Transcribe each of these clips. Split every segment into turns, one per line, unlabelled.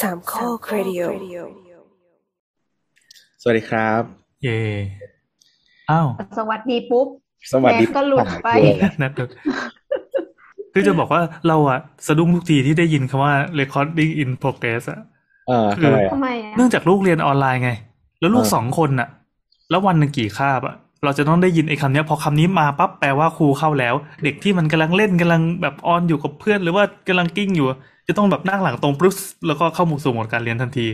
สามข้อครดิโอ
สวัสดีครับ
เย่อ้าว
สวัสดีปุ๊บ
สวัสดี
แม็กก็หลุดไป
นัดเดียวคือจะบอกว่าเราอะสะดุ้งทุกทีที่ได้ยินคำว่า recording in progress อะ
เออทำไมอะ
ทำไมอ่ะ
เนื่องจากลูกเรียนออนไลน์ไง แล้วลูกสองคนน่ะ แล้ววันหนึ่งกี่คาบอ่ะ เราจะต้องได้ยินไอ้คำเนี้ยพอคำนี้มาปั๊บแปลว่าครูเข้าแล้ว เด็กที่มันกำลังเล่นกำลังแบบออนอยู่กับเพื่อน หรือว่ากำลังกิ้งอยู่ จะต้องแบบนั่งหลังตรงปุ๊บแล้วก็เข้าหมู่สู่โหมดการเรียนทันที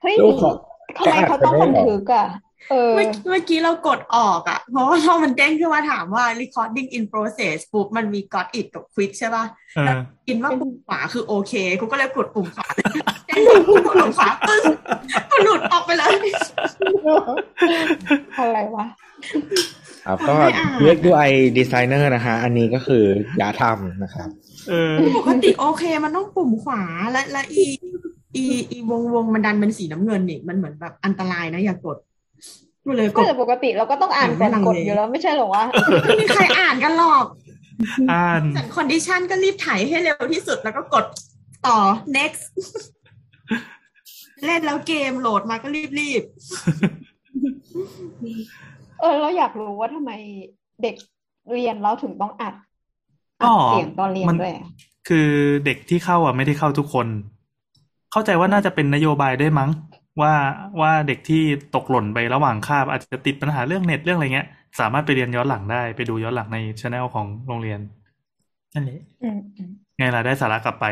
เฮ้ย
ลูกขอ
ทำไมเขาต้องบันทึกอ่ะ เออ
เมื่อเมื่อกี้เรากดออกอ่ะ เพราะว่าพอมันเด้งขึ้นมาถามว่า recording in process ปุ๊บมันมี got it กับ quit ใช่ป่ะ
เออ
กินว่าปุ่มขวาคือโอเคกูก็เลยกดปุ่มขวาเด้งกดปุ่มขวาปึ้งก็หลุดออกไปเลย
อะไรวะ
ครับก็
ไม่อ่าน
เลือกด้วยดีไซเนอร์นะฮะอันนี้ก็คืออย่าทำนะครับ
เออ
ปกติโอเคมันต้องปุ่มขวาและและอีอีอีวงวงมันดันเป็นสีน้ำเงินนี่มันเหมือนแบบอันตรายนะอย่ากดกูเลยก
ก็
ด
แต่ปกติเราก็ต้องอ่านก่อน
ไม่ลังเล
กดอยู่แล้วไม่ใช่เหรอวะ
ไม่มีใครอ่านกันหรอก
อ่าน
สันคอนดิชันก็รีบไถ่ายให้เร็วที่สุดแล้วก็กดต่อ next เล่นแล้วเกมโหลดมาก็รีบ
เออ เราอยากรู้ว่าทำไมเด็กเรียนเราถึงต้องอัด
อ๋อ
อัดเสียงตอนเรียน
มัน
ด้วยอะ
คือเด็กที่เข้าอ่ะไม่ได้เข้าทุกคน เข้าใจว่าน่าจะเป็นนโยบายด้วยมั้ง ว่าว่าเด็กที่ตกหล่นไประหว่างคาบอาจจะติดปัญหาเรื่องเน็ตเรื่องอะไรเงี้ย สามารถไปเรียนย้อนหลังได้ไปดูย้อนหลังในช anel ของโรงเรียนนั่นแหละ
อืมอืม
ไงล่ะได้สาระกลับไป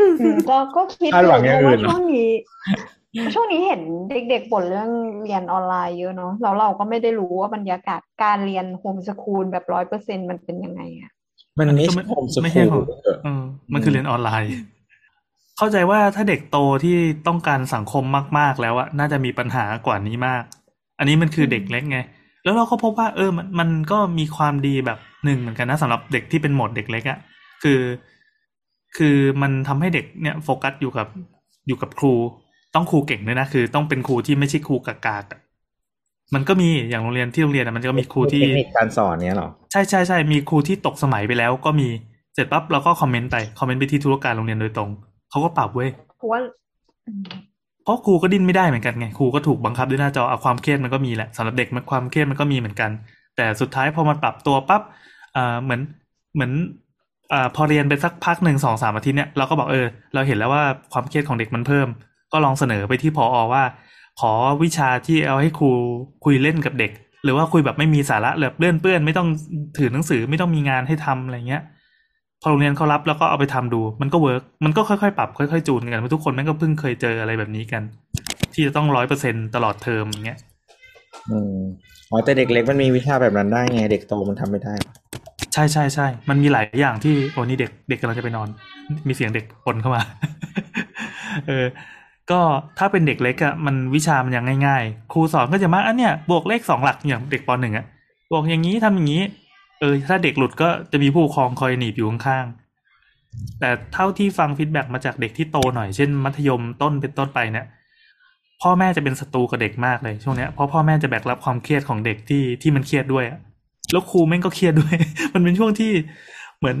อืมก็ก็คิด
คาดหวังอย่างอื่
ว่าน ช่วงนี้ ช่วงนี้เห็นเด็กๆบ่นเรื่องเรียนออนไลน์เยอะเนาะแล้วเราก็ไม่ได้รู้ว่าบรรยากาศการเรียนโฮมสคูลแบบร้อยเปอร์เซ็นมันเป็นยังไงอะ
มันไม่ใช่
ไม่
โฮมส
ไม่ใช่
กูล
ของ เออมันคือเรียนออนไลน์ เข้าใจว่าถ้าเด็กโตที่ต้องการสังคมมาก ๆ แล้วอะน่าจะมีปัญหากว่านี้มาก อันนี้มันคือเด็กเล็กไง แล้วเราก็พบว่า เออมันมันก็มีความดีแบบหนึ่งเหมือนกันนะสำหรับเด็กที่เป็นโหมดเด็กเล็กอะคือ คือมันทำให้เด็กเนี่ยโฟกัสอยู่กับอยู่กับครู ต้องครูเก่งด้วยนะคือ ต้องเป็นครูที่ไม่ใช่ครูกากากๆอะมันก็มีอย่างโรงเรียนที่โรงเรียนอะมันก็มีครูที่
เทคนิคการสอนเนี้ยเหรอ
ใช่ใช่ใช่มีครูที่ตกสมัยไปแล้วก็มีเสร็จปั๊บเราก็คอมเมนต์ไป คอมเมนต์ไปที่ธุรการโรงเรียนโดยตรงเขาก็ปรับเว้ย
เพราะว่าอืม
เพราะครูก็ดิ้นไม่ได้เหมือนกันไงครูก็ถูกบังคับด้วยหน้าจอเอาความเครียดมันก็มีแหละสำหรับเด็กมันความเครียดมันก็มีเหมือนกัน แต่สุดท้ายพอมันปรับตัวปั๊บเอ่อเหมือนเหมือนเอ่อพอเรียนไปสักพักหนึ่งสองสามอาทิตย์เนี่ยเราก็บอกเออเราเห็นแล้วว่าความเครียดของเด็กมันเพิ่ม ก็ลองเสนอไปที่พออว่า ขอวิชาที่เอาให้ครูคุยเล่นกับเด็ก หรือว่าคุยแบบไม่มีสาระแบบเลื่อนเปื้อนไม่ต้องถือหนังสือไม่ต้องมีงานให้ทำอะไรเงี้ย พอโรงเรียนเขารับแล้วก็เอาไปทำดู มันก็เวิร์กมันก็ค่อยๆ ปรับค่อยๆจูนกันเพราะทุกคนแม่งก็เพิ่งเคยเจออะไรแบบนี้กัน ที่จะต้องร้อยเปอร์เซ็นตลอดเทอมอย่างเงี้ย
อืมอ๋อแต่เด็กเล็กมันมีวิชาแบบนั้นได้ไง เด็กโตมันทำไม่ได้
ใช่ใช่ใช่มันมีหลายอย่างที่โอ้นี่เด็กเด็กกำลังจะไปนอน มีเสียงเด็กปนเข้า มา เออ ก็ถ้าเป็นเด็กเล็กอะมันวิชามันยังง่ายๆ ครูสอนก็จะมาอันเนี้ยบวกเลขสองหลักอย่างเด็กปหนึ่งอะบวกอย่างนี้ทำอย่างนี้ เออ ถ้าเด็กหลุดก็จะมีผู้ปกครองคอยหนีบอยู่ข้างๆแต่เท่าที่ฟังฟีดแบ็กมาจากเด็กที่โตหน่อยเช่นมัธยมต้นเป็นต้นไปเนี่ยพ่อแม่จะเป็นศัตรูกับเด็กมากเลยช่วงเนี้ยเพราะพ่อแม่จะแบกรับความเครียดของเด็กที่ที่มันเครียดด้วยอะแล้วครูแม่งก็เครียดด้วย มันเป็นช่วงที่เหมือน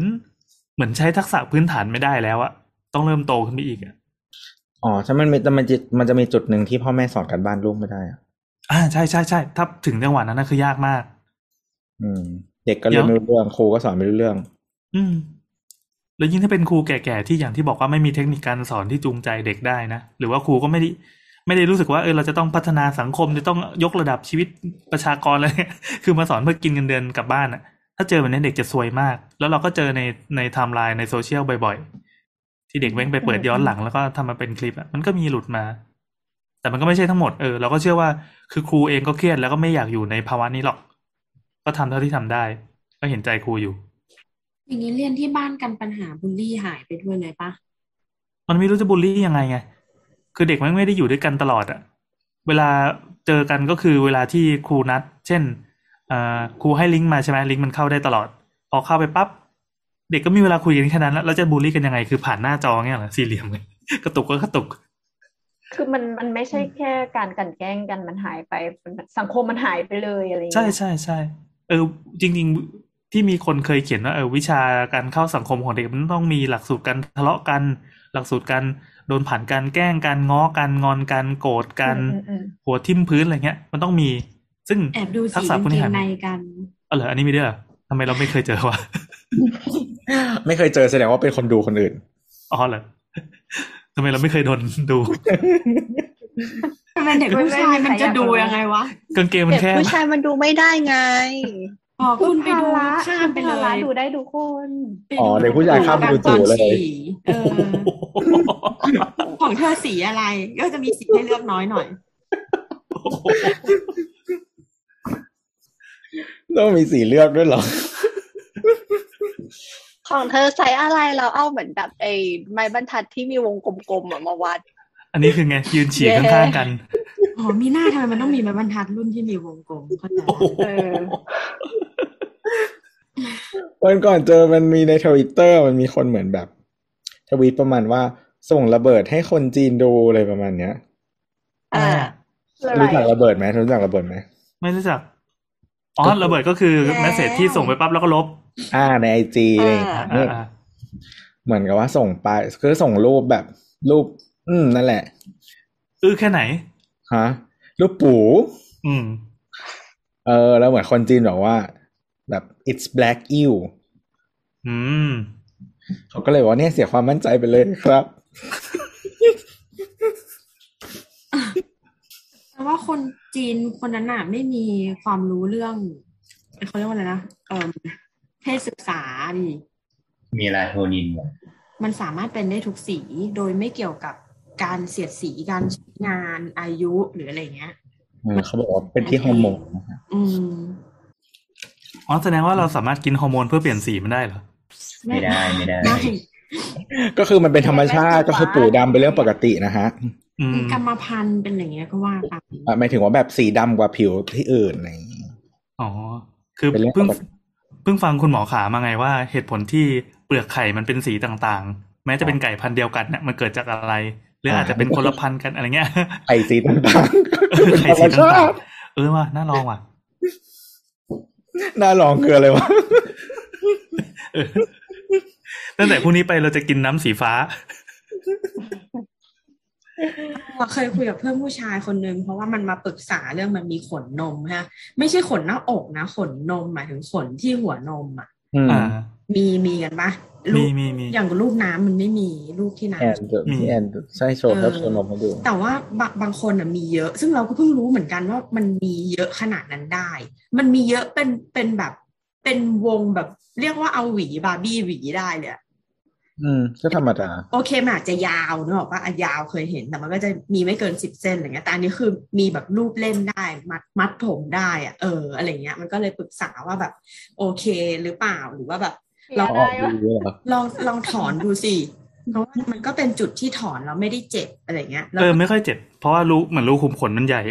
เหมือนใช้ทักษะพื้นฐานไม่ได้แล้วอะต้องเริ่มโตขึ้นไปอีกอะ
อ๋อถ้ามันมีแต่มันจะมันจะมีจุดหนึ่งที่พ่อแม่สอนกันบ้านลูกไม่ได้อะ
อ่าใช่ใช่ใช่ถ้าถึงจังหวะนั้นนะคือยากมาก
อืม เด็กก็เรียน
เดี๋
ไม่
ยว
รู้เรื่องครูก็สอนไม่รู้เรื่อง
อืม แล้วยิ่งถ้าเป็นครูแก่ๆที่อย่างที่บอกว่าไม่มีเทคนิคการสอนที่จูงใจเด็กได้นะ หรือว่าครูก็ไม่ได้ไม่ได้รู้สึกว่าเออเราจะต้องพัฒนาสังคมจะต้องยกระดับชีวิตประชากร อะไรเนี่ย คือมาสอนเพื่อกินเงินเดือนกลับบ้านอะถ้าเจอแบบนี้เด็กจะซวยมาก แล้วเราก็เจอในในไทม์ไลน์ในโซเชียลบ่อยๆ ที่เด็กแว้งไปเปิดย้อนหลังแล้วก็ทำมาเป็นคลิปอะมันก็มีหลุดมา แต่มันก็ไม่ใช่ทั้งหมดเออเราก็เชื่อว่าคือครูเองก็เครียดแล้วก็ไม่อยากอยู่ในภาวะนี้หรอก ก็ทำเท่าที่ทำได้ ก็เห็นใจครูอยู่
ๆอย่างนี้เรียนที่บ้านกันปัญหาบูลลี่หายไปด้วยเลยปะ
มันไม่รู้จะบูลลี่ยังไงไง คือเด็กมันไม่ได้อยู่ด้วยกันตลอดอะเวลาเจอกันก็คือเวลาที่ครูนัด เช่นเอ่อครูให้ลิงก์มาใช่ไหมลิงก์มันเข้าได้ตลอด พอเข้าไปปั๊บ เด็กก็มีเวลาคุยกันแค่นั้นแล้วเราจะบูลลี่กันยังไง คือผ่านหน้าจอเงี้ ยเหรอ สี่เหลี่ยมเลย กระตุกก็กระตุก
คือมันมันไม่ใช่แค่การกลันแกล้งกันมันหายไปมันสังคมมันหายไปเลยอะไรอย่าง
ใช่
เงี้ย
ใช่ใช่เออจริง ๆที่มีคนเคยเขียนว่าเออวิชาการเข้าสังคมของเด็กมันต้องมีหลักสูตรการทะเลาะกัน หลักสูตรการ โดนผ่านการแกล้งการง้อการงอนการโกรธการ
อืมอืมอืม
หัวทิ่มพื้นอะไรเงี้ย มันต้องมี ซึ่ง
แอบดู
ทั
สี
กษะ
กาง
พวก
เก
นี้หาย
ง
ไป
ในกัน
เออเหรออันนี้มีด้วยเหรอทำไมเราไม่เคยเจอวะ
ไม่เคยเจอแสดงว่าเป็นคนดูคนอื่น
อ๋อเหรอ ทำไมเราไม่เคยโดนดู
ทำไมเด็กผู้ชายมันจะดูยังไงวะ
กางเกงมัน
เด็ก
แค่
ผู้ชายมันดูไม่ได้ไง
อ๋อคุณไปดู
ภาระ
ข้ามไป
ภ
เล
ระ
ย
ดูได้ทุกคน
ไป
อ๋อเด็กผู้ชายข้ามไปดูจู่เลย
เออ
ของเธอสีอะไร ก็จะมีสีให้เลือกน้อยหน่อย
ต้องมีสีเลือกด้วยเหรอ
ของเธอใส่อะไรเราเอาเหมือนแบบไอ้ไม้บรรทัดที่มีวงกลมๆอะมาวัด
อันนี้คือไงยืนฉี่
เย้
ข้างๆกัน
อ๋อมีหน้าทำไมมันต้องมีไม้บรรทัดรุ่นที่มีวงกลมเข้าใจละ
เออ
วันก่อนเจอมันมีในทวิตเตอร์มันมีคนเหมือนแบบ ทวีตประมาณว่าส่งระเบิดให้คนจีนดูอะไรประมาณเนี้ย
อ่า
คืออะไร
รู้จักระเบิดไหมรู้จักระเบิดไหม
ไม่รู้จักอ๋อระเบิดก็คือ
แล้ว
แมสเซจที่ส่งไปปั๊บแล้วก็ลบ
อ่าในไอจีอะไรอย่างเงี้ย
อ่า
เนี่ย
อ่า
เหมือนกับว่าส่งไปคือส่งรูปแบบรูป อืมนั่นแหละ
ๆอื้อแค่ไหน
ฮะรูปปู
อืม
เออ แล้วเหมือนคนจีนบอกว่า แบบ it's black you
อืม
เขาก็เลยบอกว่าเนี่ยเสียความมั่นใจไปเลยครับ
แต่ว่าคนจีนคนนั้นน่ะไม่มีความรู้เรื่องเขาเรียกว่าอะไรนะเออเพศศึกษานี่
มีลาโทนินเนี่ย
มันสามารถเป็นได้ทุกสีโดยไม่เกี่ยวกับการเสียดสีการใช้งานอายุหรืออะไรเงี้ย
อืมเขาบอกว่าเป็นที่ฮอร์โม น
อืม
อ๋อแสดงว่าเราสามารถกินฮอร์โมนเพื่อเปลี่ยนสีมันได้เหรอ
ไม่ได้ไม่ได้
ไม่
ก็คือมันเป็นธรรมชาติก็คือปูดำเป็นเรื่องปกตินะฮะ
อืม
กรรมพันธุ์เป็นอย่างเงี้ยก็ว่าไป
อ่ะหมายถึงว่าแบบสีดำกว่าผิวที่อื่นอะไรอย่างเงี้ย
อ๋อ คือ
เป็นเรื่อง
เพิ่ง
ปกติ
เพิ่งฟังคุณหมอขามาไงว่า เหตุผลที่เปลือกไข่มันเป็นสีต่างๆ แม้จะเป็นไก่พันธุ์เดียวกันเนี่ยมันเกิดจากอะไร หรืออาจจะเป็นคนละพันธุ์กันอะไรเงี้ย
ไอสีต่างๆเป็น
ไข่
ธรร
สี
ม
ต่า
ชาง ติ
ๆเออว่ะน่าลองว่ะ
น่าลองคืออะไรวะ
ตั้งแต่พรุ่งนี้ไปเราจะกินน้ำสีฟ้า
เราเคยคุยกับเพื่อนผู้ชายคนนึงเพราะว่ามันมาปรึกษาเรื่องมันมีขนนมฮะ ไม่ใช่ขนหน้าอกนะ ขนนมหมายถึงขนที่หัวนมอ่ะ
อืม
อ่า
มีมีกันปะรู
มี
ป
มีมี
อย่างรูปน้ำมันไม่มีรูปที่น้ำ
แอนเดอร์พี่แอนเดอร์ใช่โชว์เขาโชว์นมให้ดู
แต่ว่าบางบางคนอ่ะมีเยอะ ซึ่งเราก็เพิ่งรู้เหมือนกันว่ามันมีเยอะขนาดนั้นได้ มันมีเยอะเป็นเป็นแบบ เป็นวงแบบ เรียกว่าเอาหวีบาร์บี้หวีได้เลยอะ
อืมก็ธรรมดา
โอเคมันอาจจะยาวนึกออกปะอ่ะยาวเคยเห็นแต่มันก็จะมีไม่เกินสิบเส้นอะไรเงี้ยแต่อันนี้คือมีแบบรูปเล่นได้ มัดมัดผมได้อะเอออะไรเงี้ย มันก็เลยปรึกษาว่าแบบ โอเคหรือเปล่าหรือว่าแบบ เรา
ออกดีด้วยเหรอ
ลองลองถอนดูสิ เพราะว่ามันก็เป็นจุดที่ถอนแล้วไม่ได้เจ็บอะไรเงี้ยแล้ว
เออไม่ค่อยเจ็บ เพราะว่ารู้เหมือนรู้คุมขนมันใหญ่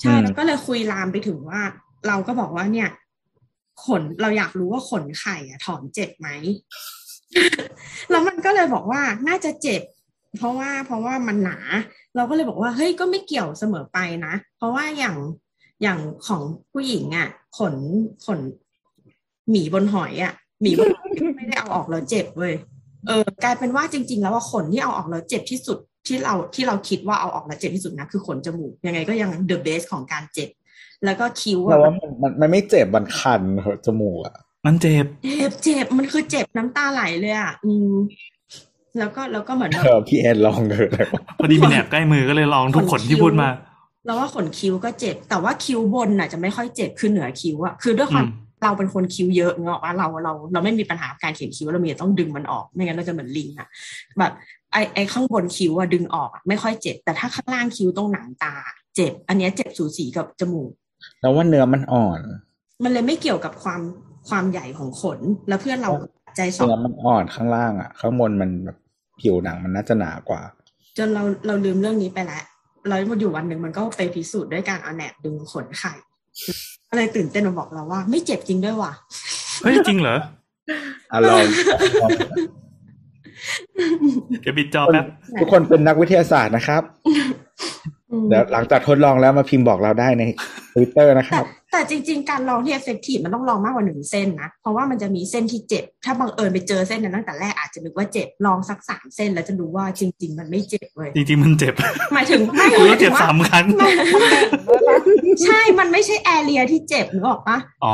ใช่แล้วก็เลยคุยลามไปถึงว่า เราก็บอกว่าเนี่ย ขนเราอยากรู้ว่าขนไข่อะถอนเจ็บไหม แล้วมันก็เลยบอกว่าน่าจะเจ็บ เพราะว่าเพราะว่ามันหนา เราก็เลยบอกว่าเฮ้ยก็ไม่เกี่ยวเสมอไปนะ เพราะว่าอย่างอย่างของผู้หญิงอะขนขนหมีบนหอยอะหมีบนหอยไม่ได้เอาออกแล้วเจ็บเว้ย เออกลายเป็นว่าจริง ๆ แล้วว่าขนที่เอาออกแล้วเจ็บที่สุดที่เราที่เราคิดว่าเอาออกแล้วเจ็บที่สุดนะคือขนจมูกยังไงก็ยัง the base ของการเจ็บ แล้วก็คิ้ว
เรา
อะ
ว่ามันมันมันไม่เจ็บมันคันเหอะจมูกอ่ะ
มันเจ็บ
เจ็บเจ็บมันคือเจ็บน้ำตาไหลเลยอ่ะอืมแล้วก็แล้วก็เหมือนแบบ
เออพี่แอนลองเลยแล้วะ
พอดีมีแหนบใกล้มือก็เลยลองทุกขนที่พูดมา
เราว่าขนคิ้วก็เจ็บ แต่ว่าคิ้วบนน่ะจะไม่ค่อยเจ็บคือเหนือคิ้วอะคือด้วยความ
อืม
เราเป็นคนคิ้วเยอะเนกอะว่าเราเราเราไม่มีปัญหากับการเขียนคิ้วเรามีแต่ต้องดึงมันออกไม่งั้นเราจะเหมือนลิงอะแบบไอไอข้างบนคิ้วอะดึงออกอะไม่ค่อยเจ็บ แต่ถ้าข้างล่างคิ้วตรงหนังตา เจ็บ อันเนี้ยเจ็บสูสีกับจมูก
แล้วว่าเนื้อมันอ่อน
มันเลยไม่เกี่ยวกับความความใหญ่ของขน แล้วเพื่อนเราใจสอ
เนื้อง มันอ่อนข้างล่างอ่ะ ข้างบนมันแบบผิวหนังมันน่าจะหนากว่า
จนเราเราลืมเรื่องนี้ไปแล้วเราอยู่วันหนึ่งมันก็ไปพิสูจน์ด้วยการเอาแหนบดึงขนไข่ก็เลยตื่นเต้นมาบอกเราว่า ไม่เจ็บจริงด้วยว่ะ
เฮ้ยจริงเหรอ
อ่ะล อง
เดี๋ยวปิดจอแป๊บ
ทุกคนเป็นนักวิทยาศาสตร์นะครับ
อืม
เดี๋ยวหลังจากทดลองแล้วมาพิมพ์บอกเราได้ในเฟ วิตเตอร์นะค
แต่
รับ
แต่จริง ๆ การลองที่เอฟเฟกตีมันต้องลองมากกว่าหนึ่งเส้นนะ เพราะว่ามันจะมีเส้นที่เจ็บ ถ้าบังเอิญไปเจอเส้นนั้นตั้งแต่แรกอาจจะนึกว่าเจ็บ ลองสักสามเส้นแล้วจะรู้ว่าจริง ๆ มันไม่เจ็บเว้ย
จริงๆมันเจ็บ
หมายถึงไม่
กูก็เจ็บสามครั้ง
ไม่ใช่ มันไม่ใช่แอเรียที่เจ็บนึกออกปะ
อ๋อ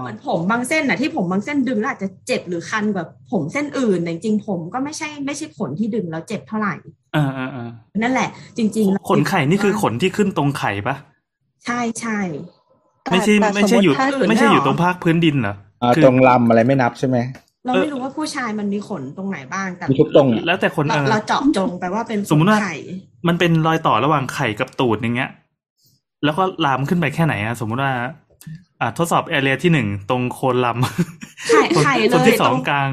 เหมือนผมบางเส้นน่ะที่ผมบางเส้นดึงแล้วอาจจะเจ็บหรือคันแบบผมเส้นอื่นแต่จริงๆผมก็ไม่ใช่ไม่ใช่ขนที่ดึงแล้วเจ็บเท่าไหร่
เออเออเออ
นั่นแหละ จริงๆแล้ว
ขนไข่นี่คือขนที่ขึ้นตรงไข่ปะ
ใช่ใช่
แต่
ไม่ใช่
แต่
ไม่ใช่
สติ
อยู่
ถ้าเกิด
ไม่ใช่อยู่
หรอ
ตรงภาคพื้นดินเหรอ
อ่า
คื
ตรงลำอะไรไม่นับใช่ไหม
เราไม่รู้ว่าผู้ชายมันมีขนตรงไหนบ้างแต่
มีทุกตรงอะ
แล้วแต่คน
เรา
เออ
เราเจาะจงไปว่าเป็น
สมมุติว่า
ไข่
มันเป็นรอยต่อระหว่างไข่กับตูดอย่างเงี้ย แล้วก็ลามขึ้นไปแค่ไหนอะสมมุติว่า อ่าทดสอบแอเรียที่หนึ่งตรงโคนล
ไข่
ำ
ไข่เล
ส่วน
ย
ที่ส
ต
อ
รง ง
กลาง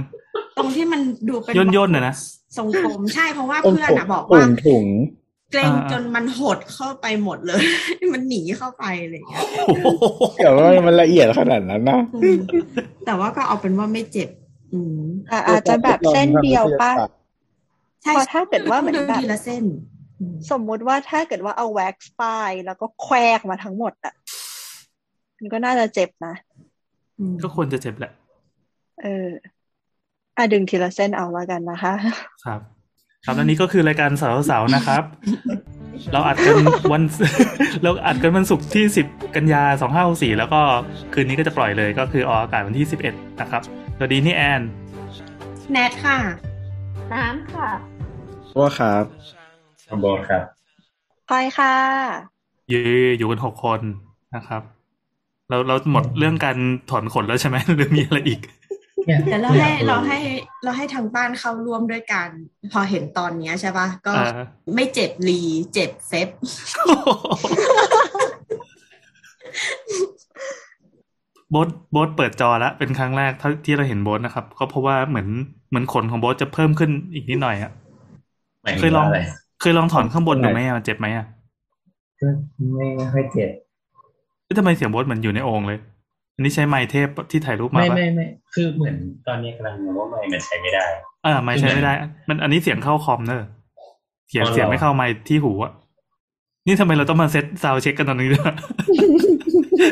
ตรงที่มันดูเป็น
ย่นๆน่ะนะ
ทรงกลมใช่เพราะว่า
ตรง
เพื่อน
ถุง
อะบอก
ถุ
ว่า
งถุง
เกรง
อ่า
จนมันหดเข้าไปหมดเลย มันหนีเข้าไปอะไรอย่างเงี้ย
โอ้โห
เดี๋ยวว่ามันละเอียดขนาดนั้นนะ
อืมแต่ว่าก็เอาเป็นว่าไม่เจ็บ อืม
อ่ะอาจจะแบบเส้นเดียวป้า
ใช่
พอถ้าเกิดว่าเหมือน
ต้อง
แบบ
ทีละเส้นอืม
สมมุติว่าถ้าเกิดว่าเอาแว็กซ์ป้ายแล้วก็แควกมาทั้งหมดอ่ะมันก็น่าจะเจ็บนะ
อืม
ก็ควรจะเจ็บแหละ
เอออ่ะดึงทีละเส้นเอาละกันนะคะ
ครับ ครับแล้วนี้ก็คือรายการสาวสาวๆนะครับ เราอัดกันวัน เราอัดกันวันศุกร์ที่ 10 กันยา2564แล้วก็คืนนี้ก็จะปล่อยเลยก็คือออกอากาศวันที่ 11 นะครับสวัสดีนี่แอน
แนทค่ะ
น้ำค่ะ
ว่าครับ
ข้างบนครับ
ไปค่ะ
เย่อยู่กันหกคนนะครับ เราเราหมดเรื่องการถอนขนแล้วใช่ไหม หรือมีอะไรอีก
เนี่ย
แต่เราให้เราให้เราให้ทางบ้านเข้าร่วมด้วยกัน พอเห็นตอนเนี้ยใช่ป่ะ ก็
อ่า
ไม่เจ็บรีเจ็บเฟบ
โบทโบทเปิดจอแล้วเป็นครั้งแรกเท่าที่เราเห็นโบทนะครับ ก็เพราะว่าเหมือนเหมือนขนของโบทจะเพิ่มขึ้นอีกนิดหน่อยอะ
หมาย
เค
ถึ
ย
ง
ลอ
ว่าง อะไร
เคยลองถอนข้างบนดูไหมอะมันเจ็บไหมอะ
ก็ไม่ไม่ค่อยเจ็บ
เอ้ยทำไมเสียงโบทเหมือนอยู่ในโองเลย อันนี้ใช้ไมค์เทปที่ถ่ายรูปมา
ไม่
ปะ
ไม่ไม่คือเหมือนตอนนี้กำลังงงว่าไม่มันใช้ไม่ได้
เออไม่ใช้ไม่ได้ มันอันนี้เสียงเข้าคอมเนอะเสียง
อ๋อเหรอ
เสียงไม่เข้าไมค์ที่หูอะนี่ทำไมเราต้องมาเซตซาวเช็คกันตอนนี้ด้วย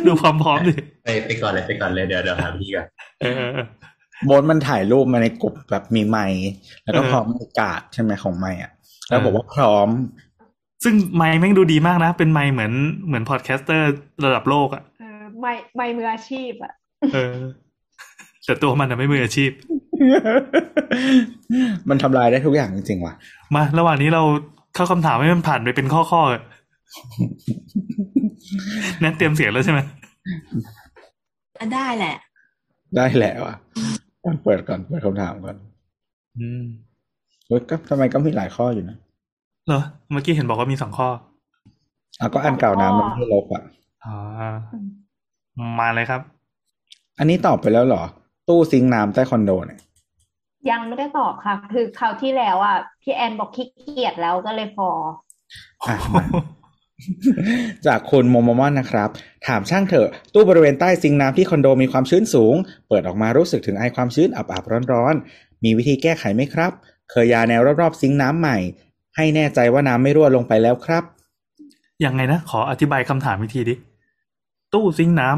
ดูความพร้อมดิ
ไปไปก่อนเลยไปก่อนเลยเดี๋ยวเดี๋ยวหาพี่ก่อน
เออเออเออ
โบนมันถ่ายรูปมาในกลุ่มแบบมีไม้แล้วก็
เออ
พร้อมอากาศใช่ไหมของไม้อ่ะ แล้ว
เออ
บอกว่าพร้อม
ซึ่งไมค์แม่งดูดีมากนะ เป็นไมค์เหมือนเหมือนพอดแคสเตอร์ระดับโลกอะ
เออไม่ไม่มืออาชีพอ่ะ
เออ แต่ตัวมันอะไม่มืออาชีพ
มันทำลายได้ทุกอย่างจริงๆว่ะ
มา ระหว่างนี้เราเข้าคำถามให้มันผ่านไปเป็นข้อข้อ ๆเถอะแนทเตรียมเสียงแล้วใช่ไหม
อ่ะได้แหละ
ได้แหละว่ะต้องเปิดก่อนเปิดคำถามก่อน
อืม
เฮ้ยก็ทำไมก็มีหลายข้ออยู่นะ
เหรอเมื่อกี้เห็นบอกว่ามีสองข้อ
อ่ะก็อันเก่า
อ๋
น้ำ
อ
มันไม่ลบอ่ะ
อ๋อมาเลยครับ
อันนี้ตอบไปแล้วเหรอ ตู้ซิงค์น้ำใต้คอนโดเนี่ย
ยังไม่ได้ตอบค่ะ คือคราวที่แล้วอ่ะพี่แอนบอกขี้เกียจแล้วก็เลยพอ
อ่ะมา จากคุณโมโมมอนนะครับ ถามช่างเถอะ ตู้บริเวณใต้ซิงค์น้ำที่คอนโดมีความชื้นสูง เปิดออกมารู้สึกถึงไอความชื้นอับอับๆร้อนๆ มีวิธีแก้ไขไหมครับ เคยยาแนวรอบๆซิงค์น้ำใหม่ ให้แน่ใจว่าน้ำไม่รั่วลงไปแล้วครับ
ยังไงนะ ขออธิบายคำถามอีกทีดิ ตู้ซิงค์น้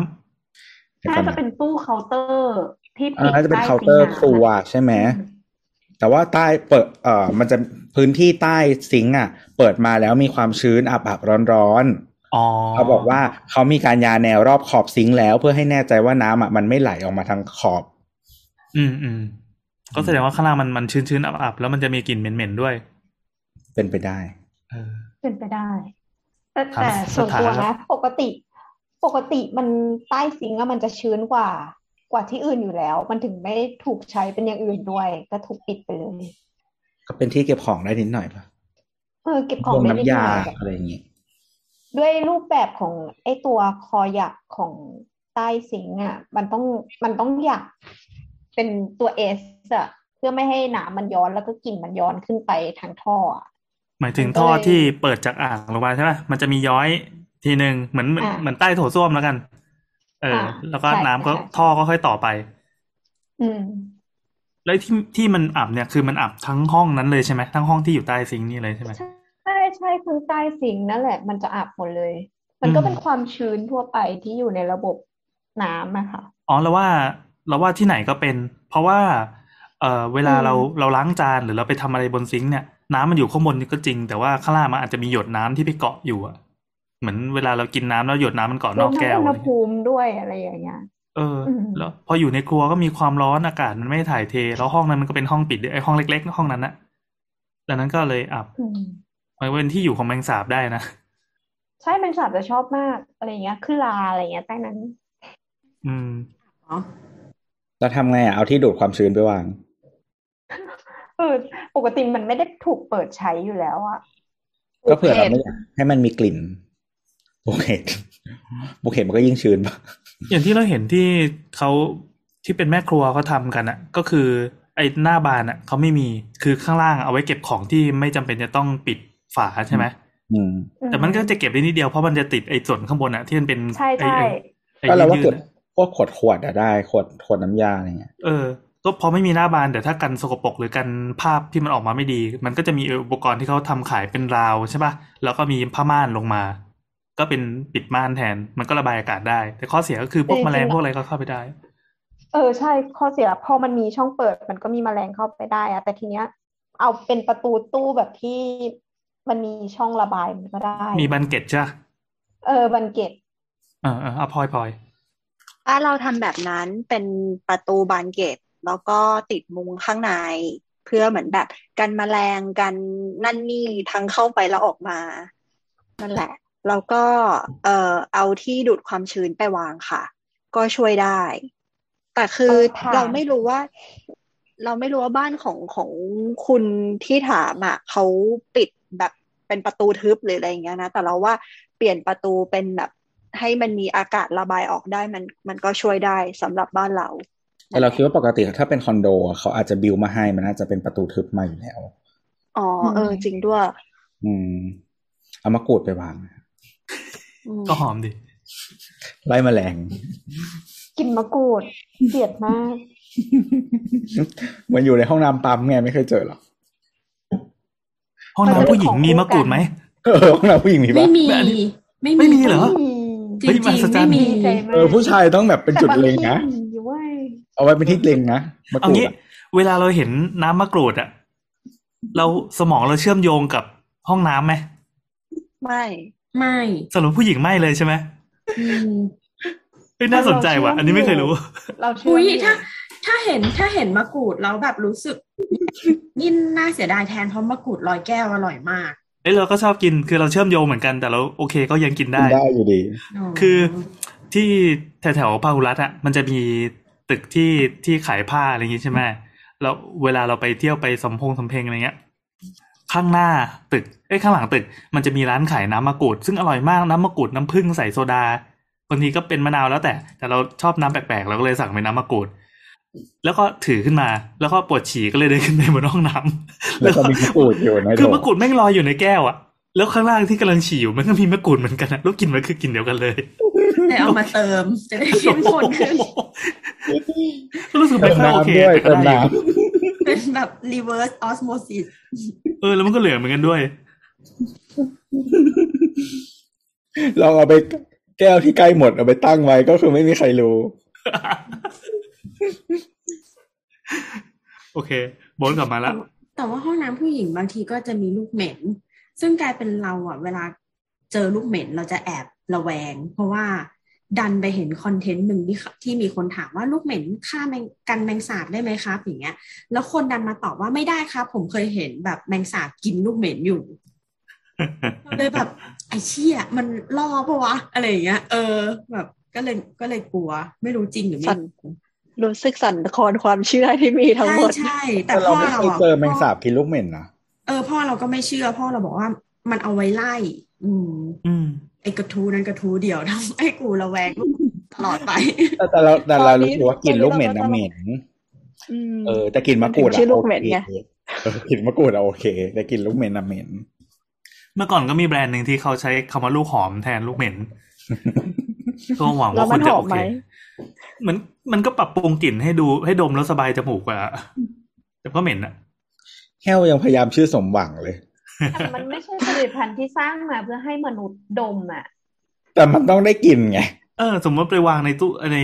น่าจะเป็นตู้เคาน์เตอร์ที่
อัน
ปิด
นั้นจะเป็น
ใต้
เคาน์เตอร์ค
ซิ
รั
ง
ว
ค์น้ำ
ใช่ไหม
อื
แต่ว่าใต้เปิดเอ่อมันจะพื้นที่ใต้ซิงค์อ่ะ เปิดมาแล้วมีความชื้นอับอับร้อนร้อน
ำอ๋อ
ๆเขาบอกว่าเขามีการยาแนวรอบขอบซิงค์แล้วเพื่อให้แน่ใจว่าน้ำอ่ะมันไม่ไหลออกมาทางขอบ
อืมอืมก็แสดงว่าข้างล่างมันมันชื้นๆอับๆแล้วมันจะมีกลิ่นเหม็นๆด้วย
เป็นไปได้
เออ
เป็นไปได้ แต่
ถาม
แต่ส่วน
ถาม
ตัว
ครั
นะ
บ
ปกติ ปกติมันใต้ซิงก์อะมันจะชื้นกว่า กว่าที่อื่นอยู่แล้ว มันถึงไม่ถูกใช้เป็นอย่างอื่นด้วย ก็ถูกปิดไปเลย
ก็เป็นที่เก็บของได้นิดหน่อยป่ะ
เออเก็บ
พ
ของ
วก
ได้นิ
น้ำ
ดหน่
ยา
อย
อะไรอย่างงี้
ด้วยรูปแบบของไอ้ตัวคอหยักของใต้สิงห์อ่ะ มันต้องมันต้องหยักเป็นตัวเอสอ่ะเพื่อไม่ให้หนามมันย้อนแล้วก็กลิ่นมันย้อนขึ้นไปทางท่ออะ
หมายถึงท่อที่เปิดจากอ่างลงมาใช่ป่ะ มันจะมีย้อยทีหนึ่งเหมือนเหมือน
อ่า
เหมือนใต้โถส้วมแล้วกัน เออ
อ่า
แล้วก็
ใช่
น้ำก็
ใช่
ท่อก็ค่อยต่อไป
อืม
แล้วที่ที่มันอับเนี่ยคือมันอับทั้งห้องนั้นเลยใช่ไหมทั้งห้องที่อยู่ใต้ซิงค์นี่เลยใช่ไหม
ใช่ใช่คือใต้สิงห์นั่นแหละ มันจะอับหมดเลย มันก็
อืม
เป็นความชื้นทั่วไปที่อยู่ในระบบน้ำอะค่ะ
อ๋อแล้วว่าเราว่าที่ไหนก็เป็น เพราะว่า เออเวลา
อืม
เราเราล้างจานหรือเราไปทำอะไรบนซิงค์เนี่ยน้ำมันอยู่ข้างบนก็จริง แต่ว่าข้างล่างมันอาจจะมีหยดน้ำที่ไปเกาะอยู่อะเหมือนเวลาเรากินน้ำแล้วหยดน้ำมันเกาะ
ร
น
ว
อก
มทั้ง
แก้ว
อุณ
อะไร
ห
เงี้ย
ภูมิด้วยอะไรอย่างเงี้ย
เอออ
ม
แล้วพออยู่ในครัวก็มีความร้อนอากาศมันไม่ถ่ายเท แล้วห้องนั้นมันก็เป็นห้องปิดไอห้องเล็กๆห้องนั้นนะดังนั้นก็เลยอับ
อืม
มันเป็นที่อยู่ของแมงสาบได้นะ
ใช่แมงสาบจะชอบมากอะไรอย่างเงี้ยคือลาอะไรอย่างเงี้ยใต้นั้น
อืม
อ๋อ
เราทำไงอ่ะเอาที่ดูดความชื้นไปวาง
เออปกติมันไม่ได้ถูกเปิดใช้อยู่แล้วอะ
ก็เผื่อเราไม่อยากให้มันมีกลิ่นบุกเห็ด บุกเห็ดมันก็ยิ่งชื้นปะ
อย่างที่เราเห็นที่เขาที่เป็นแม่ครัวเขาทำกันอะก็คือ ไอ้หน้าบานอะเขาไม่มีคือข้างล่างเอาไว้เก็บของที่ไม่จำเป็นจะต้องปิดฝาใช่ไหม
อืม
แต่มันก็จะเก็บได้นิดเดียวเพราะมันจะติดไอ้ส่วนข้างบนอะที่มันเป็น
ใช่
ไอ้
ใช่
ไอ้ไอ้
ก็เราว่า
ยื
เกิ
ด
ด
ๆอะ
พวกขวดขวดๆอะได้ขวดขวดน้ำยาอะไรเงี้ย
เออ ก็พอไม่มีหน้าบานแต่ถ้ากันสกปรกหรือกันภาพที่มันออกมาไม่ดี มันก็จะมีอุปกรณ์ที่เขาทำขายเป็นราวใช่ป่ะแล้วก็มีผ้าม่านลงมา ก็เป็นปิดม่านแทนมันก็ระบายอากาศได้ แต่ข้อเสียก็คือพวกแมลงพวกอะไรก็เข้าไปได้
เออใช่ข้อเสียพอมันมีช่องเปิดมันก็มีแมลงเข้าไปได้อะแต่ทีเนี้ย เอาเป็นประตูตู้แบบที่มันมีช่องระบายมันก็ได้
มีบันเก็ตใช่ปะ
เออบันเก็ต
เออเออเอาพลอยพลอย
บ้านเราทำแบบนั้นเป็นประตูบานเกต แล้วก็ติดมุงข้างใน เพื่อเหมือนแบบกันแมลงกันนั่นนี่ทั้งเข้าไปแล้วออกมา นั่นแหละ แล้วก็เอ่อเอาที่ดูดความชื้นไปวางค่ะ ก็ช่วยได้ แต่คือเราไม่รู้ว่า เราไม่รู้ว่าบ้านของของคุณที่ถามอ่ะเขาปิดแบบเป็นประตูทึบหรืออะไรอย่างเงี้ยนะ แต่เราว่าเปลี่ยนประตูเป็นแบบ ให้มันมีอากาศระบายออกได้มัน มันก็ช่วยได้สำหรับบ้านเรา
แต่เราคิดว่าปกติถ้าเป็นคอนโดอะเขาอาจจะบิวมาให้มันน่าจะเป็นประตูทึบมาอยู่แล้ว
อ๋อเออจริงด้วย
อืม เอามากรูดไปวาง
อืม
ก็หอมดิ
ไล่แมลง
กินมะกรูดเกลียดมาก
มันอยู่ในห้องน้ำปั๊มไงไม่เคยเจอหรอก
ห้องน้ำผู้หญิงมีมะกรูดไหม
เออห้องน้ำผู้หญิงมีปะ
ไม่มี
แบบอันนี้
ไม่
ไม่มีเหรอ
อืม
จริง
เฮ้ยมหัศ
ๆ
จร
ไม่
รย์
มี
ดีใจมาก
เออผู้ชายต้องแบบเป็นจุดเลงนะ
แต่บางที่มีเว้ย
เอาไว้เป็นที่เลงนะมะก
เอา
รูด
งี้
อะ
เวลาเราเห็นน้ำมะกรูดอะเราสมองเราเชื่อมโยงกับห้องน้ำไหม
ไม่
ไม่
สำหรับผู้หญิงไม่เลยใช่ไหม
อืม
เอ้ยน่าสนใจว่ะ อันนี้ไม่เคยรู้
เราเชื่
อุ้ย
อยู่
ถ้าถ้าเห็นถ้าเห็นมะกรูดแล้วแบบรู้สึก นี่น่าเสียดายแทนเพราะมะกรูดลอยแก้วอร่อยมาก
เอ้ยเราก็ชอบกินคือเราเชื่อมโยงเหมือนกันแต่เราโอเคก็ยังกิน
กิ
ได้
นได้อยู่ดี
คือที่แถวๆพาหุรัตน์อ่ะมันจะมีตึกที่ที่ขายผ้าอะไรอย่างงี้ใช่ไหมแล้วเวลาเราไปเที่ยวไปสำพงสำเพงอะไรเงี้ย ข้างหน้าตึกเอ้ยข้างหลังตึก มันจะมีร้านขายน้ำมะกรูด ซึ่งอร่อยมากน้ำมะกรูดน้ำผึ้งใส่โซดาบางทีก็เป็นมะนาวแล้วแต่ แต่เราชอบน้ำแปลกๆเราก็เลยสั่งเป็นน้ำมะกรูด แล้วก็ถือขึ้นมา แล้วก็ปวดฉี่ก็เลยเดินขึ้นไปบนห้องน้ำ
แล้วก็มีมะกรูดอยู่ในโถ
คือมะกรูดแม่งลอยอยู่ในแก้วอะแล้วข้างล่างที่กำลังฉี่อยู่มันก็มีมะกรูดเหมือนกันนะแล้วกลินมันคือกลินเดียวกันเลย
แต่เอามาเติมจะได้เข้มข้ นขึ้น
ก็รู้สึกไม่ค่อยโอเค
ด้วยเติ
แต่ก็
ม
ได้
น้
อยู่
เป็นแบบ reverse osmosis
เออแล้วมันก็เหลืองเหมือนกันด้วย
ำลองเอาไปแก้วที่ใกล้หมดเอาไปตั้งไว้ก็คือไม่มีใครรู้
โอเคโบนกลับมาละ
แต่ว่าห้องน้ำผู้หญิงบางทีก็จะมีลูกเหม็น ซึ่งกลายเป็นเราอ่ะ เวลาเจอลูกเหม็นเราจะแอบระแวง เพราะว่าดันไปเห็นคอนเทนต์หนึ่งที่เขาที่มีคนถามว่าลูกเหม็นฆ่าแมงกันแมงสาบได้ไหมครับอย่างเงี้ย แล้วคนดันมาตอบว่าไม่ได้ครับ ผมเคยเห็นแบบแมงสาบกินลูกเหม็นอยู่ เลยแบบไอ้เชี่ยมันล่อปะวะอะไรอย่างเงี้ย เออ แบบก็เลยก็เลยกลัว ไม่รู้จริงหรือไม่
สั่นรู้สึกสั่นคลอนความเชื่อที่มีทั้ง
ใช่
หมด
ใช่แต่
แต่เรา
พ่อ
ไม่
เราอะ
เคยเจอแมงสาบกินลูกเหม็นนะ
เออพ่อเราก็ไม่เชื่อพ่อเราบอกว่ามันเอาไว้ไล่ อืม
อืม
ไอ้กระทูนั้นกระทูเดียวทำให้กูระแวงตลอดไป
แต่แต่เราแต่เรา
ตอนนี้
รู้สึกว่ากินลูกเหม็น
ตอ
นะ
น
เห
นี้
ม็น
ืม
เออแต่กลินมะกรูด
มันถึงชื่อลูกเหม็นไง
โอคเออกินมะกรูดอะโอเค แต่กลินลูกเหม็นอะเหม็น
เมื่อก่อนก็มีแบรนด์หนึ่งที่เขาใช้คำว่าลูกหอมแทนลูกเหม็นก็หวัง
แล้
ว่าว ค
มัน
น
ห
จะ
อ
โอ
ม
เค
ไหม
มันมันก็ปรับปรุงกลิ่นให้ดูให้ดมแล้วสบายจมูกกว่าแต่ก็เหม็นอะ
แห้วยังพยายามชื่อสมหวังเลย
แต่มันไม่ใช่ผลิตภัณฑ์ที่สร้างมาเพื่อให้มนุษย์ดมอ่ะ
แต่มันต้องได้กลิ่นไง
เออ สมมติไปวางในตู้ใน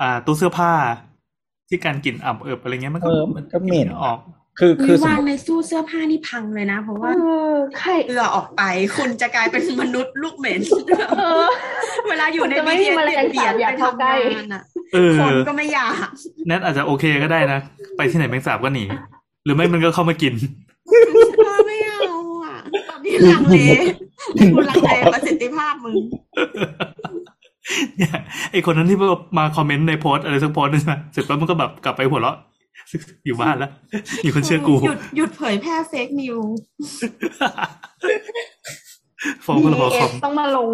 อ่าตู้เสื้อผ้า ที่การกลิ่นอับเอิบอะไรเงี้ยมันก็
เออมันก็เหม็น
ออก
คือคือสม
วาม ง
ติ
ในสู้เสื้อผ้านี่พังเลยนะ เพราะ
เอ
ว่า
อใคร
เอือออกไป คุณจะกลายเป็นมนุษย์ลูกเหม็น
เออ
เวลาอยู่ใน
คุณจะไม่
บี
มี
เทียน
แมลง
เบียดไป
สาบอยากเข้า
ทำ
ใกล้
งานอ่ะ
เออ
คนก็ไม่อยาก
นั่นอาจจะโอเคก็ได้นะ ไปที่ไหนแมงสาบก็หนี หรือไม่มันก็เข้ามากิน
ไม่เอาอ่ะตอนนี้ลั งเลคุณลังเลประสิทธิภาพมึง
เนี่ยไอคนนั้นที่มาคอมเมนต์ในโพสต์อะไรสักโพสต์หนึงนะเสร็จแล้วมันก็แบบกลับไปหัวเราะ อยู่บ้านแล้วมีคนเชื่ อกู
หยุดหยุดเผยแพร่เฟกนิวส์
ฟ้องพลพ
เอ
คอม
สต้องมาล ง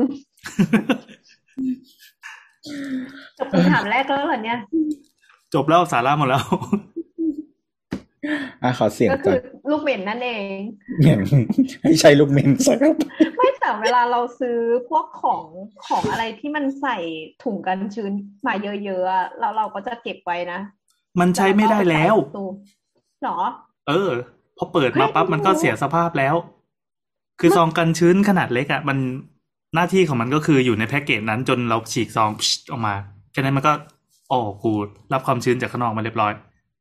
จบคำถามแรกแล้วเหรอเนี่ย
จบแล้วสาระหมดแล้ว
อ่ะขอเสียง
ก็
ก่
คื
อน
อลูกเหม็นนั่นเอง
เหม็น ให้ใช้ลูกเหม็นสักครับ
ไม่แต่เวลาเราซื้อพวกของของอะไรที่มันใส่ถุงกันชื้นมาเยอะๆอะเราเราก็จะเก็บไว้นะ
มันใช้ไม่ได้แล้ว
เราก็เอาไปใส่ตู้หรอ
เออ พอเปิดมาปั๊บ
เฮ้ย
มันก็เสียสภาพแล้ว คือซองกันชื้นขนาดเล็กอ่ะ มันหน้าที่ของมันก็คืออยู่ในแพ็กเกจนั้นจนเราฉีกซองพิชออกมา แค่นั้นมันก็อ๋อกูรับความชื้นจากข้างนอกมาเรียบร้อย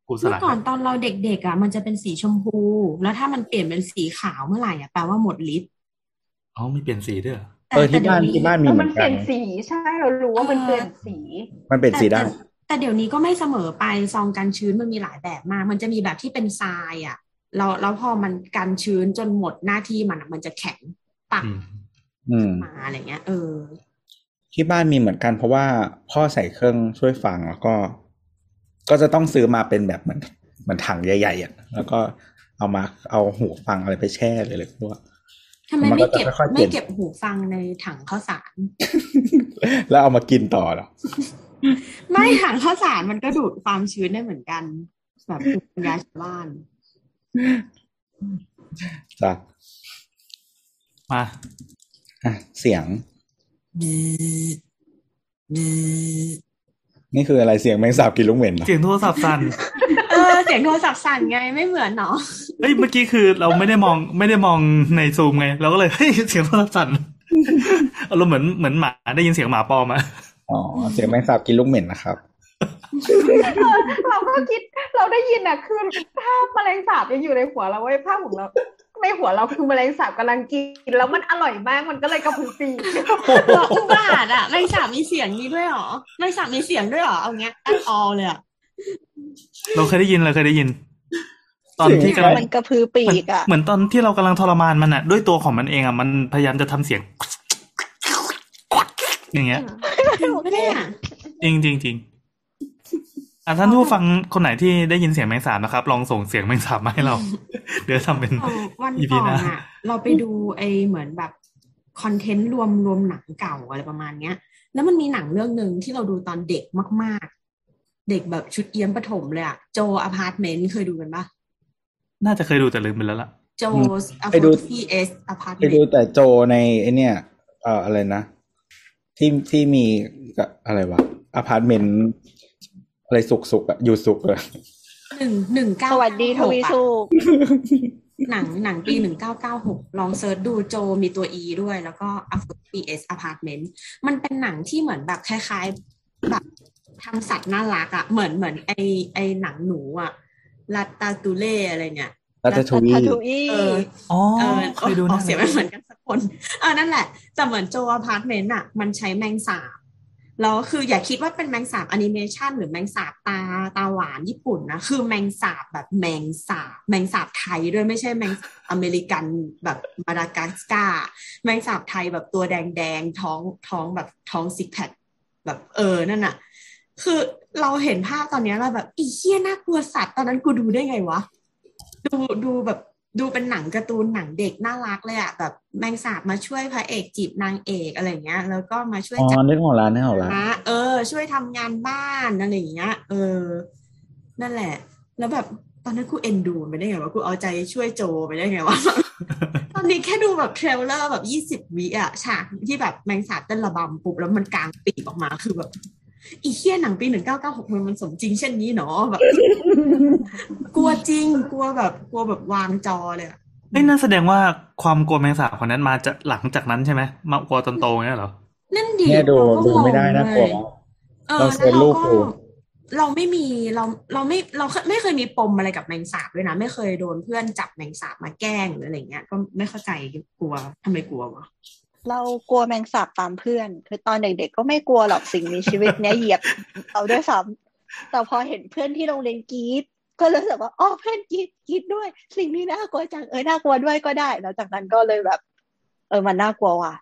กูส
เมื่
ลา
อย ก่อนตอนเราเด็กๆอ่ะ มันจะเป็นสีชมพู แล้วถ้ามันเปลี่ยนเป็นสีขาวเมื่อไหร่อ่ะแปลว่าหมดฤทธิ์
อ๋อไม่เปลี่ยนสีด้วยเหรอ
แต่
เออที่
แต่
บ้าน
เดี๋ยว
ที่บ้านมี
แล้ว
เหมื
มั
อน น
เป
กั
ลี่
น
ยนสีใช่เรารู้ว่ามันเปลี่ยนสี
มันเป็นสี
แต่
ดำ
แต่แต่เดี๋ยวนี้ก็ไม่เสมอไปซองกันชื้นมันมีหลายแบบมาก มันจะมีแบบที่เป็นทรายอ่ะเราแล้วพอมันกันชื้นจนหมดหน้าที่มันอะมันจะแข็งปัก
อืม
อืม
มาอะไรเงี้ย เออ
ที่บ้านมีเหมือนกันเพราะว่าพ่อใส่เครื่องช่วยฟังแล้วก็ ก็จะต้องซื้อมาเป็นแบบเหมือนเหมือนถังใหญ่ๆอ่ะแล้วก็เอามาเอาหูฟังอะไรไปแช่เลยเลยตัว
ทำไม
มันก็
ไม่เก็บ
จะค่อยๆเปลี่
ไม่
ยน
เก็บหูฟังในถังข้าวสาร
แล้วเอามากินต่อเหรอ
ไม่ถังข้าวสารมันก็ดูดความชื้นได้เหมือนกัน แบบภูมิปัญญาชาวบ้าน
จ้ะ
มา
อ่ะเสียง นี่คืออะไรเสียงแมงสาบกินลูกเหม็นเหรอ
เสียงโทรศัพท์สั่น
เออ เสียงโทรศัพท์สั่นไงไม่เหมือนเนาะ
เฮ้ยเมื่อกี้คือเราไม่ได้มองไม่ได้มองในซูมไง เราก็เลย เฮ้ยเสียงโทรศัพท์สั่นอารมณ์เหมือนเหมือนหมาได้ยินเสียงหมาปลอมอะ
อ๋อเสียงแมงสาบกินลูกเหม็นนะครับ
เออเราก็คิดเราได้ยินอ่ะคือภาพแมลงสาบยังอยู่ในหัวเราเว้ยภาพของเราในหัวเราคือแมลงสาบกำลังกิน แล้วมันอร่อยมากมันก็เลยกระพือ ปีก
เราอุบาทอ่ะไม่สามมีเสียงนี้ด้วยเหรอไม่สามมีเสียงด้วยเหรอเอาเงี้ยอันออเลยอะ
เราเคยได้ยินเราเคยได้ยิน ตอนที่กำลัง
มันกระพือปี
เหมือน
กอ่ะ
เหมือนตอนที่เรากำลังทรมานมันอ่ะ ด้วยตัวของมันเองอ่ะ มันพยายามจะทำเสียง อย่างเงี้ย
จริงปะเนี่ย
จริงจริงจริงอ่ะท่านผู้ฟังคนไหนที่ได้ยินเสียงแมงสาบนะครับ ลองส่งเสียงแมงสาบมาให้เรา เดี๋ยวทำเป็น
เออวัน
EP
ก่อน
หนะ
อ่ะ เราไปดูไอเหมือนแบบคอนเทนต์รวมรวมหนังเก่าอะไรประมาณเนี้ย แล้วมันมีหนังเรื่องหนึ่งที่เราดูตอนเด็กมาก ๆ เด็กแบบชุดเอี้ยมประถมเลยอะโจอพาร์ตเมนต์เคยดูกันปะ
น่าจะเคยดูแต่ลืมไปแล้วล่ะ
โจอ
ไปดู
โฟซีเอสอพาร์ต
ไป
เมน
ดู
ต์
แต่โจในไอเนี่ย เอ่ออะไรนะ ที่ที่มีกับอะไรวะอพาร์ตเมนต์อะไรสุกสุกๆอะอยู่สุกอะ
หนึ่งหนึ่งเก้า
สวัสดีทวีสุข
หนังหนังปีหนึ่งเก้าเก้าหกลองเซิร์ชดูโจมีตัวอีด้วย แล้วก็อัฟฟีเอสอพาร์ตเมนต์มันเป็นหนังที่เหมือนแบบคล้ายๆแบบทำสัตว์น่ารักอะเหมือนเหมือนไอไอหนังหนูอะลาตาตูเล่อะไรเนี่ย
รัชทวี
ทัทุอี
เออ
อ๋อ
เออ
เคยดู
ออ
นะ
กเสียงไม่เหมือนกันสักคนเออนั่นแหละ แต่เหมือนโจอพาร์ตเมนต์อ่ะ มันใช้แมงสาบแล้วคืออย่าคิดว่าเป็นแมงสาบแอนิเมชันหรือแมงสาบตาตาหวานญี่ปุ่นนะ คือแมงสาบแบบแมงสาบ แมงสาบไทยด้วยไม่ใช่แมงสาบอเมริกันแบบมาดากัสการ์แมงสาบไทยแบบตัวแดงแดงๆท้องท้องแบบท้องซิกแพคแบบเออนั่นน่ะ คือเราเห็นภาพตอนเนี้ยเราแบบอีเหี้ยน่ากลัวสัตว์ตอนนั้นกูดูได้ไงวะ ดูดูแบบดูเป็นหนังการ์ตูนหนังเด็กน่ารักเลยอะแบบแมงสาบมาช่วยพระเอกจีบนางเอกอะไรอย่างเงี้ย แล้วก็มาช่วย
อ๋อ
จัด
นึกของร้านนึกของร้าน
นะเออ ช่วยทำงานบ้านอะไรอย่างเงี้ย เออ นั่นแหละ แล้วแบบตอนนั้นกูเอ็นดูมันได้ไงวะกูเอาใจช่วยโจไปได้ไงวะ ตอนนี้แค่ดูแบบเทรลเลอร์แบบยี่สิบ20 วิอะฉากที่แบบแมงสาบเต้นระบำปุ๊บแล้วมันกลางปีกออกมาคือแบบอีเคียหนังปีหนึ่งเก้าเก้าหกมันสมจริงเช่นนี้เนาะแบบ กลัวจริงกลัวแบบกลัวแบบวางจอเลยอะ
เอ้ยนั่นแสดงว่าความกลัวแมงสาบคนนั้นมาจากหลังจากนั้นใช่ไหมมากลัวตอนโตเงี้ยเหรอ
นั่น ดิ
เนี่ยดู
เราก็
ดูไม่ได้นะ
งง
กลัว
เลย
มาก
เออ
ลองเสิร์ชรูปดู
แล้วเราก็เราไม่มีเราเราไม่เราไม่เคยมีปมอะไรกับแมงสาบด้วยนะ ไม่เคยโดนเพื่อนจับแมงสาบมาแกล้งหรืออะไรเงี้ย ก็ไม่เข้าใจกลัวทำไมกลัววะ
เรากลัวแมงสาบตามเพื่อน คือตอนเด็กๆก็ไม่กลัวหรอกสิ่งมีชีวิตเนี้ยเห ยียบเอาด้วยซ้ำแต่พอเห็นเพื่อนที่โรงเรียนกรีดก็รู้สึกว่าอ๋อเพื่อนกรีดกรีดด้วย สิ่งนี้น่ากลัวจังเออน่ากลัวด้วยก็ได้ แล้วจากนั้นก็เลยแบบ เออมันน่ากลัวว่ะ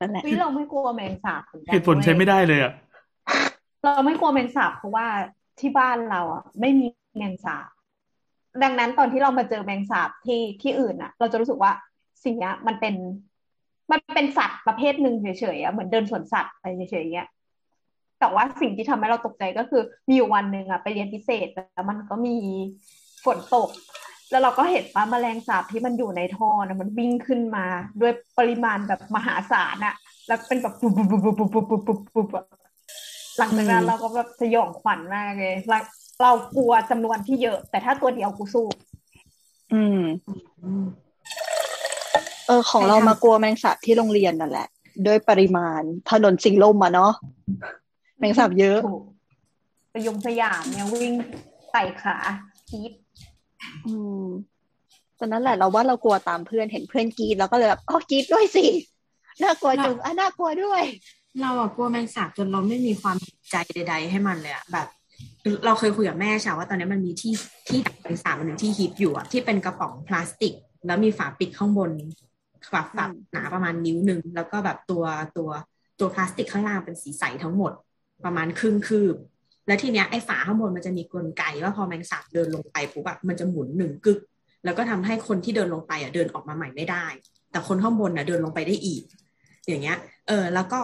นั่นแหละ
วิเราไม่กลัวแมงสาบมือนกัน
เหตุผลใช้ไม่ได้เลยอ่ะ
เราไม่กลัวแมงสาบเพราะว่าที่บ้านเราอ่ะไม่มีแมงสาบ ดังนั้นตอนที่เรามาเจอแมงสาบที่ที่อื่นอ่ะ เราจะรู้สึกว่าสิ่งเนี้ยมันเป็น มันเป็นสัตว์ประเภทหนึ่งเฉยๆอ่ะเหมือนเดินสวนสัตว์อะไรเฉยๆอย่างเงี้ยแต่ว่าสิ่งที่ทำให้เราตกใจก็คือมีอยู่วันหนึ่งอ่ะไปเรียนพิเศษแล้วมันก็มีฝนตก แล้วเราก็เห็นว่าแมลงสาบที่มันอยู่ในท่อนะมันวิ่งขึ้นมาด้วยปริมาณแบบมหาศาลอะแล้วเป็นแบบปุ๊บปุ๊บปุ๊บปุ๊บปุ๊บปุ๊บปุ๊บปุ๊บอะหลังจากนั้นเราก็แบบสยองขวัญมากเลยเราเรากลัวจำนวนที่เยอะ แต่ถ้าตัวเดียวกูสู้
อืม เออของเรามากลัวแมงสาบที่โรงเรียนนั่นแหละ ด้วยปริมาณถนนสิงห์ลมอะเนาะแมงสาบเยอะ
ถูกสยองสยามเนี่ยวิ่งไต่ขาคีด
อืมตอนนั้นแหละเราว่าเรากลัวตามเพื่อนเห็นเพื่อนกรีดเราก็เลยแบบอ๋อกรีดด้วยสิน่ากลัวจังอ่ะน่ากลัวด้วย
เราอะกลัวแมงสาบจนเราไม่มีความใจใด ๆ ให้มันเลยอะแบบ เราเคยคุยกับแม่ชาวว่าตอนนี้มันมีที่ที่ดักแมงสาบอันหนึ่งที่ฮิตอยู่อะที่เป็นกระป๋องพลาสติก แล้วมีฝาปิดข้างบนฝาฝา
อืม
หนาประมาณนิ้วหนึ่งแล้วก็แบบตัวตัวตัวพลาสติกข้างล่างเป็นสีใสทั้งหมด ประมาณครึ่งคืบ แล้วทีเนี้ยไอ้ฝาข้างบนมันจะมีกลไกว่าพอแมงสาบเดินลงไปปุ๊บแบบมันจะหมุนหนึ่งกึก แล้วก็ทำให้คนที่เดินลงไปอ่ะเดินออกมาใหม่ไม่ได้ แต่คนข้างบนน่ะเดินลงไปได้อีก อย่างเงี้ย เออ แล้วก็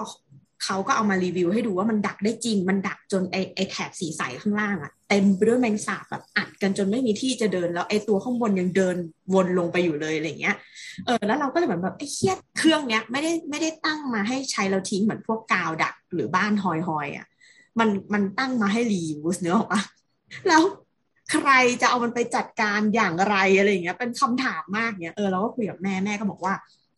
เขาก็เอามารีวิวให้ดูว่ามันดักได้จริง มันดักจนไอไอแถบสีใสข้างล่างอะเต็มไปด้วยแมงสาบแบบอัดกันจนไม่มีที่จะเดินแล้วไอตัวข้างบนยังเดินวนลงไปอยู่เลยอะไรเงี้ย เออ แล้วเราก็เลยเหมือนแบบไอเคียเครื่องเนี้ยไม่ได้ไม่ได้ตั้งมาให้ใช้เราทิ้งเหมือนพวกกาวดักหรือบ้านฮอยฮอยๆอะมันมันตั้งมาให้รีวิวเนื้อออกปะแล้วใครจะเอามันไปจัดการอย่างไรอะไรอย่างเงี้ย เป็นคำถามมากเนี้ยเออเราก็คุยกับแม่แม่ก็บอกว่า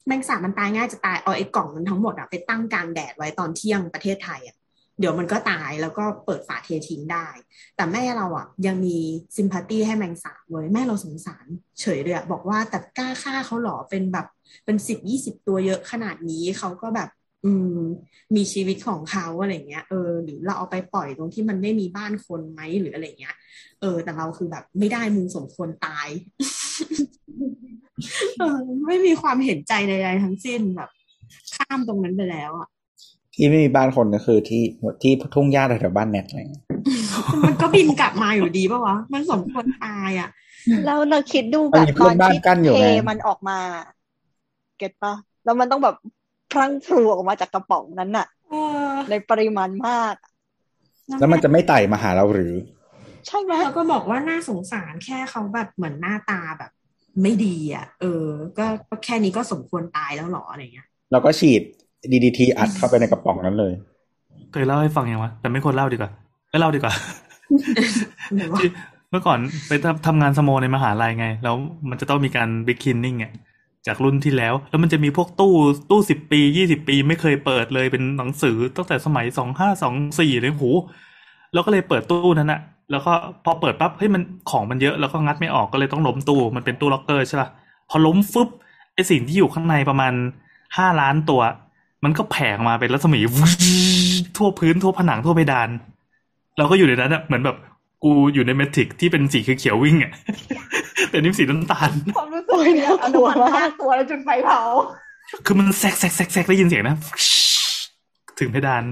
แมงสาบมันตายง่ายจะตายเอาไอ้กล่องมันทั้งหมดอะไปตั้งกลางแดดไว้ตอนเที่ยงประเทศไทยอะเดี๋ยวมันก็ตายแล้วก็เปิดฝาเททิ้งได้ แต่แม่เราอะยังมีซิมพัตตีให้แมงสาบเลยแม่เราสงสารเฉยเลยอะบอกว่าแต่กล้าฆ่าเขาเหรอเป็นแบบเป็นสิบยี่สิบตัวเยอะขนาดนี้เขาก็แบบ อืม มีชีวิตของเขาอะไรเงี้ยเออหรือเราเอาไปปล่อยตรงที่มันไม่มีบ้านคนไหมหรืออะไรเงี้ย เออ แต่เราคือแบบไม่ได้มึงสมควรตาย เออไม่มีความเห็นใจใดๆทั้งสิ้นแบบ ข้ามตรงนั้นไปแล้วอ่ะ
ที่ไม่มีบ้านคนก็คือที่ที่ทุ่งหญ้าแถวๆบ้านแนทอะไรเงี้ย
มันก็บินกลับมาอยู่ดีปะวะ มันสมควรตายอ่ะ
เราเราคิดดู
มั
แบ
น
บ
มี
ต
เพื่
อ
อน นบ้าน
ที่
กั้นอยู่
เท
ไง
มันออกมา เก็ตปะแล้วมันต้องแบบพลังพลูออกมาจากกระป๋องนั้นน่ะ
เออ
ในปริมาณมาก
แล้วมันจะไม่ไต่มาหาเราหรือ
ใช่ไหม
เราก็บอกว่าน่าสงสารแค่เขาแบบเหมือนหน้าตาแบบ ไม่ดีอ่ะ เออ ก็ก็แค่นี้ก็สมควรตายแล้วเหรออะไรเงี้ย
เราก็ฉีด DDT อัดเข้าไปในกระป๋องนั้นเลย
เคยเล่าให้ฟังยังวะแต่ไม่ควรเล่าดีกว่าไม่เล่าดีกว่า
หรือว่า
ที่เมื่อก่อนไปทำทำงานสโมในมหาลัยไง แล้วมันจะต้องมีการบิ๊กคินนิ่งอ่ะจากรุ่นที่แล้ว แล้วมันจะมีพวกตู้ตู้สิบปียี่สิบปีไม่เคยเปิดเลยเป็นหนังสือตั้งแต่สมัยสองห้าสองสี่เลยหูแล้วก็เลยเปิดตู้นั้นอะแล้วก็พอเปิดปั๊บเฮ้ยมันของมันเยอะแล้วก็งัดไม่ออกก็เลยต้องล้มตู้มันเป็นตู้ล็อกเกอร์ใช่ป่ะพอล้มฟึบไอสิ่งที่อยู่ข้างในประมาณห้าล้านตัว มันก็แผ่ออกมาเป็นรัศมีวู้ดทั่วพื้นทั่วผนังทั่วเพดาน เราก็อยู่ในนั้นอะเหมือนแบบกูอยู่ในแมทริกซ์ที่เป็นสีเขียวๆวิ่งอะ แต่นี่มันสีน้ำตาล
ความรู้สึกเนี่ยเอาน้ำมันราดตัวแล้วจุดไฟเผา
คือมันแซกแซกแซกแซกได้ยินเสียงนะ ถึงเพดาน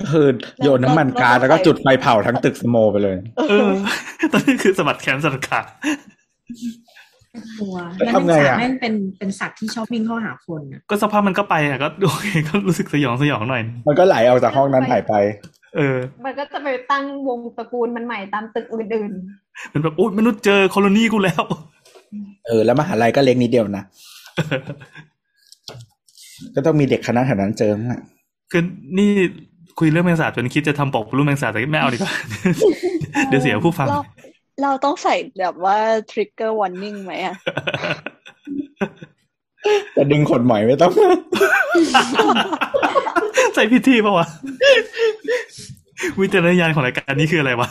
ก็คือโยนน้ำมันก๊าซแล้วก็จุดไฟเผาทั้งตึกสโมไปเลย
เออ ตอนนี้คือสะบัดแขนสะบัดขา
ตัว
แล้ว
แล้ว
ทำไง
แมงสา
อะ
บแม่งเป็นเป็นสัตว์ที่ชอบวิ่งเข้าหาคนอ่ะ
ก็สภาพกมันก็ไปอะก็โอเคก็รู้สึกสยองสยองหน่อย
มันก็ไหลออกจากห้องนั้นหายไป
เออ
มันก็จะไปตั้งวงตระกูลมันใหม่ตามตึกอื่น
มันแบบโอ๊ยมนุษย์เจอคอลนีกูแล้ว
เออแล้วมหาลัยก็เล็กนิดเดียวนะ ก็ต้องมีเด็กคณะแถวนั้นเจอมั้งอะ
คือนี่คุยเรื่องแมงสาบจนคิดจะทำปกรูปแมงสาบแต่ไม่เอาดีก ว่า เดี๋ยวเสียผู้ฟัง
เราเราต้องใส่แบบว่า trigger warning ไหมอะ
แต่ดึงขนหมอยไม่ต้อง
ส่ผิดที่ปะวะ วิจารณญาณของรายการนี้คืออะไรวะ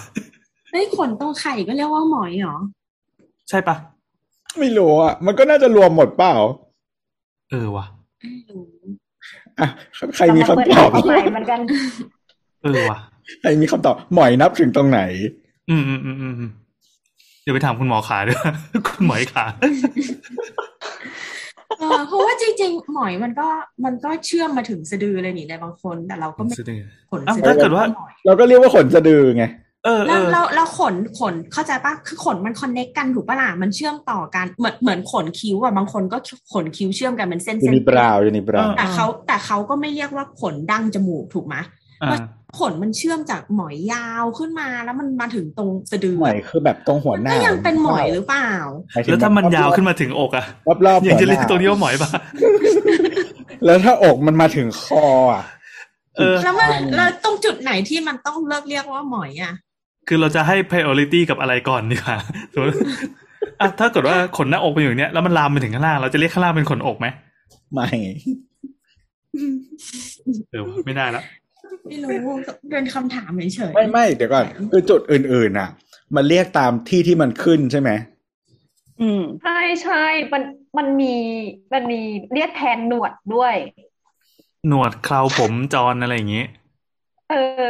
เฮ้ยขนตรงไข่ก็เรียกว่าหมอยเหรอ
ใช่ปะ
ไม่รู้อ่ะ มันก็น่าจะรวมหมดเปล่า
เออวะ
อ่ะใครมีคำตอบ
เามาเปิดใหม่เหมือนกัน
เออวะ
ใครมีคำตอบหมอยนับถึงตรงไหน
อืมอืมอืมอืมอืมเดี๋ยวไปถามคุณหมอขาด้วย คุณหมอขา
เออเพราะว่าจริงๆ หมอยมันก็มันก็เชื่อมมาถึงสะดือเลยนี่ในบางคน แต่เราก็ไม่
เสนอ
ขน
อ้าว
สะ
ถ้าเกิดว่า
หมอย
เราก็เรียกว่าขนสะดือไง
เออเอ
แล้ว
อ
เราเราขนขนเข้าใจปะคือขนมันคอนเน็กกันถูกปะล่ะมันเชื่อมต่อกันเหมือนเหมือนขนคิ้วอะบางคนก็ขนคิ้วเชื่อมกันเป็นเส้น
ยู
เส้น
นิบราวยูนิบราว
แต่เขาแต่เขาก็ไม่เรียกว่าขนดั้งจมูกถูกไหม
อ่า
ขนมันเชื่อมจากหมอยยาวขึ้นมาแล้วมันมาถึงตรงสะดือ
หมอยคือแบบตรงหัวหน้า
ก็ยังเป็นหมอยหรือเปล่า
ยถึง
แล้วถ้ามันยาวขึ้น
ร
มาถึงอกอะ
อบรอบ
อ
ๆ
ยากจะเรียก
หัห
ตัวนี้ว่าหมอยปะ
แล้วถ้าอกมันมาถึงคออ่ะ
เออ
แล้วมันแล้วตรงจุดไหนที่มันต้องเลิกเรียกว่าหมอยอะ
คือเราจะให้ priority กับอะไรก่อนดีกว่า สมมติอ่ะถ้าเกิดว่าขนหน้าอกเป็นอย่างเนี้ยแล้วมันลามไปถึงข้างล่างเราจะเรียกข้างล่างเป็นขนอกไหม
ไม่
เออวะไม่ได้ละ
ไม่รู้เป็นคำถามเฉยๆ
ไม่ไม่เดี๋ยวก่อนคือจุดอื่นๆน่ะ มันเรียกตามที่ที่มันขึ้นใช่ไหม
อืม
ใช่ใช่มันมันมีมันมีเรียกแทนหนวดด้วย
หนวดเคราผมจรอะไรอย่างงี้
เออ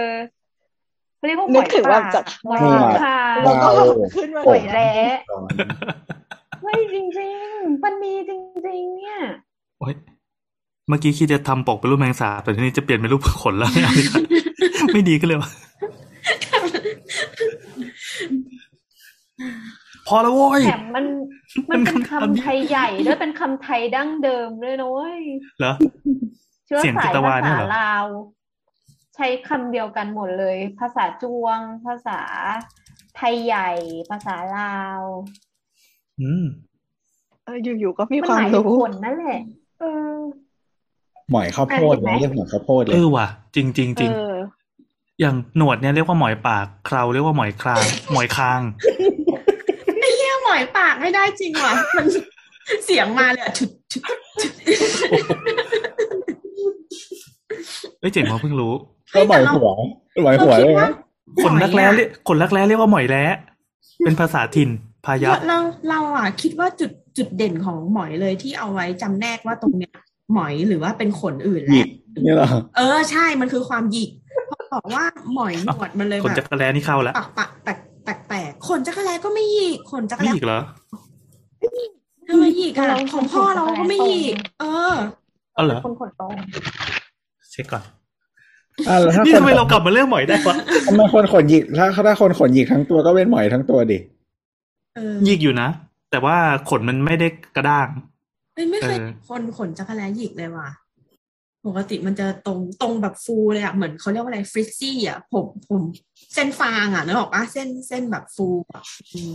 เรียกว่า
นึกถึงว่าจะ
หมอยป่าหมอยคา
ดาว
ขึ้นมา
ห
เล
อย
ย
แร้ไม่จริง ๆ มันมีจริง ๆ เนี่ย
โอ๊ยเมื่อกี้คิดจะทำปกเป็นรูปแมงสาบแต่ทีนี้จะเปลี่ยนเป็นรูปขนแล้ว ไม่เอาดีกว่า ไม่ดีก็เลยวะ พอแล้วโว้ย
แถมมันมันเป็น
มันคำ
คำไทยใหญ่ด้วยเป็นคำไทยดั้งเดิมด้วยนะเว้ย
เหรอ
เชื้อ
เสียง
สา
จิ
ย
ตวา
ภา
ลเนี่
ษาย
เหรอ
ลาว ใช้คำเดียวกันหมดเลย ภาษาจวง ภาษาไทยใหญ่ ภาษาลาว
อืม
เอออยู่ๆก็มี
มัน
ควา
หมาย
ม
ถึง
รู้
คนนั่นแหละเออ
หมอยข้าวโพด
อ่ะ
นะ
เห็นไหม
เรียกหมอยข้าวโพดเล
เอย อว่ะ จริงจริงจริ
เอ
ง
อ
อย่างหนวดเนี่ยเรียกว่าหมอยปากเคราเรียกว่าหมอยครางหมอยคาง
ไม่เรียกหมอยปากไม่ได้จริงว่ะ มัน เสียงมาเลยอะชุดชุดชุด
เอ้ยเจ๋งมาเพิ่งรู้
ก็หมอยหัวหมอยหัว
เรา
เล
คิด
ย
ว่า
นะ
คนรักแร้เรียกคนรักแร้เรียกว่าหมอยแร้เป็นภาษาถิ่นพา
หม
ยั
อย
พ
อะเราเราอ่ะคิดว่าจุดจุดเด่นของหมอยเลยที่เอาไว้จำแนกว่าตรงเนี้ย หมอยหรือว่าเป็นขนอื่น
หยิ
แล้
ก
ว
นี่เหรอ
เออใช่มันคือความหยิกเพราะบอกว่าหมอยหนวดมันเลย
คน
แบ
จั
บ
กรแร้นี่เข้าแล้ว
ปากปากแปลกแปลกแปลกขนจักรแลก็ไม่หยิกขนจักร
นี่
แล
อีกเหรอ
ทำไมหยิกอ่ะ
เรา
ของพ่อเราก็ไม่หยิก
ของ
เออ
เอาเหรอ
คนขนตรง
เช็คก่อน
อ่ะแล้วถ้า
นี่
คน
ทำไมเรากลับมาเรื่องหมอยได้วะ
ทำไมคนขนหยิกถ้าถ้าคนขนหยิกทั้งตัวก็เป็นหมอยทั้งตัวดิ
เออ
หยิกอยู่นะ แต่ว่าขนมันไม่ได้กระด้าง
ไม่ไม่เคย
เออ
คนขนจักรแลหยิกเลยว่ะ ปกติมันจะตรงตรงแบบฟูเลยอะเหมือนเขาเรียกว่าอะไรฟริซซี่อะผมผมเส้นฟางอะนึกออกปะเส้นเส้นแบบฟูอะอืม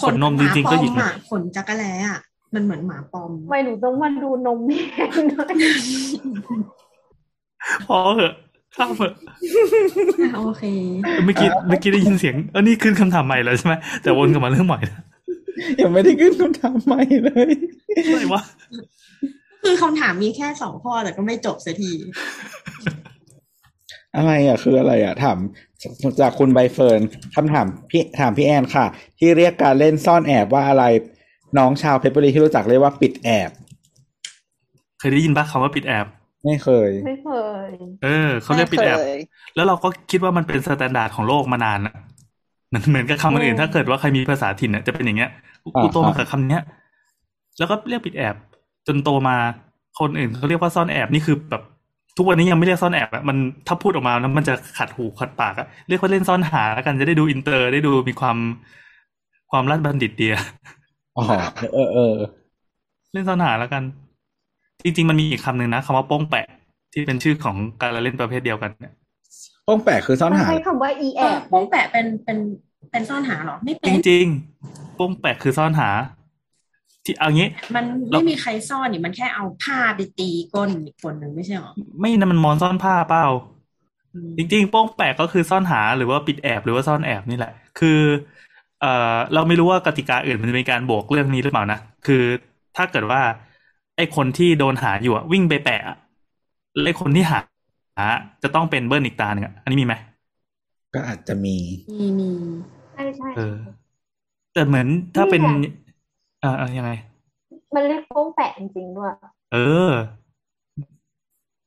ขนนมจริงๆก็หยิกนะ
หมาปอมอะขนจักรแลอะมันเหมือนหมาปอม
ไม่หนูต้องมาดูนมแม่ด้วย
พอเหอะข้ามเหอะ
อ่ะโอเค
เมื่อกี้เมื่อกี้ได้ยินเสียงเออนี่ขึ้นคำถามใหม่แล้วใช่ไหมแต่วนกลับมาเรื่องหมอยนะ
ยังไม่ได้ขึ้นคำถามใหม่เลย
อะไรวะ
คือคำถามมีแค่สองข้อแต่ก็ไม่จบสักที
อะไรอ่ะคืออะไรอ่ะถามจากคุณใบเฟิร์นคำถามพี่ถามพี่แอนค่ะ ที่เรียกการเล่นซ่อนแอบว่าอะไรน้องชาวเพชรบุรีที่รู้จักเรียกว่าปิดแอบ
เคยได้ยินปะคำว่าปิดแอบ
ไม่เคย
ไม่เคย
เออเขาเรียกปิดแอบ
ไม่เคย
แล้วเราก็คิดว่ามันเป็นสแตนดาร์ดของโลกมานานนะเหมือนเหมือนกับคำอื่นๆถ้าเกิดว่าใครมีภาษาถิ่นเนี่ยจะเป็นอย่างเงี้ยกู
อ่า
กูโตมากับคำเนี้ย แล้วก็เรียกปิดแอบ จนโตมาคนอื่นเขาเรียกว่าซ่อนแอบนี่คือแบบ ทุกวันนี้ยังไม่เรียกซ่อนแอบอะมันถ้าพูดออกมาแล้วมันจะขัดหูขัดปากอะเรียกว่าเล่นซ่อนหาแล้วกันจะได้ดูอินเตอร์ได้ดูมีความความรัดบัณฑิตเดีย
อ๋อเออเออ
เล่นซ่อนหาแล้วกัน จริงๆมันมีอีกคำหนึ่งนะคำว่าโป้งแปะ ที่เป็นชื่อของการละเล่นประเภทเดียวกันเนี่ย
ป้องแปะคือซ่อน
มัน
หา
ใช้คำว่า e
เออ
f
โป้งแปะเป็นเป็นเป็นซ่อนหาเหรอ ไม่
จ
เป็น
ริงๆโป้งแปะคือซ่อนหา ที่เอางี้
มันไม่มีใครซ่อนนี่มันแค่เอาผ้าไปตีก้นอีกคนหนึ่งไม่ใช่เหรอ
ไม่นะมันมอนซ่อนผ้าเปล่า
อืม
จริงๆโป้งแปะก็คือซ่อนหาหรือว่าปิดแอบหรือว่าซ่อนแอบนี่แหละ คือเอ่อเราไม่รู้ว่ากติกาอื่นมันจะเป็นการบวกเรื่องนี้หรือเปล่านะ คือถ้าเกิดว่า ไอคนที่โดนหาอยู่อะวิ่งไปแปะอะแล้วไอคนที่หา จะต้องเป็นเบิ้ลอีกตาหนึ่งอะอันนี้มีไหม
ก็อาจจะมี
มีมี
ใช่ใช่
เออ แต่เหมือนถ้าเป็นอ่าอ่ายังไง
มันเรียกโป้งแปะจริงๆด้วย
เออ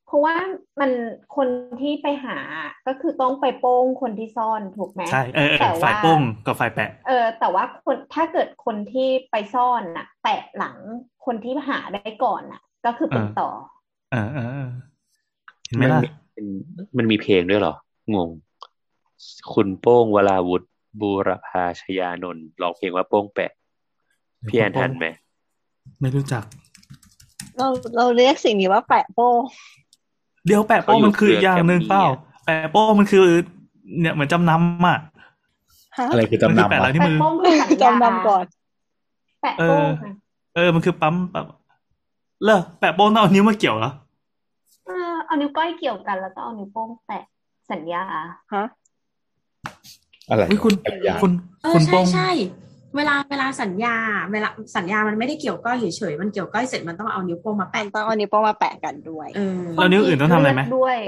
เพราะว่ามันคนที่ไปหาก็คือต้องไปโป้งคนที่ซ่อนถูกไหม
ใช่เออเออ
แต่
ฝ่า
ว่า
ยโป้งกับฝ่ายแปะ
เออแต่ว่าคนถ้าเกิดคนที่ไปซ่อนน่ะ แปะหลังคนที่หาได้ก่อนน่ะ ก็คือเป็น
อ่า
ต่อ
เออเออเออเห็นไหมล่ะ
มันมันมีเพลงด้วยเหรอ งง คุณโป้งวราวุธบูรพาชยานนท์ร้องเพลงว่าโป้งแปะ พี่แอนทันไหม
ไม่รู้จัก
เราเราเรียกสิ่งนี้ว่าแปะโป้ง
เดี๋ยวแปะโป้งมันคืออีกอย่างหนึ่งเปล่า แปะโป้งมันคือ เนี่ยเหมือนจำนำอ่ะ
ฮะ
อะไรคือ
มัน
จำ
คื
นำ
แปะหลั
วะ
งที่มื
แปะ
อ
โป้งคือสัญญา
จำนำก่อน
แปะโป้ง
เออ เออมันคือปั๊มปั๊มเลอแปะโป้งต้องเอานิ้วมาเกี่ยวเหรอ
เออเอานิ้วก้อยเกี่ยวกันแล้วก็เอานิ้วโป้งแปะสัญญา
ฮะ
อะไร
เฮ้ยคุณ
จักรยาน
คุณ
เออ
คุณ
ใช่
โป้ง
ใช่เวลาเวลาสัญญา เวลาสัญญามันไม่ได้เกี่ยวก้อยเฉยๆมันเกี่ยวก้อยเสร็จมันต้องเอานิ้วโป้งมาแปะ
ต้องเอานิ้วโป้งมาแปะกันด้วย
เออ
แล้วนิ้วอื่นต้องทำอะไรไหม
เลืดด้วย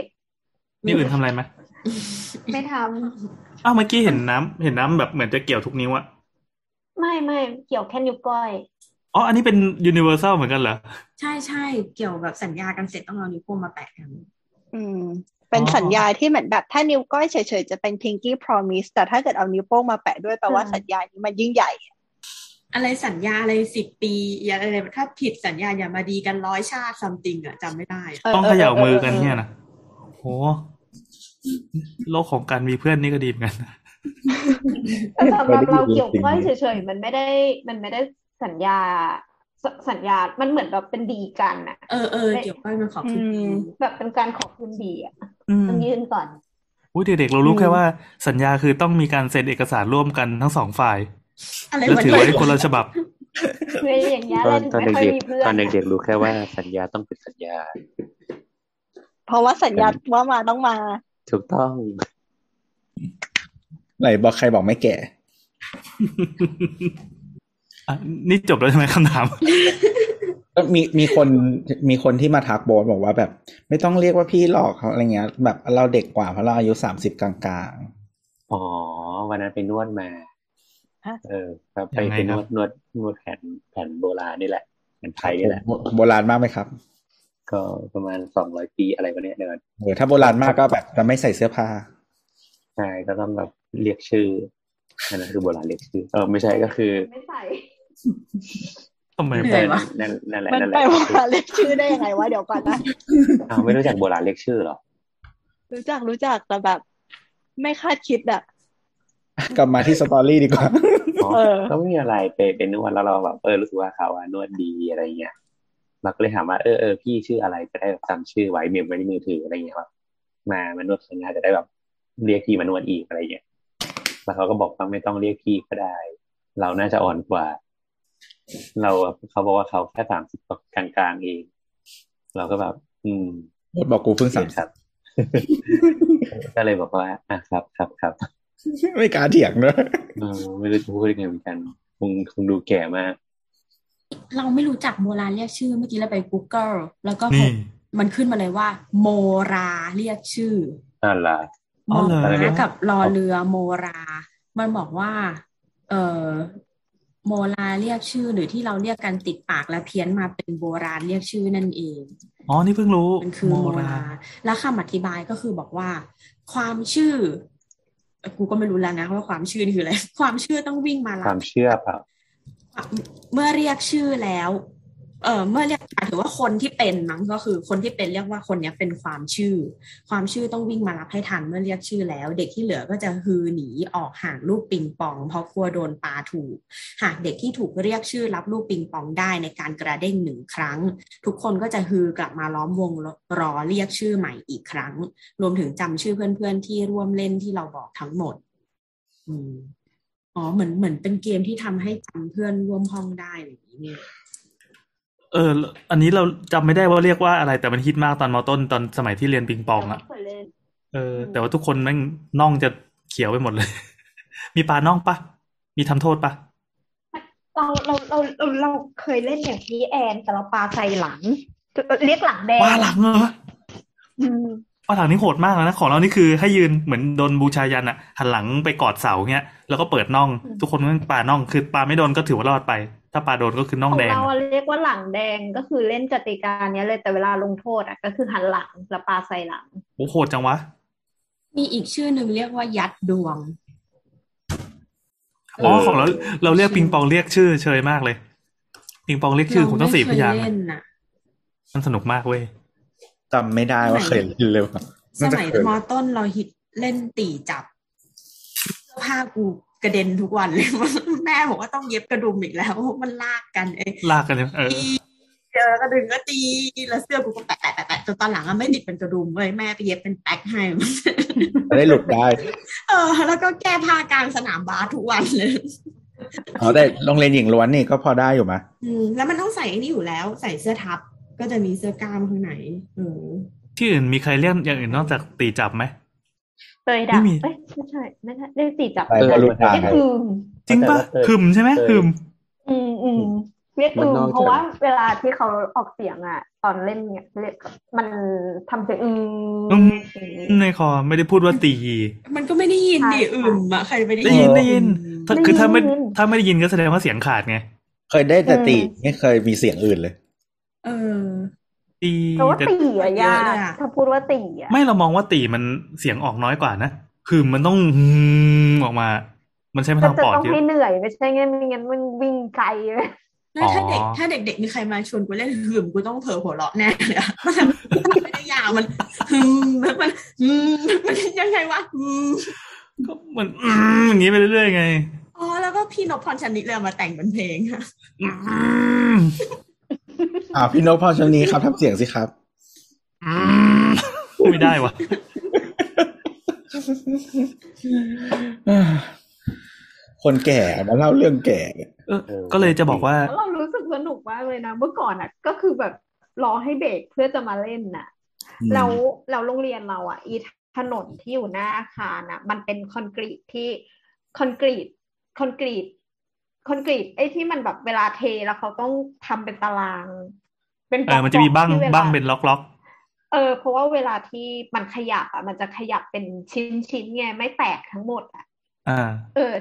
นิ้วอื่นทำอะไรไหม
ไม่ทำ
อ้าวเมื่อกี้เห็นน้ำเห็นน้ำแบบเหมือนจะเกี่ยวทุกนิ้วอะ
ไม่ไม่เกี่ยวแค่นิ้วก้อย
อ๋ออันนี้เป็น universal เหมือนกันเหรอ
ใช่ใช่เกี่ยวแบบสัญญากันเสร็จต้องเอานิ้วโป้งมาแปะกัน
อืม เป็น
อ๋อ
สัญญาที่เหมือนแบบถ้านิ้วก้อยเฉยๆ จะเป็น pinky promise แต่ถ้าเกิดเอานิ้วโป้งมาแปะด้วยแปลว่า
อืม
สัญญานี้มันยิ่งใหญ่
อะไรสัญญาอะไรสิบปีอย่าอะไรถ้าผิดสัญญาอย่ามาดีกันร้อยชาติซัมติงอะจำไม่ได้อะ
เออ
ต้องเขย่ามือกัน
เออเออ
เนี่ยนะโหโลกของการมีเพื่อนนี่ก็ดีเหมือนกันนะ
แต่สำหรับเราเกี่ยวก้อยเฉยๆมันไม่ได้ มันไม่ได้สัญญาสสัญญา มันเหมือนแบบเป็นดีกันอะ
เออเออเกี่ยวก้อยมันขอขึ้น
อืม
แบบเป็นการขอคืนดีอ่ะ
อืม
ต้องยื่นก่อน
อุ้ยเด็กๆเรารู้แค่ว่า สัญญาคือต้องมีการเซ็นเอกสารร่วมกันทั้งสองฝ่าย
อะไร
แล้ว
วัน
ถื
นี้
อไว้คนละฉบับ
คืออย่างเงี้ย
ตอ
เรา
น
ถึง
ตอน
ไม่ค่อย
เด็ก
มีเพื่อ
ๆ
น
ตอนเด็กๆรู้แค่ว่าสัญญาต้องเป็นสัญญา
เพราะว่าสัญญาว่ามาต้องมา
ถูกต้อง
ไหนบอกใครบอกไม่แก่
อ่ะนี่จบแล้วใช่ไหมคำถาม
ก็มีมีคนมีคนที่มาทักโบสบอกว่าแบบ ไม่ต้องเรียกว่าพี่หรอกเขาอะไรเงี้ย แบบเราเด็กกว่าเพราะเราอายุสามสิบกลาง
อ๋อ วันนั้นไปนวดมา
ฮะ
เออครับไป
ยังไง
ไปน
ครับ
วดนวดนวดแผนแผนโบราณนี่แหละแผนไทยนี่แหละ
ๆโบโบราณมากไหมครับ
ก็ประมาณสองร้อยปีอะไรวะเนี่ยเดิน
เออถ้าโบราณมากก็แบบจะไม่ใส่เสื้อผ้า
ใช่ก็ต้องแบบเรียกชื่ออันนั้นคือโบราณเรียกชื่อเออไม่ใช่ก็คือ
ไม่ใส่
ทำไม
เหนื่อยวะ
นั่นนั่นแหละ
มัน
นั่นแห
ไป
ละ
ว่าเรียกชื่อได้ยังไงวะเดี๋ยวก่อนนะ
อ้าวไม่รู้จักโบราณเรียกชื่อเหรอ
รู้จักรู้จักแต่แบบ ไม่คาดคิดอ่ะ
กลับมาที่สตอรี่ดีกว่า
อ๋อ
เออ
ก็ไม่มีอะไรไปไปนวดแล้วเราแบบเออรู้สึกว่าเขาอะนวดดีอะไรเงี้ยเราก็เลยถามว่าเออเออพี่ชื่ออะไรจะได้แบบจำชื่อไว้เมมไว้ในมือถืออะไรเงี้ยแบบมามานวดสัญญาจะได้แบบเรียกพี่มานวดอีกอะไรเงี้ยแล้วเขาก็บอกว่าไม่ต้องเรียกพี่ก็ได้ เราน่าจะอ่อนกว่า เราเขาบอกว่าเขาแค่สามสิบกลางกลางๆเอง เราก็แบบ อืม
บอกกูเพิ่งสาม
ครับ ก็เลยบอกว่าอ่ะครับครับครับ
ไม่กล้าเถียงเลย
เออไม่รู้จะพูดยังไงเหมือนกันคงคงดูแก่มาก
เราไม่รู้จักโบราณเรียกชื่อเมื่อกี้เราไป Google แล้วก็พ
นี่
บมันขึ้นมาเลยว่า โมราเรียกชื่อ
อ่าล่ะ
หม
อ๋อ
อ
เหรอ
ตนนั้นนี่ย
ม้ากับรอเรือโมรา มันบอกว่า เออโมราเรียกชื่อหรือที่เราเรียกกันติดปากและเพี้ยนมาเป็นโบราณเรียกชื่อนั่นเอง
อ๋อนี่เพิ่งรู้
มันคือโมรา
รา
และคำอธิบายก็คือบอกว่า ความชื่อ กูก็ไม่รู้แล้วนะว่าความชื่อนี่คืออะไร ความชื่อต้องวิ่งมา
ค
รั
วา
บ
มเชื่อเปล่า
เมื่อเรียกชื่อแล้ว เออเมื่อเรียกหมายถึงว่าคนที่เป็นมั้งก็คือ คนที่เป็นเรียกว่าคนเนี้ยเป็นความชื่อ ความชื่อต้องวิ่งมารับให้ทันเมื่อเรียกชื่อแล้ว เด็กที่เหลือก็จะฮือหนีออกห่างลูกปิงปอง เพราะกลัวโดนปลาถูก หากเด็กที่ถูกเรียกชื่อรับลูกปิงปองได้ในการกระเด้งหนึ่งครั้ง ทุกคนก็จะฮือกลับมาล้อมวงรอเรียกชื่อใหม่อีกครั้ง รวมถึงจำชื่อเพื่อนๆที่ร่วมเล่นที่เราบอกทั้งหมด อืมอ๋อ เหมือนเหมือนเป็นเกมที่ทำให้จำเพื่อนร่วมห้องได้อะไรอย่างนี้เนี่ย
เออ อันนี้เราจำไม่ได้ว่าเรียกว่าอะไรแต่มันฮิตมากตอนมอต้นตอนสมัยที่เรียนปิงปองอะเออ แต่ว่าทุกคนแม่งน่องจะเขียวไปหมดเลย มีปลาน่องปะมีทำโทษปะ
เราเราเราเราเราเคยเล่นอย่างที่แอนแต่เราปาใส่หลัง เรียกหลังแด
ปลาง หลังเหรอ
อืม
ว่าถังนี้โหดมากแล้วนะของเรานี่คือให้ยืนเหมือนโดนบูชายันอะหันหลังไปกอดเสาเงี้ยแล้วก็เปิดน่องทุกคนก็ปาน่องคือปาไม่โดนก็ถือว่ารอดไป ถ้าปาโดนก็คือน่อง
ของ
แดง
เราอะเรียกว่าหลังแดงก็คือเล่นกติกาเนี้ยเลยแต่เวลาลงโทษอ่ะก็คือหันหลังแล้วปาใส่หลัง
โอ้โหดจังวะ
มีอีกชื่อหนึ่งเรียกว่ายัดดวง
อ๋อของเราเราเรียกปิงปองเรียกชื่อเชยมากเลย ปิงปองเรียกชื่อผมต้องสี่พยาง
เร
ค์
ไม่เคยเล่นน่ะ
มันสนุกมากเว้ย
จำไม่ได้ว่า
สมัย
เคยเล่นเลยว่ะ
ส
น่าจะ
มัย
เคย
มอต้นเราฮิตเล่นตีจับเสื้อผ้ากูกระเด็นทุกวันเลย แม่บอกว่าต้องเย็บกระดุมอีกแล้วเพราะมันลากกันเอ้ย
ลากกันเลยเออ
เจอกระดึงก็ตีแล้วเสื้อกูก็แปะแปะแปะแปะจนตอนหลังอะไม่ติดเป็นกระดุมเว้ยแม่ไปเย็บเป็นแป๊กให้
จะได้หลุดได้
เออ แล้วก็แก้ผ้ากลางสนามบาสทุกวันเลย
เอาแต่โรงเรียนหญิงล้วนนี่ก็พอได้อยู่มะ
อืมแล้วมันต้องใส่ไอ้นี่อยู่แล้ว ใส่เสื้อทับ ก็จะมีเสื้อกล้ามข้างในเออ
ที่อื่นมีใครเรียกอย่างอื่นนอกจากตีจับไหม
เตยดับ
ไม่มี
เอ้ยไม่ใช่ไม่ใช่เล่นสี่จับ
ไปก็หลุดได้
เรียกคืม
จริงปะ
เข้าใจว่าเคย
หึมใช่ไหม
เคย
หึม
อืมอืมเรียก
มั
คื
น
ม
นอกจาก
เพราะว่าเวลาที่เขาออกเสียงอ่ะ ตอนเล่นเนี่ยเรียกมันทำเสียงอืม
อืมในคอไม่ได้พูดว่าตี
มันก็ไม่ได้ยินดิอืมอะใครไปได้
ได้ยินได้ยิน
อืม
ถ้าคือถ้าไม่ถ้าไม่ได้ยินก็แสดงว่าเสียงขาดไง
เคยได้แต่ตีไม่เคยมีเสียงอื่นเลย
เออ
ตี
แต่ว่า
แต่
ตีอะยา
เย
ก
อะเลยอะ
ถ้าพูดว่าตีอะ
ไม่เรามองว่าตีมันเสียงออกน้อยกว่านะหึมมันต้อง หึมออกมา มันใช้พ
ก็
ลัง
จะ
ปอด
ต้อง
เยอะ
ให้เหนื่อยไม่ใช่งั้นไม่งั้นมันวิ่งไกลเลย
แล้วถ้าเด็ก
อ๋อ
ถ้าเด็กๆมีใครมาชวนกูเล่นหืมกูต้องเผลอหัวเราะแน่เลยอะมันไม่ได้ยาวมันหืมมันหืมมันยังไงวะหืม
ก็มัน อืมอย่างนี้ไปเรื่อยๆไง
อ๋อแล้วก็พี่นพพรชนิดเลยเอามาแต่งเป็นเพลงค่ะ
อืม
อ่าพี่นพพรชนีครับทำเสียงสิครับ
อืมไม่ได้วะ
คนแก่มาเล่าเรื่องแก่
เออก็เลยจะบอกว่า
แล้วเรารู้สึกสนุกมากเลยนะ เมื่อก่อนอ่ะ ก็คือแบบรอให้เบรกเพื่อจะมาเล่นน่ะ แล้วแล้วโรงเรียนเราอ่ะ อีถนนที่อยู่หน้าอาคารอ่ะ มันเป็นคอนกรีตที่คอนกรีตคอนกรีตคอนกรีตไอ้ที่มันแบบเวลาเทแล้วเขาต้องทำเป็นตาราง เป็น
เออมันจะมีบ้าง
ที่วล
บ้างเป็นล็อก
เออเพราะว่าเวลาที่มันขยับอ่ะ มันจะขยับเป็นชิ้นชิ้นๆไงไม่แตกทั้งหมดอ่ะ
ๆอ่า
เออ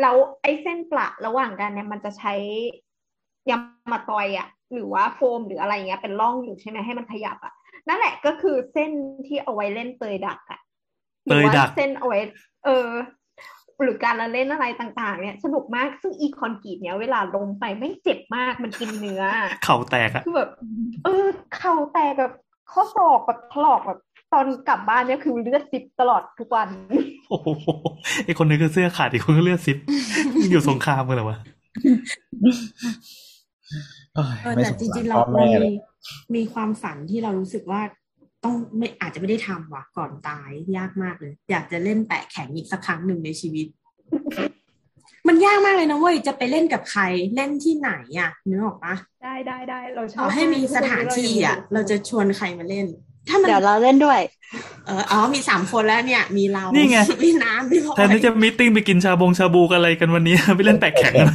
แล้วไอ้เส้นประระหว่างกันเนี่ยมันจะใช้ยามาตอยอะหรือว่าโฟมหรืออะไรเงี้ยเป็นร่องอยู่ใช่ไหมให้มันขยับอะนั่นแหละก็คือเส้นที่เอาไว้เล่นเตยดักอะหรือว่า
เตยดัก
เส้นเอาไว้ เออ หรือการละเล่นอะไรต่างๆ เนี่ยสนุกมากซึ่งอีคอนกรีตเนี่ยเวลาลงไปไม่เจ็บมากมันกินเนื้อ
เข่าแตกอะ
คือแบบเออเข่าแตกแบบข้อศอกแบบถลอกแบบตอนกลับบ้านเนี่ยคือเลือดซิบตลอดทุกวัน
โอ้โหไอคนนึงก็เสื้อขาดอีกคนก็เลือดซิบ อยู่สงครามกันเหรอวะ
เอ้ย
เออ
ไม่
แต่
สง
จ
สา
ริ
รง
ๆ เรา
พ่อแม่เลย
มีมีความฝันที่เรารู้สึกว่าต้องไม่อาจจะไม่ได้ทำว่ะก่อนตายยากมากเลย อยากจะเล่นแตะแข็งอีกสักครั้งหนึ่งในชีวิต มันยากมากเลยนะเว้ยจะไปเล่นกับใครเล่นที่ไหนอ่ะนึกออกปะ
ได้ได้ได้เราช
ต่
อ
อบให้มีสถานที่อ่ะ เราจะชวนใครมาเล่น ถ้ามัน
เดี๋ยวเราเล่นด้วย
เอออ๋อมีสามคนแล้วเนี่ย มีเรา
นี่ไง
มีน้ำมีพลอย
แทนที่จะมีตติ้งไปกินชาบงชาบูกันอะไรกันวันนี้ ไปเล่นแตกแข็งกันไหม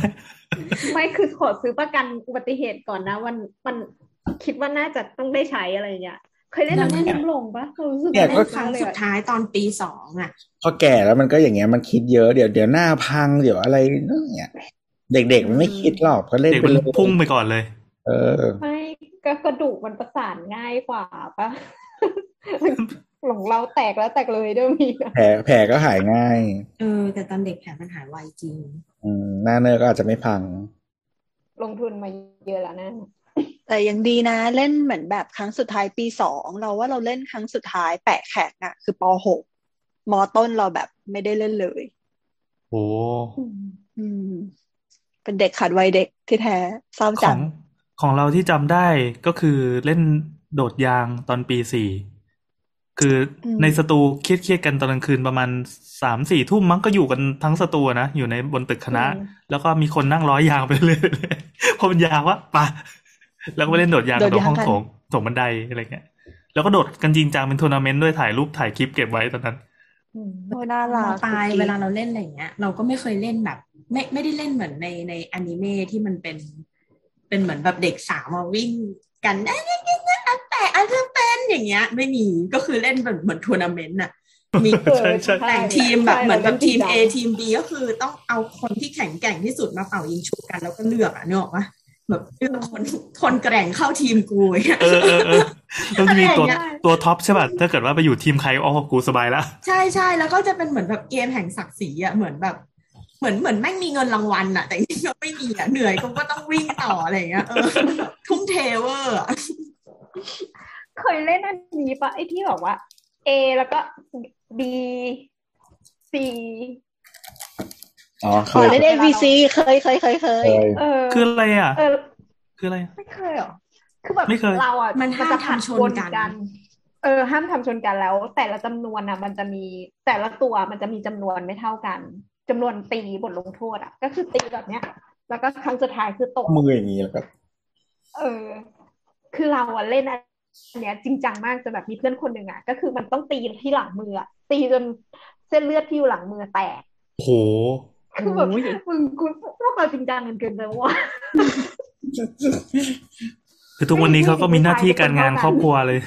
ไม่คือขอซื้อประกันอุบัติเหตุก่อนนะ วันมันคิดว่าน่าจะต้องได้ใช้อะไรอย่างเงี้ยเคยเล่นน้ำท่วมลงปะเรารู้สึก
เล่
ว่าน ล่น
ครั้ง
เลย
สุด
อะ
ท้ายตอนปีสองอ่ะ
พอแก่แล้วมันก็อย่างเงี้ยมันคิดเยอะเดี๋ยวเดี๋ยวหน้าพังเดี๋ยวอะไรเนี่ย เด็กๆมันไม่คิดหรอกก็เล่น
เด็ก
ไป
มัน
เลย
พุ่งไปก่อนเลย
เออ
ไม่ก็กระดูกมันประสานง่ายกว่าปะ หลงเราแตกแล้วแตกเลยด้วยมี
แผลแผลก็หายง่าย
เออ แต่ตอนเด็กแผลมันหายไวจริง
อืมหน้าเนอร์ก็อาจจะไม่พัง
ลงทุนมาเยอะแล้วนะ
แต่ยังดีนะเล่นเหมือนแบบครั้งสุดท้ายปีสองเราว่าเราเล่นครั้งสุดท้ายแปะแขกน่ะ คือปหกมต้นเราแบบไม่ได้เล่นเลย
โอ้
อืม
อืม เป็นเด็กขาดวัยเด็กที่แท้เศร้า
ข
จั
อง
ง
ของเราที่จำได้ก็คือเล่นโดดยางตอนปีสี่คือในสตูเครียดเครียดๆกันตอนกลางคืนประมาณสามสี่ทุ่มมั้งก็อยู่กันทั้งสตูอะนะอยู่ในบนตึกคณะ แล้วก็มีคนนั่งร้อยยางไปเรื่อยๆ พอมันยาววะปะแล้วก็ไปเล่นโดดยางกันตรงห้องโถงโถงบันไดอะไรเงี้ย แล้วก็โดดกันจริงจังเป็นทัวร์นาเมนต์ด้วยถ่ายรูปถ่ายคลิปเก็บไว้ตอนนั้น
อืม
โอ้ยน่า
เรา
รัก
ตาย
จริงๆ
เวลาเราเล่นอะไรอย่างเงี้ย เราก็ไม่เคยเล่นแบบ ไม่ไม่ได้เล่นเหมือนในในอนิเมะที่มันเป็น เป็นเหมือนแบบเด็กสาวมาวิ่งกันเอ๊ะเอ๊ะเอ๊ะเอ๊ะอันแตะอันเธอเป็น อย่างเงี้ย ไม่มีก็คือเล่นแบบเหมือนทัวร์นาเมนต์น่ะ มี
ใช่ใช่
แต่งทีมแบบเหมือนแบบทีม A
ที
ทีม B ก็คือต้องเอาคนที่แข็งแกร่งที่สุดมาเป่ายิงชุบกันแล้วก็เลือกอ่ะเนกออกปะแบบเลือกคนคนแกร่งเข้าทีมกูเนี่ย
เออเออเอ อต้องมีตัว
อะไรอย่างเงี้ย
ตัวท็อปใช่ป่ะถ้าเกิดว่าไปอยู่ทีมใครอ๋อกูสบายละ
ใช่ใช่แล้วก็จะเป็นเหมือนแบบเกมแห่งศักดิ์ศรีอ่ะเหมือนแบบ เหมือนเหมือนแม่งมีเงินรางวัลอ่ะ แต่จริงๆก็ไม่มีอ่ะเหนื่อยก็ก็ต้องวิ่งต่ออะไรอย่างเงี้ยเออทุ่มเทเวอร์อะ
เคยเล่นอันนี้ปะไอที่แบบว่า A แล้วก็ B C
อ๋อเค
ขอย เล่น ABC เคยเคยเคยเค
เค
ย
ย
เออ
คืออะไรอ่ะ
เออ
คืออะไรอ่ะ
ไม่เคยเหรอ คือแบบ
ไม่เคย
เราอ่ะ
มันห้าม
จะ
ทำชนกัน
เออ ห้ามทำชนกันแล้ว แต่ละจำนวนอ่ะ มันจะมีแต่ละตัวมันจะมีจำนวนไม่เท่ากันจำนวนตีบทลงโทษอ่ะ ก็คือตีแบบเนี้ย แล้วก็ครั้งสุดท้ายคือตก
มืออย่างนี้แล้วก็
เออ คือเราอะเล่นอันเนี้ย จริงจังมากจนแบบมีเพื่อนคนหนึ่งอะก็คือมันต้องตีที่หลังมืออะตีจนเส้นเลือดที่อยู่หลังมือแตก
โห
คือแบบมึงกูพวกเราจริงจังกันเกินไปวะ
คือทุกวันนี้เขาก็มีหน้าที่การงานครอบครัวเลย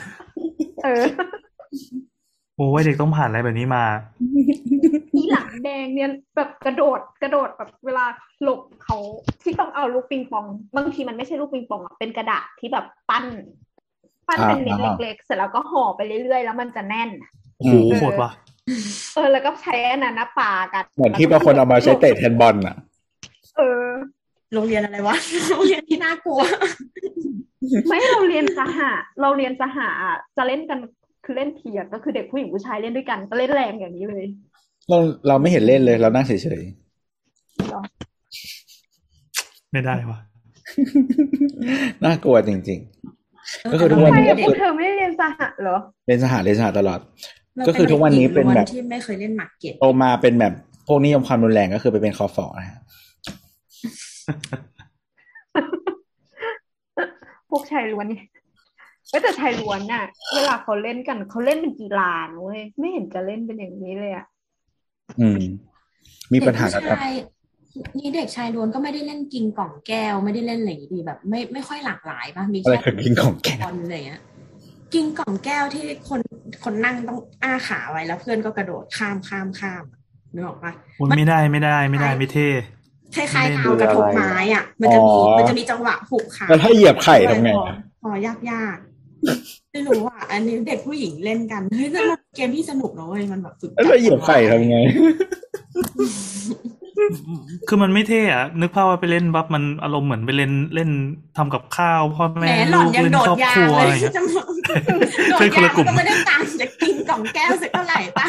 เออ
โอ้ยเด็กต้องผ่านอะไรแบบนี้มา
ที่หลังแดงเนี่ยแบบกระโดดกระโดดแบบเวลาหลบเขาที่ต้องเอาลูกปิงปอง บางทีมันไม่ใช่ลูกปิงปองอะเป็นกระดาษที่แบบปั้น ปั้นเป็นเม็ด
อ่า
เล็กๆเสร็จแล้วก็ห่อไปเรื่อยๆ แล้วมันจะแน่น
โอ้โหโหดว่ะ
เออ แล้วก็ใช้อันนั้นนะปากัน
เหมือนที่บางคนเอามาใช้เตะแทนบอลอ่ะ
เออ
โรงเรียนอะไรวะ โรงเรียนที่น่ากลัว
ไม่เราเรียนสหะเราเรียนสหะอะจะเล่นกันคือเล่นเทียร์ก็คือเด็กผู้หญิงผู้ชายเล่นด้วยกันก็เล่นแรงอย่างนี้เลย
เราเราไม่เห็นเล่นเลยเรานั่งเฉย
ไม่ได้ว่ะ
ๆ น่ากลัวจริง ๆ ก็คือทุก
มั
วัน
ไม่
นี้
อะพวกเธอไม่ได้เรียนสหะเหรอ
เล่นสหาเล่นสหตลอด
เรา
ก็คือทุกวันนี้เป็นแบบ
ด็กที่ไม่เคยเล่นหมากเก็บ
โตมาเป็นแบบพวกนิยมความรุนแรงก็คือไปเป็นคอฟอนะฮะ
พวกชายล้วนเนี่ย เอ้ยแต่ชายล้วนน่ะ เวลาเขาเล่นกันเขาเล่นเป็นกีฬานะเว้ยไม่เห็นจะเล่นเป็นอย่างนี้เลยอะ
อืม มีปัญหากับ
เด็กผู้ชายนี่เด็กชายล้วนก็ไม่ได้เล่นกินกล่องแก้ว ไม่ได้เล่นอะไรอย่างงี้ดีแบบ ไม่ไม่ค่อยหลากหลายป่ะมี
อะไร
แค่
คือกินของแก
บอลอะไรอย่างเงี้ยกินกล่องแก้วที่คนคนนั่งต้องอ้าขาไว้แล้วเพื่อนก็กระโดดข้ามข้ามข้ามนึกออกปะ
โอ้ยไม่ได้ไม่ได้ไม่ได้ไม่เท่
คล้ายๆดาวกระทบไม้อ่ะ มันจะมี มันจะมีจังหวะผูกขา
แล้วถ้าเหยียบไข่ทำไง
พอยากยากๆไม่รู้อ่ะ อันนี้เด็กผู้หญิงเล่นกัน เฮ้ยนั่นมันเกมที่สนุกนะเว้ย มันแบบฝึก
แล้วถ้าเหยียบไข่ทำไง
คือมันไม่เท่อะนึกภาพว่าไปเล่นปั๊บมันอารมณ์เหมือนไปเล่นเล่นทำกับข้าวพ่อ
แหม
แม่
หล่
ลู
อน
ก
ยัง
เล่น
โด
ค
ด
รอบ
ยา
ครั
ง
ว
เล
อะไร
ย
เงี้ย
จะบอกโด
ช่วย
ด
คน
ยา
ละ
ง
กลุ่ม
ก็ไม่ได้ตังค์ จะกินกล่องแก้วสักเท่าไหร่ป่ะ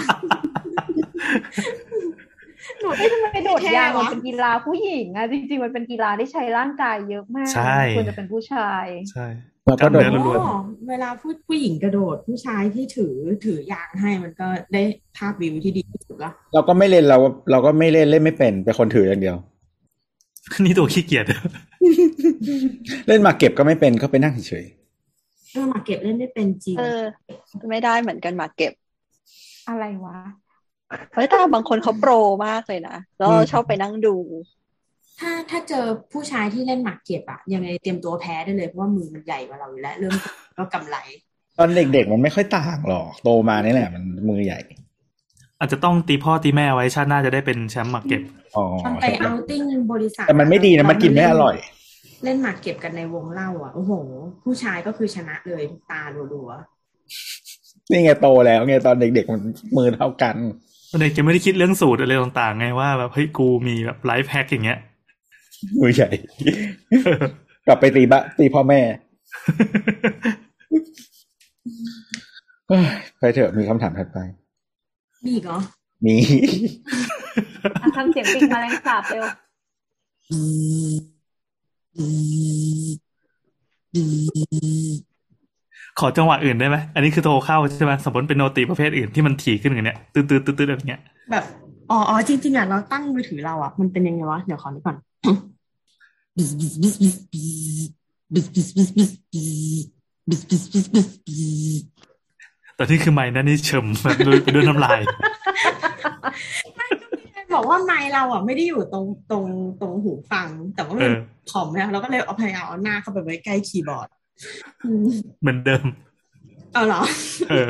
หนูไม่ทำไมโดดยาง
เท่
มัน
วะ
เป็นกีฬาผู้หญิงอะจริงๆมันเป็นกีฬาที่ใช้ร่างกายเยอะมาก
ใช่
ควรจะเป็นผู้ชาย
ใช่
แล้วก็โดด
ล้วน
อ๋อเวลาผู้ผู้หญิงกระโดด ผู้ชายที่ถือถือยางให้มันก็ได้ภาพวิวที่ดีที่สุดละ
เราก็ไม่เล่นเราเราก็ไม่เล่นเล่นไม่เป็นเป็นคนถืออย่างเดียว
ๆนี่ตัวขี้เกียจ
เล่นหมากเก็บก็ไม่เป็นก็ไปนั่งเฉย
เออหมากเก็บเล่นได้เป็นจริง
เออ ไม่ได้เหมือนกันหมากเก็บ
อะไรวะ
เฮ้ยแต่บางคนเขาโปรมากเลยนะแล้วเราชอบไปนั่งดู
ถ้าถ้าเจอผู้ชายที่เล่นหมากเก็บอะยังไงเตรียมตัวแพ้ได้เลยเพราะว่ามือมันใหญ่กว่าเราอยู่แล้วเริ่มก็กำไร
ๆ ตอนเด็กๆมันไม่ค่อยต่างหรอกโตมานี่แหละมันมือใหญ่
อาจจะต้องตีพ่อตีแม่ไว้ชาติหน้าจะได้เป็นแชมป์หมากเก็บ
อ๋อ
มันไปเอาท์ติ้งบริษัท
แต่มันไม่ดีนะมันกินไม่อร่อย
เล่นหมากเก็บกันในวงเล่าอะโอ้โห ผู้ชายก็คือชนะเลยตาดัว
นี่ไงโตแล้วไงตอนเด็กๆมันมือเท่ากัน
เด็กจะไม่ได้คิดเรื่องสูตรอะไรต่างๆ ไงว่าแบบเฮ้ยกูมีแบบไลฟ์แพ็กอย่างเงี้ย
มือใหญ่ กลับไปตีบะตีพ่อแม่ เฮ้ยไปเถอะมีคำถามถัดไป
ๆมีอีกเหรอ
มี
อ่ะทำเสียงปิงแมลงสาบเร็ว
ขอจังหวะอื่นได้ไหมอันนี้คือโทรเข้าใช่ไหมสมมติเป็นโนตีประเภทอื่นที่มันถี่ขึ้นอย่างเนี้ยตื้อตื้อตื้อตื้ออย่างเงี้ย
แบบอ๋ออ๋อจริงๆอะเราตั้งมือถือเราอะมันเป็นยังไงวะเดี๋ยวขอดูก่อนบิสบิสบิสบิสบิสบิสบิสบิสบิสบิสบิสบิสบิส
ตอนนี้คือไม่นะนี่เฉม แบบด้วยไปด้วยน้ำลาย
บอกว่าไมค์เราอ่ะไม่ได้อยู่ตรงตรงตรงหูฟัง แต่ว่ามัน
เออ
ผอมแล้วเราก็เลยเอาพยายามเอาหน้าเข้าไปไว้ใกล้คีย์บอร์ดอืม
เหมือนเดิม
เอาเหรอ
เออ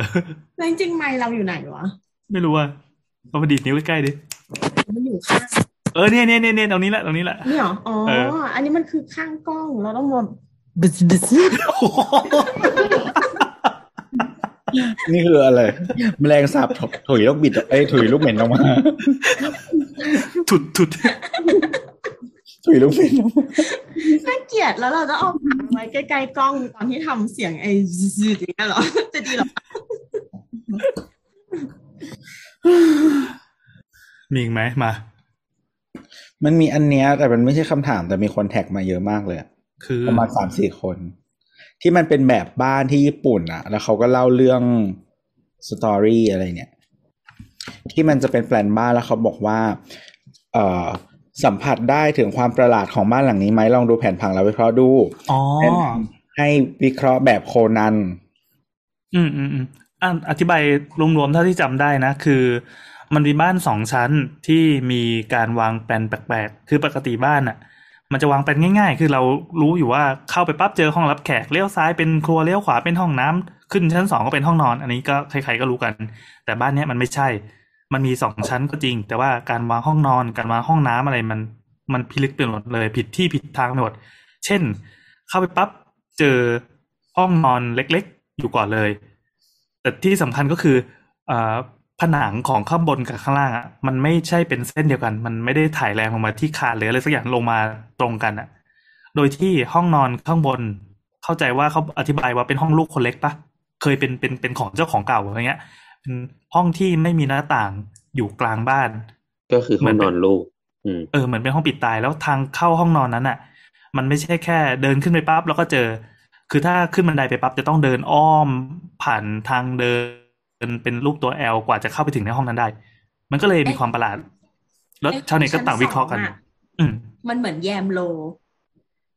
แล้วจริงๆไม่เราอยู่ไหนวะ
ไม่รู้ว่าเอามาดีดนิ้วใกล้ๆดิ
มันอยู่ข้าง
เออเนี่ยเนี่ยเนี่ยเนี่ยตรงนี้แหละตรงนี้แหละ
นี่เหรออ๋อ
เออ
อันนี้มันคือข้างกล้องเราต้องมา
โอ้โห
นี่คืออะไร แมลงสาบถุยลูกบิดเอ้ยถุยลูกเหม็นออกมา
ถุดถุด
ถุยลูกเหม็นออกมา
น่าเกลียดแล้วเราจะเอาปากไว้ใกล้ๆกล้องตอนที่ทำเสียงไอ้ จืดๆอย่างเงี้ยเหรอจะดีเหรอ
มีอีกไหมมา
มันมีอันเนี้ยแต่มันไม่ใช่คำถามแต่มีคนแท็กมาเยอะมากเลยอะ
คือ
ประมาณสามสี่คน ที่มันเป็นแบบบ้านที่ญี่ปุ่นอะแล้วเขาก็เล่าเรื่องสตอรี่อะไรเนี่ย ที่มันจะเป็นแปลนบ้านแล้วเขาบอกว่า เอ่อ สัมผัสได้ถึงความประหลาดของบ้านหลังนี้ไหมลองดูแผนผังแล้ววิเคราะห์ดู
อ๋อ
แนะนำให้วิเคราะห์แบบโคนัน
อืมอืมอืมอ่ะอธิบายรวมๆเท่าที่จำได้นะ คือ มันมีบ้านสองชั้นที่มีการวางแปลนแปลกๆ คือปกติบ้านอ่ะ มันจะวางแปลนง่าย ๆ คือเรารู้อยู่ว่าเข้าไปปั๊บเจอห้องรับแขกเลี้ยวซ้ายเป็นครัวเลี้ยวขวาเป็นห้องน้ำขึ้นชั้นสองก็เป็นห้องนอน อันนี้ก็ใครๆก็รู้กัน แต่บ้านเนี้ยมันไม่ใช่ มันมีสองชั้นก็จริง แต่ว่าการวางห้องนอนการวางห้องน้ำอะไรมันมันพิลึกไปหมดเลยผิดที่ผิดทางไปหมด เช่น เข้าไปปั๊บเจอห้องนอนเล็กๆ อยู่ก่อนเลย แต่ที่สำคัญก็คือเอ่อผนังของข้างบนกับข้างล่างอ่ะมันไม่ใช่เป็นเส้นเดียวกัน มันไม่ได้ถ่ายแรงลงมาที่คานหรืออะไรสักอย่างลงมาตรงกันอ่ะ โดยที่ห้องนอนข้างบน เข้าใจว่าเขาอธิบายว่าเป็นห้องลูกคนเล็กปะเคยเป็นเป็นเป็นของเจ้าของเก่าอะไรเงี้ยเป็นห้องที่ไม่มีหน้าต่างอยู่กลางบ้าน
ก็คือห้องนอนลูก อืม
เออเหมือนเป็นห้องปิดตายแล้วทางเข้าห้องนอนนั้นอ่ะ มันไม่ใช่แค่เดินขึ้นไปปั๊บแล้วก็เจอ คือถ้าขึ้นบันไดไปปั๊บจะต้องเดินอ้อมผ่านทางเดินเป็นรูปตัวแอลกว่าจะเข้าไปถึงในห้องนั้นได้ มันก็เลยมีความประหลาด แล้วชาวเน็ตก็ต่างวิเคราะห์กัน
ชั้สองอ
อืม
มันเหมือนแยมโล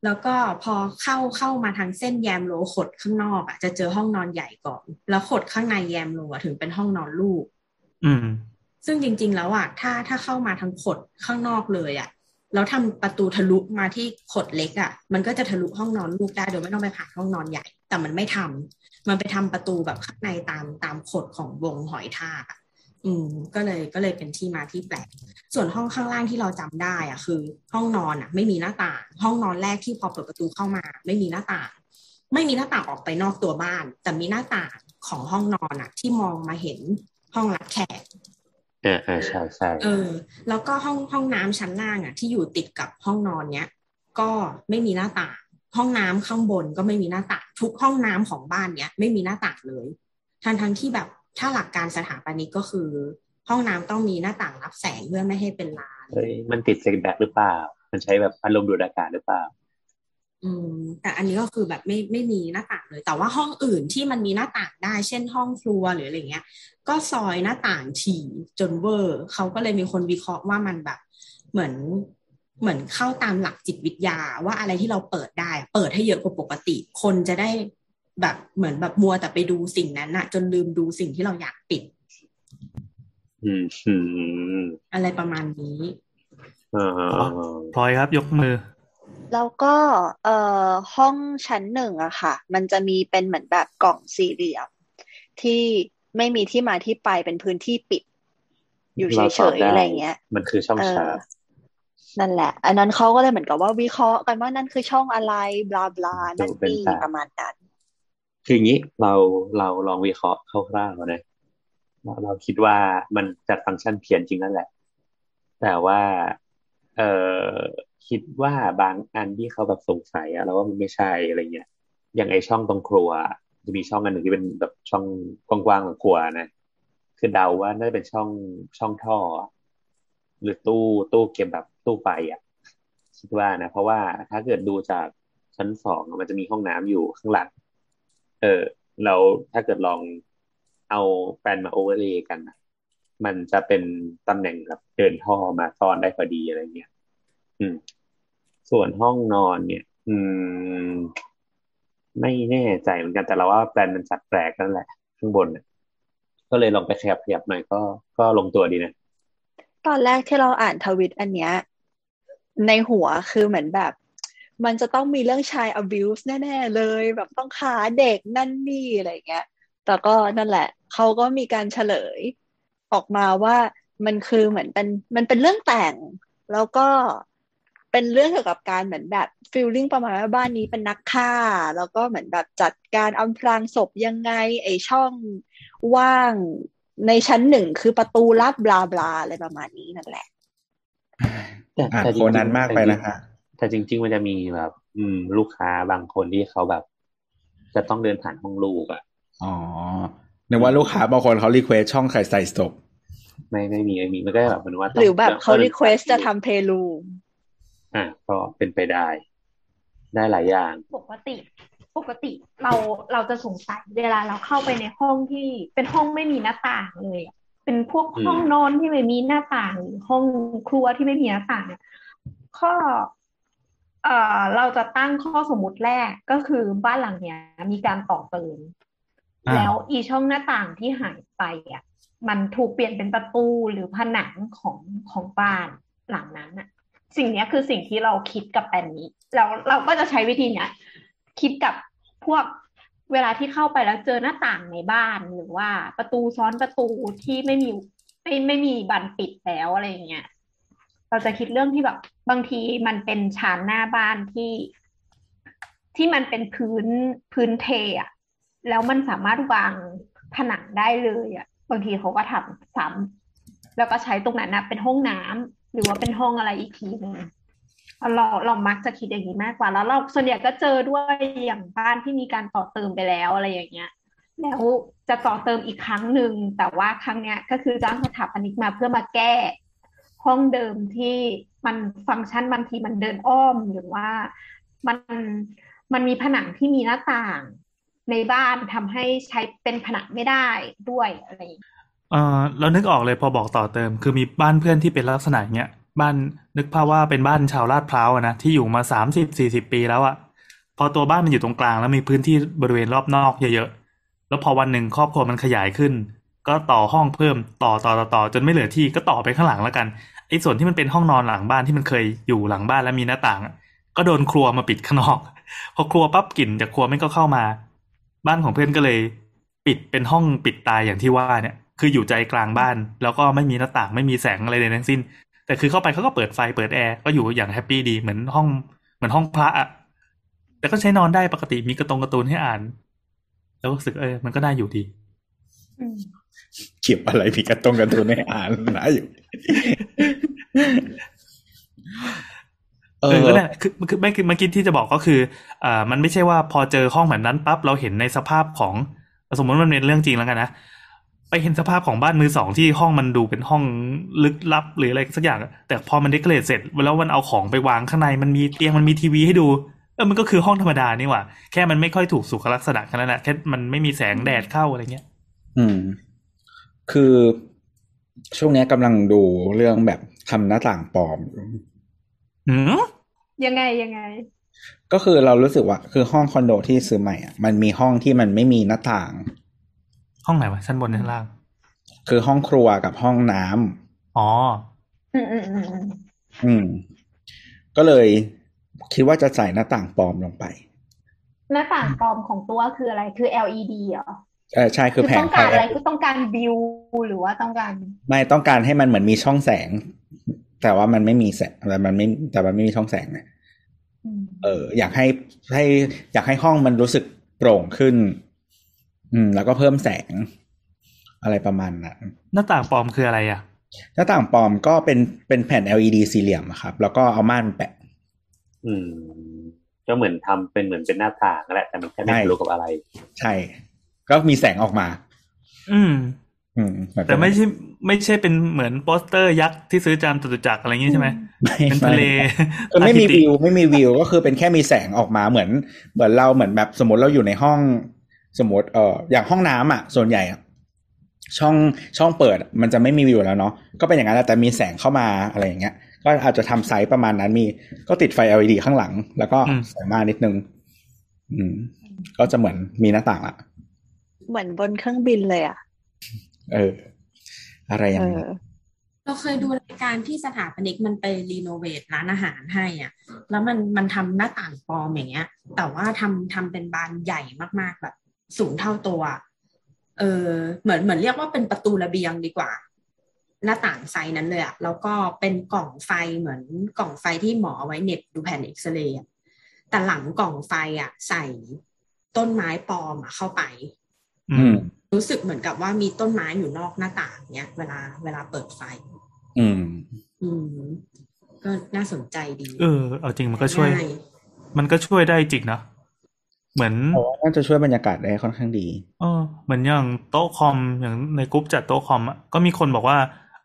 แล้วก็พอเข้าเข้ามาทางเส้นแยมโลขดข้างนอกอ่ะจะเจอห้องนอนใหญ่ก่อน แล้วขดข้างในแยมโลอะถึงเป็นห้องนอนลูก
อืม
ซึ่งจริง ๆ แล้วอ่ะถ้าถ้าเข้ามาทางขดข้างนอกเลยอ่ะแล้วทำประตูทะลุมาที่ขดเล็กอ่ะ มันก็จะทะลุห้องนอนลูกได้โดยไม่ต้องไปผ่านห้องนอนใหญ่ แต่มันไม่ทำมันไปทำประตูแบบข้างในตามตามขดของวงหอยทากอะอืม ก็เลยก็เลยเป็นที่มาที่แปลก ส่วนห้องข้างล่างที่เราจำได้อ่ะคือ ห้องนอนอ่ะ ไม่มีหน้าต่าง ห้องนอนแรกที่พอเปิดประตูเข้ามา ไม่มีหน้าต่าง ไม่มีหน้าต่างออกไปนอกตัวบ้าน แต่มีหน้าต่างของห้องนอนอ่ะ ที่มองมาเห็นห้องรับแขก
อ่าอ่าใช่ใช่
เออแล้วก็ห้องห้องน้ำชั้นล่างอ่ะที่อยู่ติดกับห้องนอนเนี้ยก็ไม่มีหน้าต่าง ห้องน้ำข้างบนก็ไม่มีหน้าต่างทุกห้องน้ำของบ้านเนี้ยไม่มีหน้าต่างเลยทั้งทั้งที่แบบถ้าหลักการสถาปนิกก็คือ ห้องน้ำต้องมีหน้าต่างรับแสงเพื่อไม่ให้เป็นลาน
เฮ้ยมันติดเซ็กแบ็กหรือเปล่า มันใช้แบบพัดลมดูดอากาศหรือเปล่า
อืมแต่อันนี้ก็คือแบบไม่ไม่มีหน้าต่างเลย แต่ว่าห้องอื่นที่มันมีหน้าต่างได้ เช่นห้องครัวหรืออะไรเงี้ย ก็ซอยหน้าต่างถี่จนเวอร์ เขาก็เลยมีคนวิเคราะห์ว่ามันแบบ เหมือนเหมือนเข้าตามหลักจิตวิทยาว่าอะไรที่เราเปิดได้ เปิดให้เยอะกว่าปกติ คนจะได้แบบเหมือนแบบมัวแต่ไปดูสิ่งนั้นน่ะ จนลืมดูสิ่งที่เราอยากปิด
อืมอืม
อะไรประมาณนี้
อ่าอ่าอ่า
พลอยครับยกมือ
แล้วก็เอ่อห้องชั้นหนึ่งอะค่ะ มันจะมีเป็นเหมือนแบบกล่องสี่เหลี่ยม ที่ไม่มีที่มาที่ไปเป็นพื้นที่ปิด อยู่
เรา
เฉ
ตอบ
ยๆ
ได้
อะไรเงี้ย
มันคือช่อง
เออ
ชาร์จ
นั่นแหละ อันนั้นเขาก็เลยเหมือนกับว่าวิเคราะห์กันว่านั่นคือช่องอะไร บลาบลานั่นนี่ประมาณนั้น
คืออย่างนี้เราเราลองวิเคราะห์คร่าวๆนะเราเราคิดว่ามันจัดฟังก์ชันเพี้ยนจริงนั่นแหละ แต่ว่าเออคิดว่าบางอันที่เขาแบบสงสัยอะเราว่ามันไม่ใช่อะไรเงี้ย อย่างไอช่องตรงครัวจะมีช่องอันหนึ่งที่เป็นแบบช่องกว้างๆของครัวนะคือเดาว่าน่าจะเป็นช่องช่องท่อ หรือตู้ตู้เก็บแบบตู้ไฟอ่ะคิดว่านะ เพราะว่าถ้าเกิดดูจากชั้นสองอะมันจะมีห้องน้ำอยู่ข้างหลัง เออแล้วถ้าเกิดลองเอาแปลนมาโอเวอร์เลย์กันอะมันจะเป็นตำแหน่งแบบเดินท่อมาซ่อนได้พอดีอะไรเงี้ยอืม ส่วนห้องนอนเนี่ย อืม ไม่แน่ใจเหมือนกันแต่เราว่าแปลนมันจัดแปลกนั่นแหละ ข้างบนน่ะก็เลยลองไปขยับขยับหน่อยก็ก็ลงตัวดีนะ
ตอนแรกที่เราอ่านทวิตอันเนี้ยในหัวคือเหมือนแบบ มันจะต้องมีเรื่องชาย abuse แน่ ๆ เลย แบบต้องค้าเด็กนั่นนี่อะไรอย่างเงี้ย แต่ก็นั่นแหละ เขาก็มีการเฉลยออกมาว่ามันคือเหมือนเป็นมันเป็นเรื่องแต่ง แล้วก็เป็นเรื่องเกี่ยวกับการเหมือนแบบฟิลลิ่งประมาณว่าบ้านนี้เป็นนักฆ่า แล้วก็เหมือนแบบจัดการอำพรางศพยังไง ไอช่องว่างในชั้นหนึ่งคือประตูลับบลาบลาอะไรประมาณนี้นั่นแหละ
แต่
อ่าน
แต่จริ
โค
งๆ
นันมากไปนะฮะ
แต่จริง ๆ มันจะมีแบบ อืม ลูกค้าบางคนที่เขาแบบ จะต้องเดินผ่านห้องลูกอ่ะ
อ๋อนึกว่าลูกค้าบางคนเขารีเควสช่องใครใส่ศพ
ไม่ไม่มีไม่มีมันก็แบบเหมือนว่าต้ง
หรือแบบเขา
ดิน
รีเควสจะทำเพลูม
อ่ะก็เป็นไปได้ ได้หลายอย่าง
ปกติ ปกติเราเราจะสงสัยเวลาเราเข้าไปในห้องที่เป็นห้องไม่มีหน้าต่างเลยอะเป็นพวก
อืม
ห้องนอนที่ไม่มีหน้าต่างหรือห้องครัวที่ไม่มีหน้าต่างเนี่ยข้อเอ่อเราจะตั้งข้อสมมติแรกก็คือบ้านหลังเนี้ย มีการต่อเติม
อ่า
แล้วอีช่องหน้าต่างที่หายไปอ่ะมันถูกเปลี่ยนเป็นประตูหรือผนังของของบ้านหลังนั้นอ่ะ สิ่งเนี้ยคือสิ่งที่เราคิดกับแปลนนี้แล้วเราก็จะใช้วิธีเนี้ยคิดกับพวกเวลาที่เข้าไปแล้วเจอหน้าต่างในบ้านหรือว่าประตูซ้อนประตูที่ไม่มีไม่ไม่มีบันปิดแล้วอะไรอย่างเงี้ยเราจะคิดเรื่องที่แบบ บางทีมันเป็นชานหน้าบ้านที่ ที่มันเป็นพื้นพื้นเทอะแล้วมันสามารถวางผนังได้เลยอะบางทีเขาก็ทำซ้ำแล้วก็ใช้ตรงนั้นนะเป็นห้องน้ำหรือว่าเป็นห้องอะไรอีกทีหนึ่งเราเรามักจะคิดอย่างนี้มากกว่า แล้วเราส่วนใหญ่ก็เจอด้วยอย่างบ้านที่มีการต่อเติมไปแล้วอะไรอย่างเงี้ย แล้วจะต่อเติมอีกครั้งหนึ่งแต่ว่าครั้งเนี้ยก็คือจ้างสถาปนิกมาเพื่อมาแก้ ห้องเดิมที่มันฟังก์ชันบางทีมันเดินอ้อมหรือว่ามันมันมีผนังที่มีหน้าต่าง ในบ้านทำให้ใช้เป็นผนังไม่ได้ด้วยอะไรอย่างเงี้ย
เออเรานึกออกเลยพอบอกต่อเติม คือมีบ้านเพื่อนที่เป็นลักษณะอย่างเงี้ยบ้านนึกภาพว่าเป็นบ้านชาวลาดพร้าวอะนะที่อยู่มาสามสิบสี่สิบปีแล้วอะพอตัวบ้านมันอยู่ตรงกลางแล้วมีพื้นที่บริเวณรอบนอกเยอะๆแล้วพอวันหนึ่งครอบครัวมันขยายขึ้น ก็ต่อห้องเพิ่มต่อต่อต่อต่อจนไม่เหลือที่ก็ต่อไปข้างหลังแล้วกันไอ้ส่วนที่มันเป็นห้องนอนหลังบ้านที่มันเคยอยู่หลังบ้านแล้วมีหน้าต่างอะก็โดนครัวมาปิดข้างนอก พอครัวปั๊บกลิ่นจากครัวไม่ก็เข้ามา บ้านของเพื่อนก็เลย ปิดเป็นห้องปิดตายอย่างที่ว่าเนี่ย คืออยู่ใจกลางบ้าน แล้วก็ไม่มีหน้าต่างไม่มีแสงอะไรใดทั้งสิ้น แต่คือเข้าไปเขาก็เปิดไฟเปิดแอร์ก็อยู่อย่างแฮปปี้ดีเหมือนห้องเหมือนห้องพระอะแต่ก็ใช้นอนได้ปกติมีกระตรงการ์ตูนให้อ่าน แล้วรู้สึกเออมันก็ได้อยู่ดี
เขียบอะไรพี่กระตรงกันทุนให้อ่านนะอยู่
เออก็นั่นแหละคือคือไม่คือเมื่อกี้ที่จะบอกก็คืออ่ามันไม่ใช่ว่าพอเจอห้องแบบนั้นปั๊บเราเห็นในสภาพของ สมมติมันเป็นเรื่องจริงแล้วกันนะไปเห็นสภาพของบ้านมือสองที่ห้องมันดูเป็นห้องลึกลับหรืออะไรสักอย่างอะแต่พอมันเดคอเรทเสร็จแล้วมันเอาของไปวางข้างในมันมีเตียงมันมีทีวีให้ดูเออมันก็คือห้องธรรมดานี่หว่า แค่มันไม่ค่อยถูกสุขลักษณะแค่นั้นแหละแค่มันไม่มีแสงแดดเข้าอะไรเงี้ย
อืม คือช่วงเนี้ยกำลังดูเรื่องแบบทำหน้าต่างปลอมอยู่
อืม
ยังไงยังไง
ก็คือเรารู้สึกว่า คือห้องคอนโดที่ซื้อใหม่อ่ะมันมีห้องที่มันไม่มีหน้าต่าง
ห้องไหนวะชั้นบนหรือชั้นล่าง
คือห้องครัวกับห้องน้ำ
อ๋อ
อืมอืมอืมอืม
อืม ก็เลยคิดว่าจะใส่หน้าต่างปลอมลงไป
หน้าต่างปลอมของตัวคืออะไรคือ LED เหรอ
เออใช่คือแผ
ต้
ง
อง
ไฟ
การอะไรคือต้องการวิวหรือว่าต้องการ
ไม่ต้องการให้มันเหมือนมีช่องแสง แต่ว่ามันไม่มีแสงแต่มันไม่แต่มันไม่มีช่องแสงนะ
อืม
เออ อยากให้ให้ อยากให้ห้องมันรู้สึกโปร่งขึ้น อืม แล้วก็เพิ่มแสง อะไรประมาณนั้น
หน้าต่างปลอมคืออะไรอ่ะ
หน้าต่างปลอมก็เป็นเป็นแผ่น LED สี่เหลี่ยมอะครับ แล้วก็เอาม่านแปะ
อืม ก็เหมือนทำเป็นเหมือนเป็นหน้าต่างนั่นแหละแต่มันแค่ไม่
ใช่
รู้กับอะไร
ใช่ ก็มีแสงออกมา
อืม
อืมเหอนเป็น
แต่ไม่ใช่ไม่ใช่เป็นเหมือนโปสเตอร์ยักษ์ที่ซื้อจามจตุจักรอะไรอย่างงี้ใช่ไหม
ไม่
เป็นทะเล
คือไม่มี
Architect
วิวไม่มีวิวก็คือเป็นแค่มีแสงออกมาเหมือน เหมือนเราเหมือนแบบสมมติเราอยู่ในห้อง สมมติเอ่ออย่างห้องน้ำอ่ะ ส่วนใหญ่อะช่องช่องเปิดมันจะไม่มีวิวแล้วเนาะก็เป็นอย่างนั้นแหละแต่มีแสงเข้ามาอะไรอย่างเงี้ย ก็อาจจะทำไซส์ประมาณนั้นมี ก็ติดไฟ LED ข้างหลัง แล้วก็
อืม
ใส่มานิดนึง อืม ก็จะเหมือนมีหน้าต่างละ
เหมือนบนเครื่องบินเลยอ่ะ
เออ อะไรอย่า
เอง
นี้
อ
เราเคยดูรายการที่สถาปนิกมันไปรีโนเวทร้านอาหารให้อ่ะ แล้วมันมันทำหน้าต่างปลอมอย่างเงี้ย แต่ว่าทำทำเป็นบานใหญ่มากๆแบบ สูงเท่าตัว
เออเหมือนเหมือนเรียกว่าเป็นประตูระเบียงดีกว่า หน้าต่างไซส์นั้นเลยอะแล้วก็เป็นกล่องไฟเหมือนกล่องไฟที่หมอเอาไว้เหน็บดูแผ่นเอ็กซเรย์อะแต่หลังกล่องไฟอะใส่ต้นไม้ปลอมอะเข้าไป
อืม
รู้สึกเหมือนกับว่ามีต้นไม้อยู่นอกหน้าต่างเนี้ยเวลาเวลาเปิดไฟ
อืม
อืม ก็น่าสนใจดี
เออ เอาจริงมันก็ช่วย
ง่า
มันก็ช่วยได้จริงนะเหมือน
เพราะว่าน่าจะช่วยบรรยากาศได้ค่อนข้างดี
เออเหมือนอย่างโต๊ะคอมอย่างในกรุ๊ปจัดโต๊ะคอมอะก็มีคนบอกว่า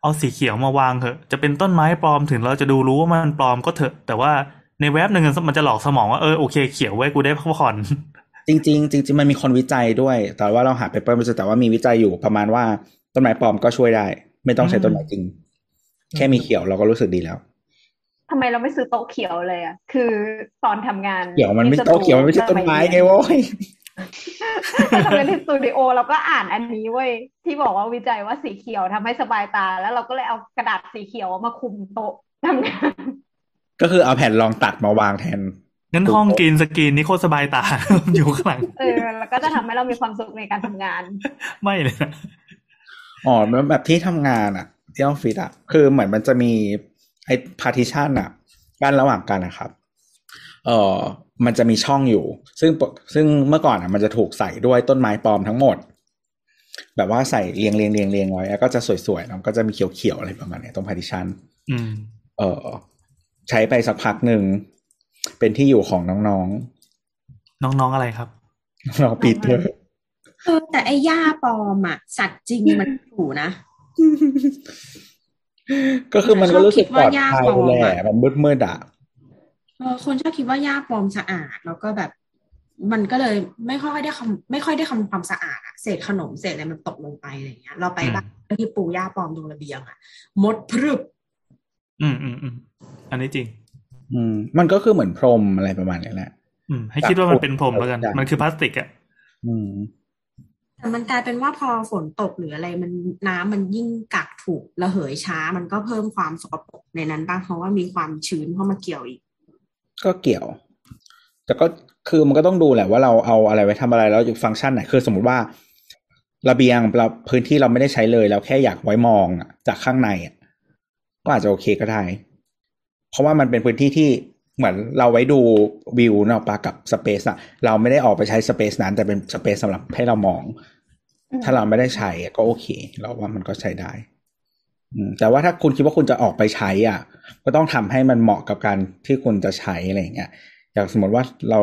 เอาสีเขียวมาวางเถอะ จะเป็นต้นไม้ปลอมถึงเราจะดูรู้ว่ามันปลอมก็เถอะ แต่ว่าในแว็บหนึ่งมันจะหลอกสมองว่าเออโอเคเขียวไว้กูได้พักผ่อน
จริง ๆ จริง ๆ มันมีคนวิจัยด้วย แต่ว่าเราหาเปเปอร์ไม่เจอแต่ว่ามีวิจัยอยู่ประมาณว่าต้นไม้ปลอมก็ช่วยได้ ไม่ต้องใช้ต้นไม้จริง แค่มีเขียวเราก็รู้สึกดีแล้ว
ทำไมเราไม่ซื้อโต๊ะเขียวเลยอ่ะ คือตอนทำงาน
เขียวมันไม่
ที่ส
โตเขียวมันไม่ใช่ต้นไม้ไงโว้ย
ตอนทำงานที่สตูดิโอเราก็อ่านอันนี้เว้ยที่บอกว่าวิจัยว่าสีเขียวทำให้สบายตา แล้วเราก็เลยเอากระดาษสีเขียวมาคุมโต๊ะทำงาน
ก็คือเอาแผ่นรองตัดมาวางแทน
งั้นห้องกรีนสกรีนนี่โคตรสบายตา อยู่ข้างหลัง
เออแล้วก็จะทำให้เรามีความสุขในการทำงาน
ไม่เลยนะ
อ๋อแล้วแบบที่ทำงานอะที่ออฟฟิศอะคือเหมือนมันจะมีไอ้พาร์ติชันอะกั้นระหว่างกันนะครับเออมันจะมีช่องอยู่ ซึ่งปกซึ่งเมื่อก่อนอะมันจะถูกใส่ด้วยต้นไม้ปลอมทั้งหมด แบบว่าใส่เรียงเรียงเรียงเรียงไว้แล้วก็จะสวยๆแล้วมันก็จะมีเขียวๆอะไรประมาณเนี้ยตรงพาร์ติชัน
อืม
เออใช้ไปสักพักหนึ่ง เป็นที่อยู่ของน้อง
น้องๆอะไรครับ
ๆ น้องปีเตอร์
เออแต่ไอ้หญ้าปลอมอะสัตว์จริงมันอยู่นะ
ก็คือมันก็รู้สึกปลอ
ชอบ
ด
คิดว่า
ภัย
ยากกว่า
แหละมันมืดมืดๆอะ
เออคนชอบคิดว่าหญ้าปลอมสะอาด แล้วก็แบบ มันก็เลยไม่ค่อยได้คำไม่ค่อยได้คำความสะอาดอะเศษขนมเศษอะไรมันตกลงไปอะไรอย่างเงี้ย เราไป
อืม
บ้านที่ปลูกหญ้าปลอมตรงระเบียงอะมดพรึบ
อืมอืมอืมอันนี้จริง
อืม มันก็คือเหมือนพรมอะไรประมาณนี้แหละ
อืม ให้คิดว่ามันเป็นพรมแล้วกัน
จาก
มันคือพลาสติกอะ
อืม
แต่มันกลายเป็นว่าพอฝนตกหรืออะไรมันน้ำมันยิ่งกักถูกระเหยช้า มันก็เพิ่มความสกปรกในนั้นบ้างเพราะว่ามีความชื้นเข้ามาเกี่ยวอีก
ก็เกี่ยว แต่ก็คือมันก็ต้องดูแหละว่าเราเอาอะไรไว้ทำอะไรแล้วอยู่ฟังก์ชันไหนคือสมมติว่า ระเบียงเราพื้นที่เราไม่ได้ใช้เลยเราแค่อยากไว้มองอะจากข้างในอะก็อาจจะโอเคก็ได้ เพราะว่ามันเป็นพื้นที่ที่เหมือนเราไว้ดูวิวเนาะปากับสเปซอะเราไม่ได้ออกไปใช้สเปซนั้น แต่เป็นสเปซสำหรับให้เรามอง
อืม
ถ้าเราไม่ได้ใช้อะก็โอเค เราว่ามันก็ใช้ได้ อืมแต่ว่าถ้าคุณคิดว่าคุณจะออกไปใช้อ่ะ ก็ต้องทำให้มันเหมาะกับการที่คุณจะใช้อะไรอย่างเงี้ยอย่างสมมติว่าเรา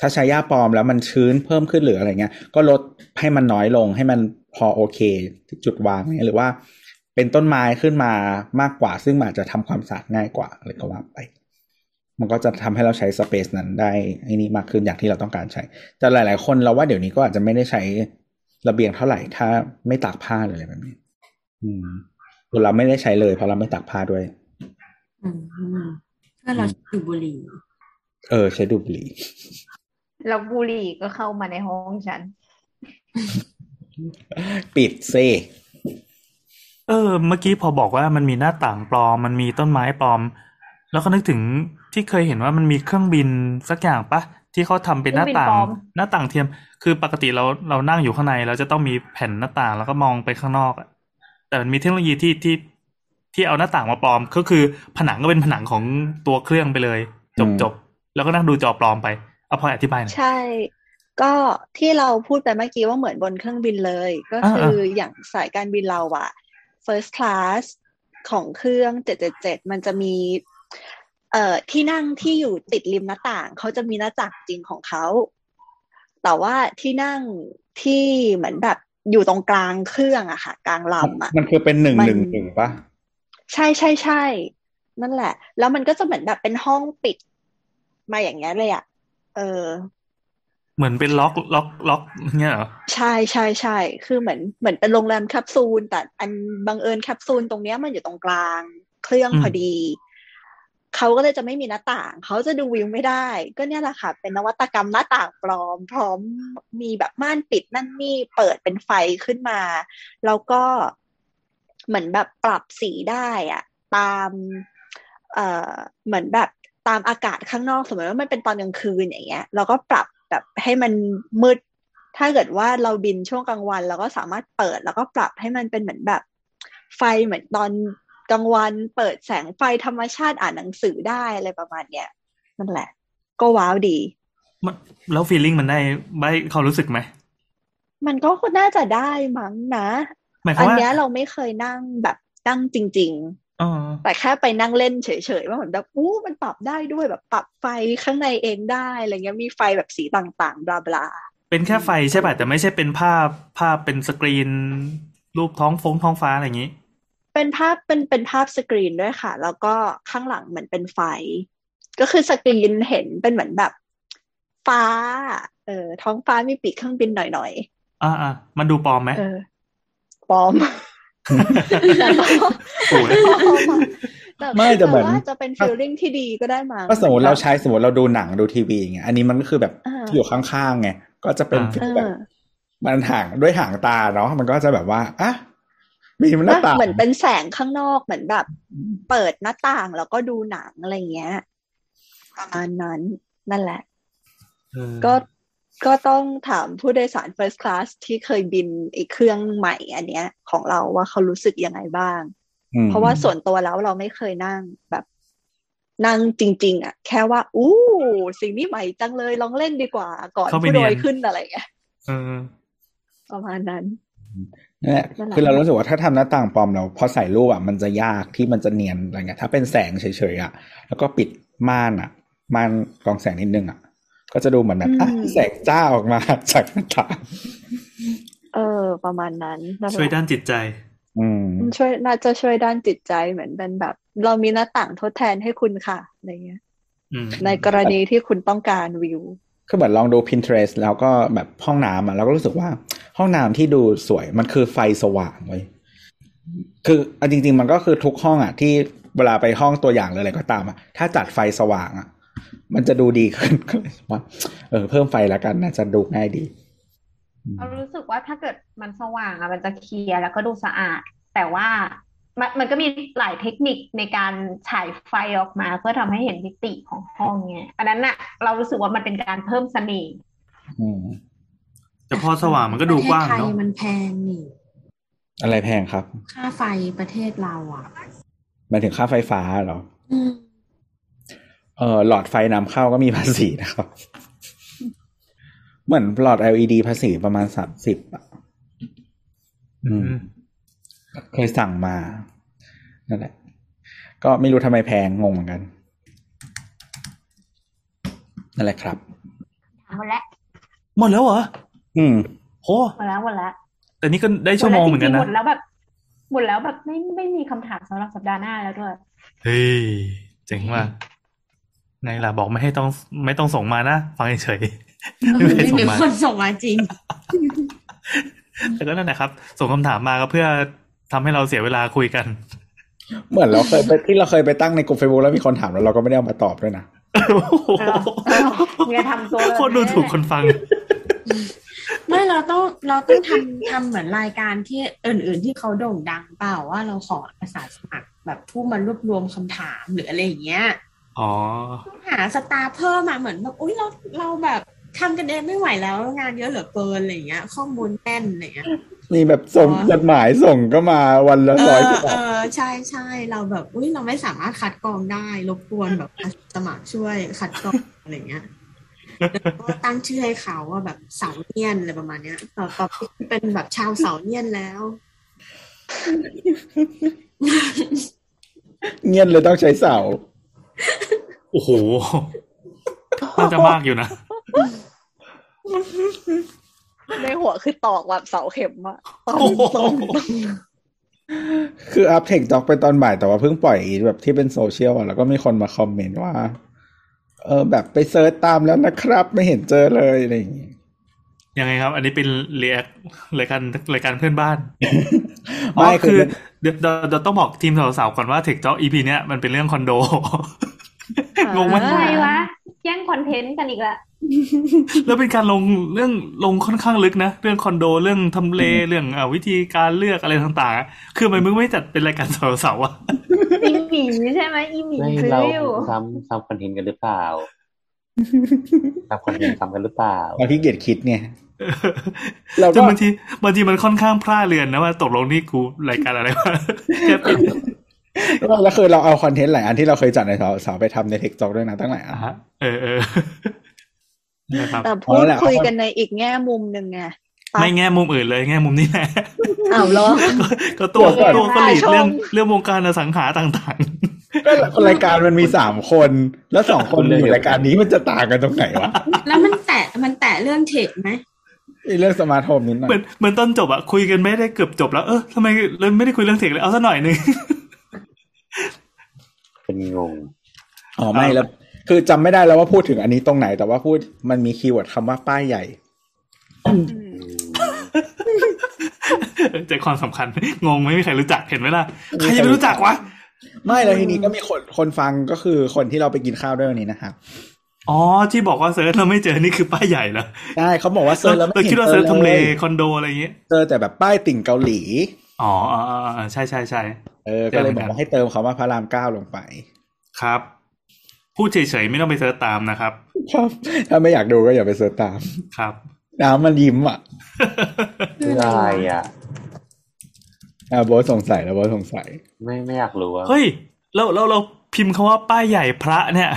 ถ้าใช้ยาปลอมแล้วมันชื้นเพิ่มขึ้นหรืออะไรเงี้ย ก็ลดให้มันน้อยลงให้มันพอโอเคจุดวางเนี่ยหรือว่าเป็นต้นไม้ขึ้นมามากกว่า ซึ่งมันอาจจะทำความสะอาดง่ายกว่าอะไรก็ว่าไป มันก็จะทำให้เราใช้สเปซนั้นได้ไอ้นี่มากขึ้นอย่างที่เราต้องการใช้ แต่หลาย ๆ คนเราว่าเดี๋ยวนี้ก็อาจจะไม่ได้ใช้ระเบียงเท่าไหร่ ถ้าไม่ตากผ้าหรืออะไรแบบนี้ อืม เราไม่ได้ใช้เลยเพราะเราไม่ตากผ้าด้วย
อืมเพื่อนเราสูบบุหรี่
เออ ใช้ดูดบุหรี่
แล้วบุหรี่ก็เข้ามาในห้องฉัน
ปิดเซ
เออ เมื่อกี้พอบอกว่ามันมีหน้าต่างปลอม มันมีต้นไม้ปลอม แล้วก็นึกถึงที่เคยเห็นว่ามันมีเครื่องบินสักอย่างปะที่เขาทำเป็นหน้าต่าง
เครื่องบินปลอม
หน้าต่างเทียม คือปกติเราเรานั่งอยู่ข้างในเราจะต้องมีแผ่นหน้าต่างแล้วก็มองไปข้างนอกอะแต่มันมีเทคโนโลยีที่ที่ที่เอาหน้าต่างมาปลอม ก็คือผนังก็เป็นผนังของตัวเครื่องไปเลย จบจบแล้วก็นั่งดูจอปลอมไปเอาพออธิบายหน่อย
ใช่ ก็ที่เราพูดไปเมื่อกี้ว่าเหมือนบนเครื่องบินเลย ก็
อ่า
คืออย่างสายการบินเราอะ first class ของเครื่อง 777 มันจะมี เอ่อที่นั่งที่อยู่ติดริมหน้าต่าง เขาจะมีหน้าต่างจริงของเขา แต่ว่าที่นั่งที่เหมือนแบบอยู่ตรงกลางเครื่องอะค่ะ กลางลำอะ
มันคือเป็นหนึ่ง
มัน
หนึ่งหนึ่งปะ
ใช่ใช่ใช่ นั่นแหละ แล้วมันก็จะเหมือนแบบเป็นห้องปิด มาอย่างเงี้ยเลยอะเออ
เหมือนเป็นล็อกล็อกล็อกเนี่ยเหรอ
ใช่ใช่ใช่ คือเหมือนเหมือนเป็นโรงแรมแคปซูล แต่อันบังเอิญแคปซูลตรงเนี้ยมันอยู่ตรงกลาง เครื่องพอดี เขาก็เลยจะไม่มีหน้าต่าง เขาจะดูวิวไม่ได้ ก็เนี่ยแหละค่ะ เป็นนวัตกรรมหน้าต่างปลอม พร้อมมีแบบม่านปิดนั่นนี่เปิดเป็นไฟขึ้นมา แล้วก็เหมือนแบบปรับสีได้อะตาม เอ่อเหมือนแบบตามอากาศข้างนอกสมมติว่ามันเป็นตอนกลางคืนอย่างเงี้ยเราก็ปรับแบบให้มันมืด ถ้าเกิดว่าเราบินช่วงกลางวันเราก็สามารถเปิดแล้วก็ปรับให้มันเป็นเหมือนแบบ ไฟเหมือนตอนกลางวัน เปิดแสงไฟธรรมชาติอ่านหนังสือได้อะไรประมาณเนี้ยนั่นแหละ ก็ว้าวดี
มันแล้วฟีลลิ่งมันได้ใบเขามรู้สึกไหม
มันก็น่าจะได้มั้งนะ
หมายควา
อั
ม
น
ว่า
เนี้ยเราไม่เคยนั่งแบบนั่งจริง ๆ
อ๋อ
แต่แค่ไปนั่งเล่นเฉยๆว่าเหมือนแบบอู้มันปรับได้ด้วยแบบปรับไฟข้างในเองได้อะไรเงี้ยมีไฟแบบสีต่างๆ บลาบลา
เป็นแค่ไฟใช่ป่ะแต่ไม่ใช่เป็นภาพภาพเป็นสกรีน รูปท้องฟงท้องฟ้าอะไรอย่างนี้
เป็นภาพเป็นเป็นภาพสกรีนด้วยค่ะ แล้วก็ข้างหลังเหมือนเป็นไฟ ก็คือสกรีนเห็นเป็นเหมือนแบบ ฟ้า เออท้องฟ้ามีปีกเครื่องบินหน่อย
อ่าอ่ามันดูปลอมไหม
ๆเออปลอม แล้วก็
โอ้ย
ไม่แต่เหมือน
ว่าจะเป็นฟีลลิ่งที่ดีก็ได้มั้ง
ถ้าสมมติเราใช้สมมติเราดูหนังดูทีวีอย่างเงี้ยอันนี้มันก็คือแบบ
อ่า
ที่อยู่ข้างๆไงก็จะเป็นฟีล
เอ
แบบ
อ
มันห่างด้วยห่างตาเนาะมันก็จะแบบว่าอ่ะมีมันหน้าต่าง
เหมือนเป็นแสงข้างนอกเหมือนแบบ เปิดหน้าต่างแล้วก็ดูหนังอะไรเงี้ยประมาณนั้นนั่นแหละ
เออ
ก็ก็ต้องถามผู้โดยสาร first class ที่เคยบินไอ้เครื่องใหม่อันเนี้ย ของเราว่าเขารู้สึกยังไงบ้าง
อืม
เพราะว่าส่วนตัวแล้วเราไม่เคยนั่งแบบ นั่งจริง ๆ อ่ะ แค่ว่าอู้สิ่งนี้ใหม่จังเลยลองเล่นดีกว่า ก่อนผู้โดยขึ้นอะไรเงี้ย
เออ
ประมาณนั้น
นั่นแหละ
นั่นแหละ
คือเรารู้สึกว่าถ้าทำหน้าต่างปลอมเราพอใส่รูปอ่ะมันจะยากที่มันจะเนียนอะไรเงี้ยถ้าเป็นแสงเฉยๆอ่ะแล้วก็ปิดม่านอ่ะม่านกรองแสงนิดนึงอ่ะก็จะดูเหมือนแบบอ่ะแสงจ้าออกมาจากหน้าต่าง
เออ ประมาณนั้นนั่นแห
ช่วย
ละ
ด้านจิตใจ
อืม
มันช่วยน่าจะช่วยด้านจิตใจเหมือนเป็นแบบ เรามีหน้าต่างทดแทนให้คุณค่ะอะไรเงี้ย
อืม
ในกรณีที่คุณต้องการวิว
คือเหมือนลองดู Pinterest แล้วก็แบบห้องน้ำอ่ะเราก็รู้สึกว่าห้องน้ำที่ดูสวยมันคือไฟสว่างเลยคือเอาจริง ๆ มันก็คือทุกห้องอ่ะ ที่เวลาไปห้องตัวอย่างหรืออะไรก็ตามอ่ะถ้าจัดไฟสว่างอ่ะ มันจะดูดีขึ้น ก็เลยว่าเออเพิ่มไฟแล้วกันน่าจะดูง่ายดีอืม
เรารู้สึกว่าถ้าเกิดมันสว่างอะมันจะเคลียร์แล้วก็ดูสะอาด แต่ว่ามันมันก็มีหลายเทคนิคในการฉายไฟออกมา เพื่อทำให้เห็นมิติของห้องไงอันนั้นน่ะเรารู้สึกว่ามันเป็นการเพิ่มเสน่ห์
อืม
แต่พอสว่างมันก็ดูกว้าง
ประเทศ
เนาะ
ไทยมันแพงนี่
อะไรแพงครับ
ค่าไฟประเทศเราอ่ะ
หมายถึงค่าไฟฟ้าเหรอ
อืม
เออหลอดไฟนำเข้าก็มีภาษีนะครับ เหมือนหลอด LED ภาษีประมาณสามสิบอ่ะอืม
อืม
เคยสั่งมา นั่นแหละ ก็ไม่รู้ทำไมแพงงงเหมือนกัน นั่นแหละครับ
ถามหมดแล้ว
หมดแล้วเหรอ
อืม
โห
หมดแล้วหมดแล้ว
แต่นี่ก็ได้ชั่วโมงเหมือนกัน
ห
นะ
มดแล้วจริงๆหมดแล้วแบบหมดแล้วแบบไม่ไม่มีคำถามสำหรับสัปดาห์หน้าแล้วด้วย
เฮ้ยเจ๋งว่ะไงล่ะบอกไม่ให้ต้องไม่ต้องส่งมานะฟังเฉยๆไม่ให้
ไม่
ส่ง
มี
มา
คนส่งมาจริง
แต่ก็นั่นแหละครับ ส่งคำถามมาก็เพื่อทำให้เราเสียเวลาคุยกัน
เหมือนเราเคยไปที่เราเคยไปตั้งในกลุ่มเฟซบุ๊กแล้วมีคนถามแล้วเราก็ไม่ได้เอามาตอบด้วยนะ
เอาเนี่ยทำตัวแบบ
โคตรดูถูกคนฟัง
ไม่เราต้องเราต้องทำทำเหมือนรายการที่อื่น ๆ ที่เขาโด่งดังเปล่าว่าเราขออาสาสมัครแบบผู้มารวบรวมคำถามหรืออะไรอย่างเงี้ย
อ๋อ
ต้องหาสตาร์เพิ่มมาเหมือนแบบอุ้ยเราเราแบบทำกันเองไม่ไหวแล้วงานเยอะเหลือเกินอะไรอย่างเงี้ย ข้อมูลแน่นอะไรอย่างเงี้ย
มีแบบส่ง
อ๋อ
จดหมายส่งก็มาวันละ
เอ
ร้อย
อก
ว่าบา
เอ
ท
อใช่ใช่เราแบบอุ้ยเราไม่สามารถคัดกรองได้รบกวนแบบอาสาสมัครช่วยคัดกรองอะไรอย่างเงี้ยแล้วก็ตั้งชื่อให้เขาว่าแบบเสาเนียนอะไรประมาณเนี้ยต่อต่อไปเป็นแบบชาวเสาเนียนแล้ว
เงียนเลยต้องใช้เสา
โอ้โห น่าจะมากอยู่นะ
ในหัวคือตอกแบบเสาเข็มอะตอก
โอ้โห
ตรง
คืออัพเทคด็อกไปตอนบ่ายแต่ว่าเพิ่งปล่อยแบบที่เป็นโซเชียลอะแล้วก็มีคนมาคอมเมนต์ว่า เออแบบไปเซิร์ชตามแล้วนะครับ ไม่เห็นเจอเลยอะไรอย่างเงี้ย
ยังไงครับ อันนี้เป็นเรียกรายการรายการเพื่อนบ้านอ๋อ
ไม่คื
คือ อเดี๋ยวเดี๋ยวเดี๋ยวต้องบอกทีมสาวๆก่อนว่าเทคจ็อกอีพีเนี้ยมันเป็นเรื่องคอนโด งงไหม
ใช่วะแย่งคอนเทนต์กันอีกละ
แล้วเป็นการลงเรื่องลงค่อนข้างลึกนะ เรื่องคอนโดเรื่องทำเลเรื่องอ่าวิธีการเลือกอะไรต่างๆอะคือมันมึงไม่จัดเป็นรายการสาวๆ อะ
อีหมีใช่ไหมอีหมี
ไม่
ซื้อ
เรา
อยู่
ซ้ำซ้ำคอนเทนต์กันหรือเปล่า รับความจริงทำกันหรือเปล่า
เราที่เกียจคิดเนี่ย
เรา
เราก็
ก็บางทีบางทีมันค่อนข้างพลาดเรือนนะว่าตกลงนี่กูรายการอะไรวะ แค่ปิด
แล้วคือเราเอาคอนเทนต์หลายอันที่เราเคยจัดในสาวสาวไปทำในเทคจ็อกด้วยนะตั้งหลายอัน
อ่ะฮะเออเอ อนะครับ
แต่พู
เอา
ด
ล่ะ
คุยกันในอีกแง่มุมหนึ่งไง
ไม่แง่มุมอื่นเลยแง่มุมนี้แหละ
อ้าวเหรอ
ก็ตัว
เดี๋ยวก่อน
ตัวก็หลีด
ชม
เรื่องเรื่องวงการอสังหาต่าง
ก็รายการมันมีสามคน แล้วสองคน
คุณเลือก
อยู่รายการนี้มันจะต่างกันตรงไหนวะ
แล้วมันแตะมันแตะเรื่องเทคไหม
ไอ้เรื่องสมาร์ทโฮมนิดห
ๆ
น่อ
เหมือย นเหมือนต้นจบอะคุยกันไม่ได้เกือบจบแล้วเออทำไมเราไม่ได้คุยเรื่องเทคเลยเอาซะหน่อยหนึง
เป็นงง
อ๋อไม่แล้ว คือจำไม่ได้แล้วว่าพูดถึงอันนี้ตรงไหน แต่ว่าพูดมันมีคีย์เวิร์ดคำว่าป้ายใหญ่
ใจความสำคัญ งงไหมไม่มีใครรู้จักเห็นไหมล่ะใครจะไปรู้จักวะ
ไม่แล้วทีนี้ก็มีคนคนฟังก็คือคนที่เราไปกินข้าวด้วยวันนี้นะครับ
อ๋อที่บอกว่าเซิร์ชเราไม่เจอนี่คือป้ายใหญ่แล้ว
ใช่เขาบอกว่าเซิร์ชแล้วไม่
เรา
เห็น
คิดว่าเซิร์ชทำเลย คอนโดอะไรอย่างเงี้ย
เจอแต่แบบป้ายติ่งเกาหลี
อ๋ออ๋ออ๋ออ๋อใช่ใช่ใช่
เออ ก็เลย
เจอเหมื
บ
อ
อน ก
กัน
ว่าให้เติมคำว่าพระรามเก้าลงไป
ครับ พูดเฉยๆไม่ต้องไปเซิร์ชตามนะครับ
ครับ ถ้าไม่อยากดูก็อย่าไปเสิร์ชตาม
ครับ
น้ำมันยิ้มอ่ะ
คืออะไรอ่ะ
อ่ะโบทสงสัยแล้วโบทสงสัย
ไม่ไม่อยากรู้อ่ะ
เฮ้ยเราเราเราพิมพ์คำว่าป้ายใหญ่พระเนี่ย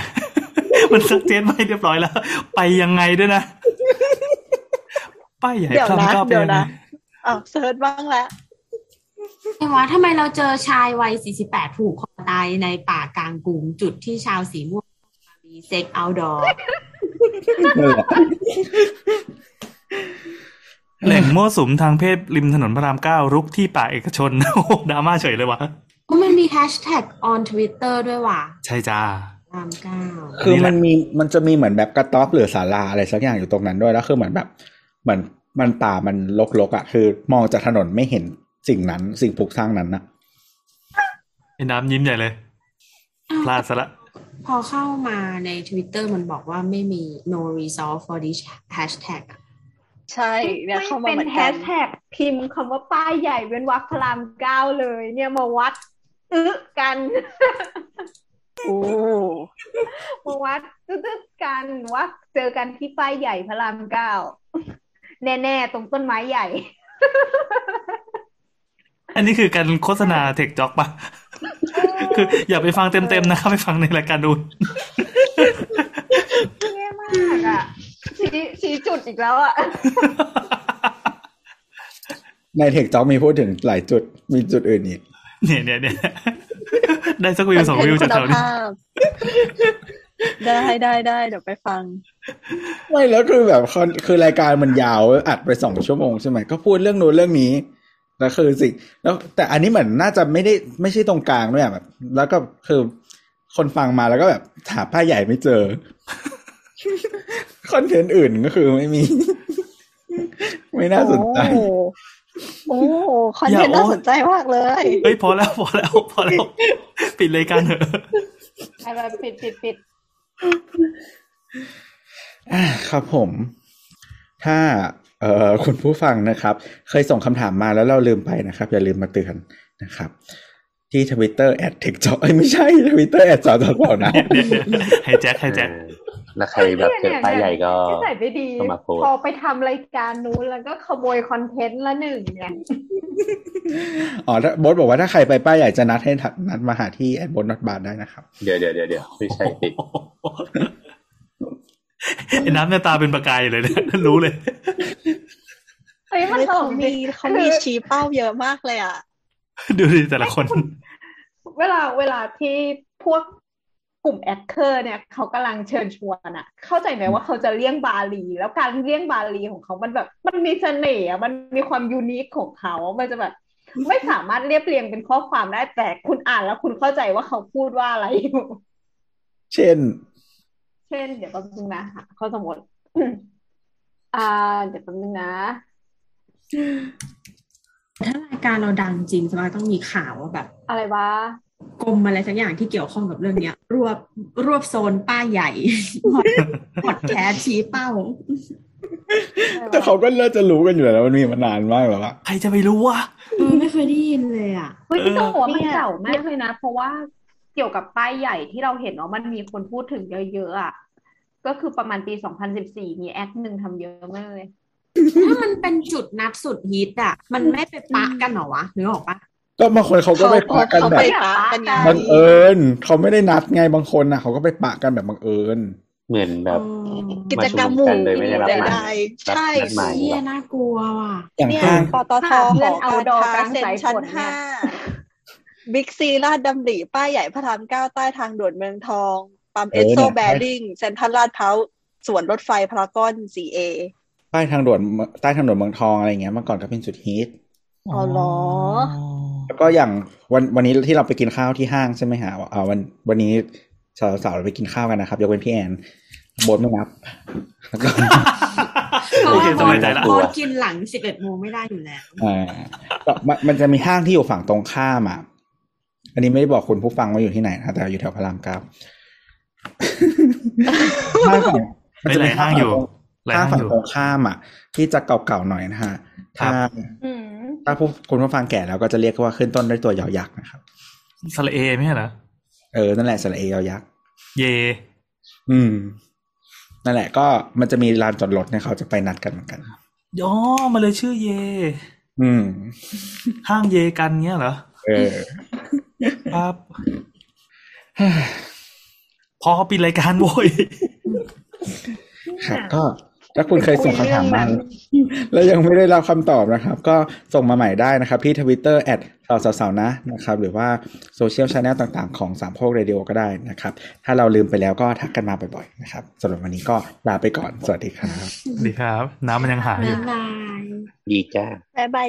มันสักเจนไปเรียบร้อยแล้ว ไปยังไงด้วยนะ ป้ายใหญ่
เดี๋ยว
พระ
นะ
ก้าไป
เดี๋ยว
ยังไง
นะอ้าวเซิร์ชบ้างละ
เห็นว่าทำไมเราเจอชายวัย 48 ผูกคอตายในป่ากลางกรุงจุดที่ชาวสีม่วงมีเซ็กเอาดอร์
นั่นแหละ
แหล่งมั่วสุมทางเพศริมถนนพระรามเก้ารุกที่ป่าเอกชน โอ้โหดราม่าเฉยเลยวะ
ก็มันมีแฮชแท็ก on Twitter ด้วยว่ะ
ใช่จ้า
รามเก้า
คือมันมีมันจะมีเหมือนแบบกระต๊อบหรือศาลาอะไรสักอย่างอยู่ตรงนั้นด้วยแล้วคือเหมือนแบบเหมือนมันป่ามันรกๆอ่ะคือมองจากถนนไม่เห็นสิ่งนั้น สิ่งปลูกสร้างนั้นนะ
ไอ้น้ำยิ้มใหญ่เลย พลาดซะละ
พอเข้ามาใน Twitter มันบอกว่าไม่มี no resolve for this hashtag อะ
ใช่เนี่ยเข้ามา
เป็น
เหมือน
แฮ
กัน
ชแท็กพิมพ์คำว่าป้ายใหญ่เว้นวรรคพระรามเก้าเลย เนี่ยมาวัดอึะกัน
โอ้
มาวัดตึ๊ดๆกันว่าเจอกันที่ป้ายใหญ่พระรามเก้าแน่ๆตรงต้นไม้ใหญ่
อันนี้คือการโฆษณาเทคจ็อกปะ คืออย่าไปฟังเต็มๆนะครับไปฟังในรายการดู
แย่มากอ่ะชี้ชี้จุดอีกแล้วอ่ะ
ในเทคจ็อกมีพูดถึงหลายจุดมีจุดอื่นอีก
เนี่ยเนี่ยเนี่ย ได้สักวิวสองวิว
ค
จาก
น
แถวนี้
ภาพ ได้ได้ได้เดี๋ยวไปฟัง
ไม่แล้วคือแบบคอนคือรายการมันยาวอัดไปสองชั่วโมงใช่ไหมก็พูดเรื่องนู้นเรื่องนี้แล้วคือสิงแล้วแต่อันนี้เหมือนน่าจะไม่ได้ไม่ใช่ตรงกลางด้วยอะแบบ แล้วก็คือคนฟังมาแล้วก็แบบหาผ้าใหญ่ไม่เจอ คอนเทนต์อื่นก็คือไม่มี ไม่น่าสนใจ
โอ้โหโอ้โหคอนเทนต์น่าสนใจมากเลย
เฮ้ยพอแล้วพอแล้วพอแล้วปิดรายการเถอะ
ไปไปปิดปิดปิด
อ่าครับผม ถ้าเอ่อคุณผู้ฟังนะครับ เคยส่งคำถามมาแล้วเราลืมไปนะครับ อย่าลืมมาเตือนนะครับ ที่ทวิตเตอร์แอดเทคจอไม่ใช่ทวิตเตอร์แอดสาวสาวสาวนะ
เนี่ยเนี่ยให้แจ็คให้แจ็ค
เออแล้วใครแบบเกิดป้ายใหญ่ก็
ที่ใส่ไปดี
ต้องมาโพสต์
พอไปทำรายการนู้นแล้วก็ขโมยคอนเทนต์ละหนึ่งเนี่ย
อ๋อถ้าโบทบอกว่าถ้าใครไปป้ายใหญ่จะนัดให้ทักนัดมาหาที่แอดบนนอตบาร์ได้นะครับ
เดี๋ยวเดี๋ยวเดี๋ยวเดี๋ยวไม่ใช่ติด
ไอ้น้ำเนี่ยตาเป็นประกายเลยเนี่ยรู้เลย
เฮ้ยมัน
เฮ้ย
ตล
เขา
ก
มี
ดี
เขามีชี้เป้าเยอะมากเลยอ่ะ
ดูดิแต่ละคน
เวลาเวลาที่พวกกลุ่มแอคเคอร์เนี่ยเขากำลังเชิญชวนอะเข้าใจไหมว่าเขาจะเลี่ยงบาลี แล้วการเลี่ยงบาลีของเขามันแบบ มันมีเสน่ห์อะมันมีความยูนิคของเขา มันจะแบบ ไม่สามารถเรียบเรียงเป็นข้อความได้แต่คุณอ่านแล้วคุณเข้าใจว่าเขาพูดว่าอะไรอยู่
เช่น
เช่น เดี๋ยวแป๊บนึงนะหาข้อสมมติ อ่า เดี๋ยวแป๊บนึงนะ
ถ้ารายการเราดังจริงสมมติต้องมีข่าวว่าแบบ
อะไรวะ
กรมอะไรสักอย่างที่เกี่ยวข้องกับเรื่องเนี้ย รวบรวบโซนป้าใหญ่ พอดแคสต์ชี้เป้า
อะไรวะ
แต่เขาก็เลิกจะรู้กันอยู่แล้วมันมีมานานมากแล้วอะ
ใครจะไปรู้ วะ
เออไม่เคยได้ยินเลยอ่ะ
เฮ้ย
เออ
พี่ต้องบอกว่ามัน
เนี่ย
เก่ามากเลยนะ เพราะว่าเกี่ยวกับป้ายใหญ่ที่เราเห็นเนาะมันมีคนพูดถึงเยอะๆอ่ะ
ก็คือประมาณปี 2014 มีแอคหนึ่งทำเยอะมากเลย
ถ้ามันเป็นจุดนัดสุดฮิตอ่ะ มันไม่ไปปะกันเหรอวะนึกออกปะ
ก็บางคนเขาก็ไปปะกัน
เขา
แบบ
ไปปะกันไง
บังเอิญเขาไม่ได้นัดไงบางคนนะเขาก็ไปปะกันแบบบังเอิญ
เหมือนแบบ
กิจกรรมหมู่
มาชุมนุมกันโดยไม่ได้รับหมาย
ใดๆใช่
หมา
สิ
ย
เฮียน่ากลัวว่ะ
อย่าง
เนี่ย
ห้าง
ปตทหอ
เอา
การ
ดอก
ค้าก
ลาง
เซ็น
สาย
ชั้
ฝ
น
นเนี่ย
ห้าบิ๊กซีลาดดำริป้ายใหญ่พระรามเก้าใต้ทางด่วนเมืองทองปั๊ม
เอ
เอ
อ
สโซ
เนี่ย
แบริ่งเซ็นทรัลลาดพร้าวสวนรถไฟพารากอนซีเอ
ใต้ทางด่วนใต้ทางด่วนเมืองทองอะไรเงี้ยเมื่อก่อนก็เป็นจุดฮิต
อ๋อเหรอ
แล้วก็อย่างวันวันนี้ที่เราไปกินข้าวที่ห้างใช่ไหมฮะอ่าวันวันนี้สาวสาวๆเราไปกินข้าวกันนะครับยกเว้นพี่แอนโบทไม่นับแล้วก็
เพราะ
โอเค
ว่า
สบายใจละ
โอนกินหลังสิบเอ็ดโมงไม่ได้อยู่แล้ว
อ่าก็มันมันจะมีห้างที่อยู่ฝั่งตรงข้ามอ่ะ อันนี้ไม่ได้บอกคุณผู้ฟังว่าอยู่ที่ไหนนะแต่อยู่แถวพระรามเก้า ห้างฝั่ง
ไม่หลายห้างอยู่หลาย
ห้างฝั่
ห้างอง ยู่
ตรงข้ามอ่ะ ที่จะเก่าๆหน่อยนะฮะ
ครั
ถ้า
บ
อืม
ถ้าผู้คุณผู้ฟังแก่แล้วก็จะเรียกว่าขึ้นต้นด้วยตัวยอยักษ์นะครับ
สระเอไม่ใช่เหรอ
เออ นั่นแหละสระเอยอยักษ์
เย
อืม นั่นแหละก็มันจะมีลานจอดรถเนี่ยเขาจะไปนัดกันเหมือนกัน
อ๋อมาเลยชื่อเย
อืม
ห้างเยกันเงี้ยเหรอ
เออ
ครับ พอปิดรายการโว้ย
ครับก็ถ้าคุณเคยส่งคำถามมา แล้วยังไม่ได้รับคำตอบนะครับ ก็ส่งมาใหม่ได้นะครับ ที่ทวิตเตอร์แอดสาวๆนะนะครับ หรือว่าโซเชียลชาแนลต่างๆของสามโคกเรดิโอก็ได้นะครับ ถ้าเราลืมไปแล้วก็ทักกันมาบ่อยๆนะครับสำหรับวันนี้ก็ลาไปก่อน สวัสดีครับ
ดีครับ น้ำมันยังหายอยู่
บ๊ายบาย
ดีจ้า
บายบาย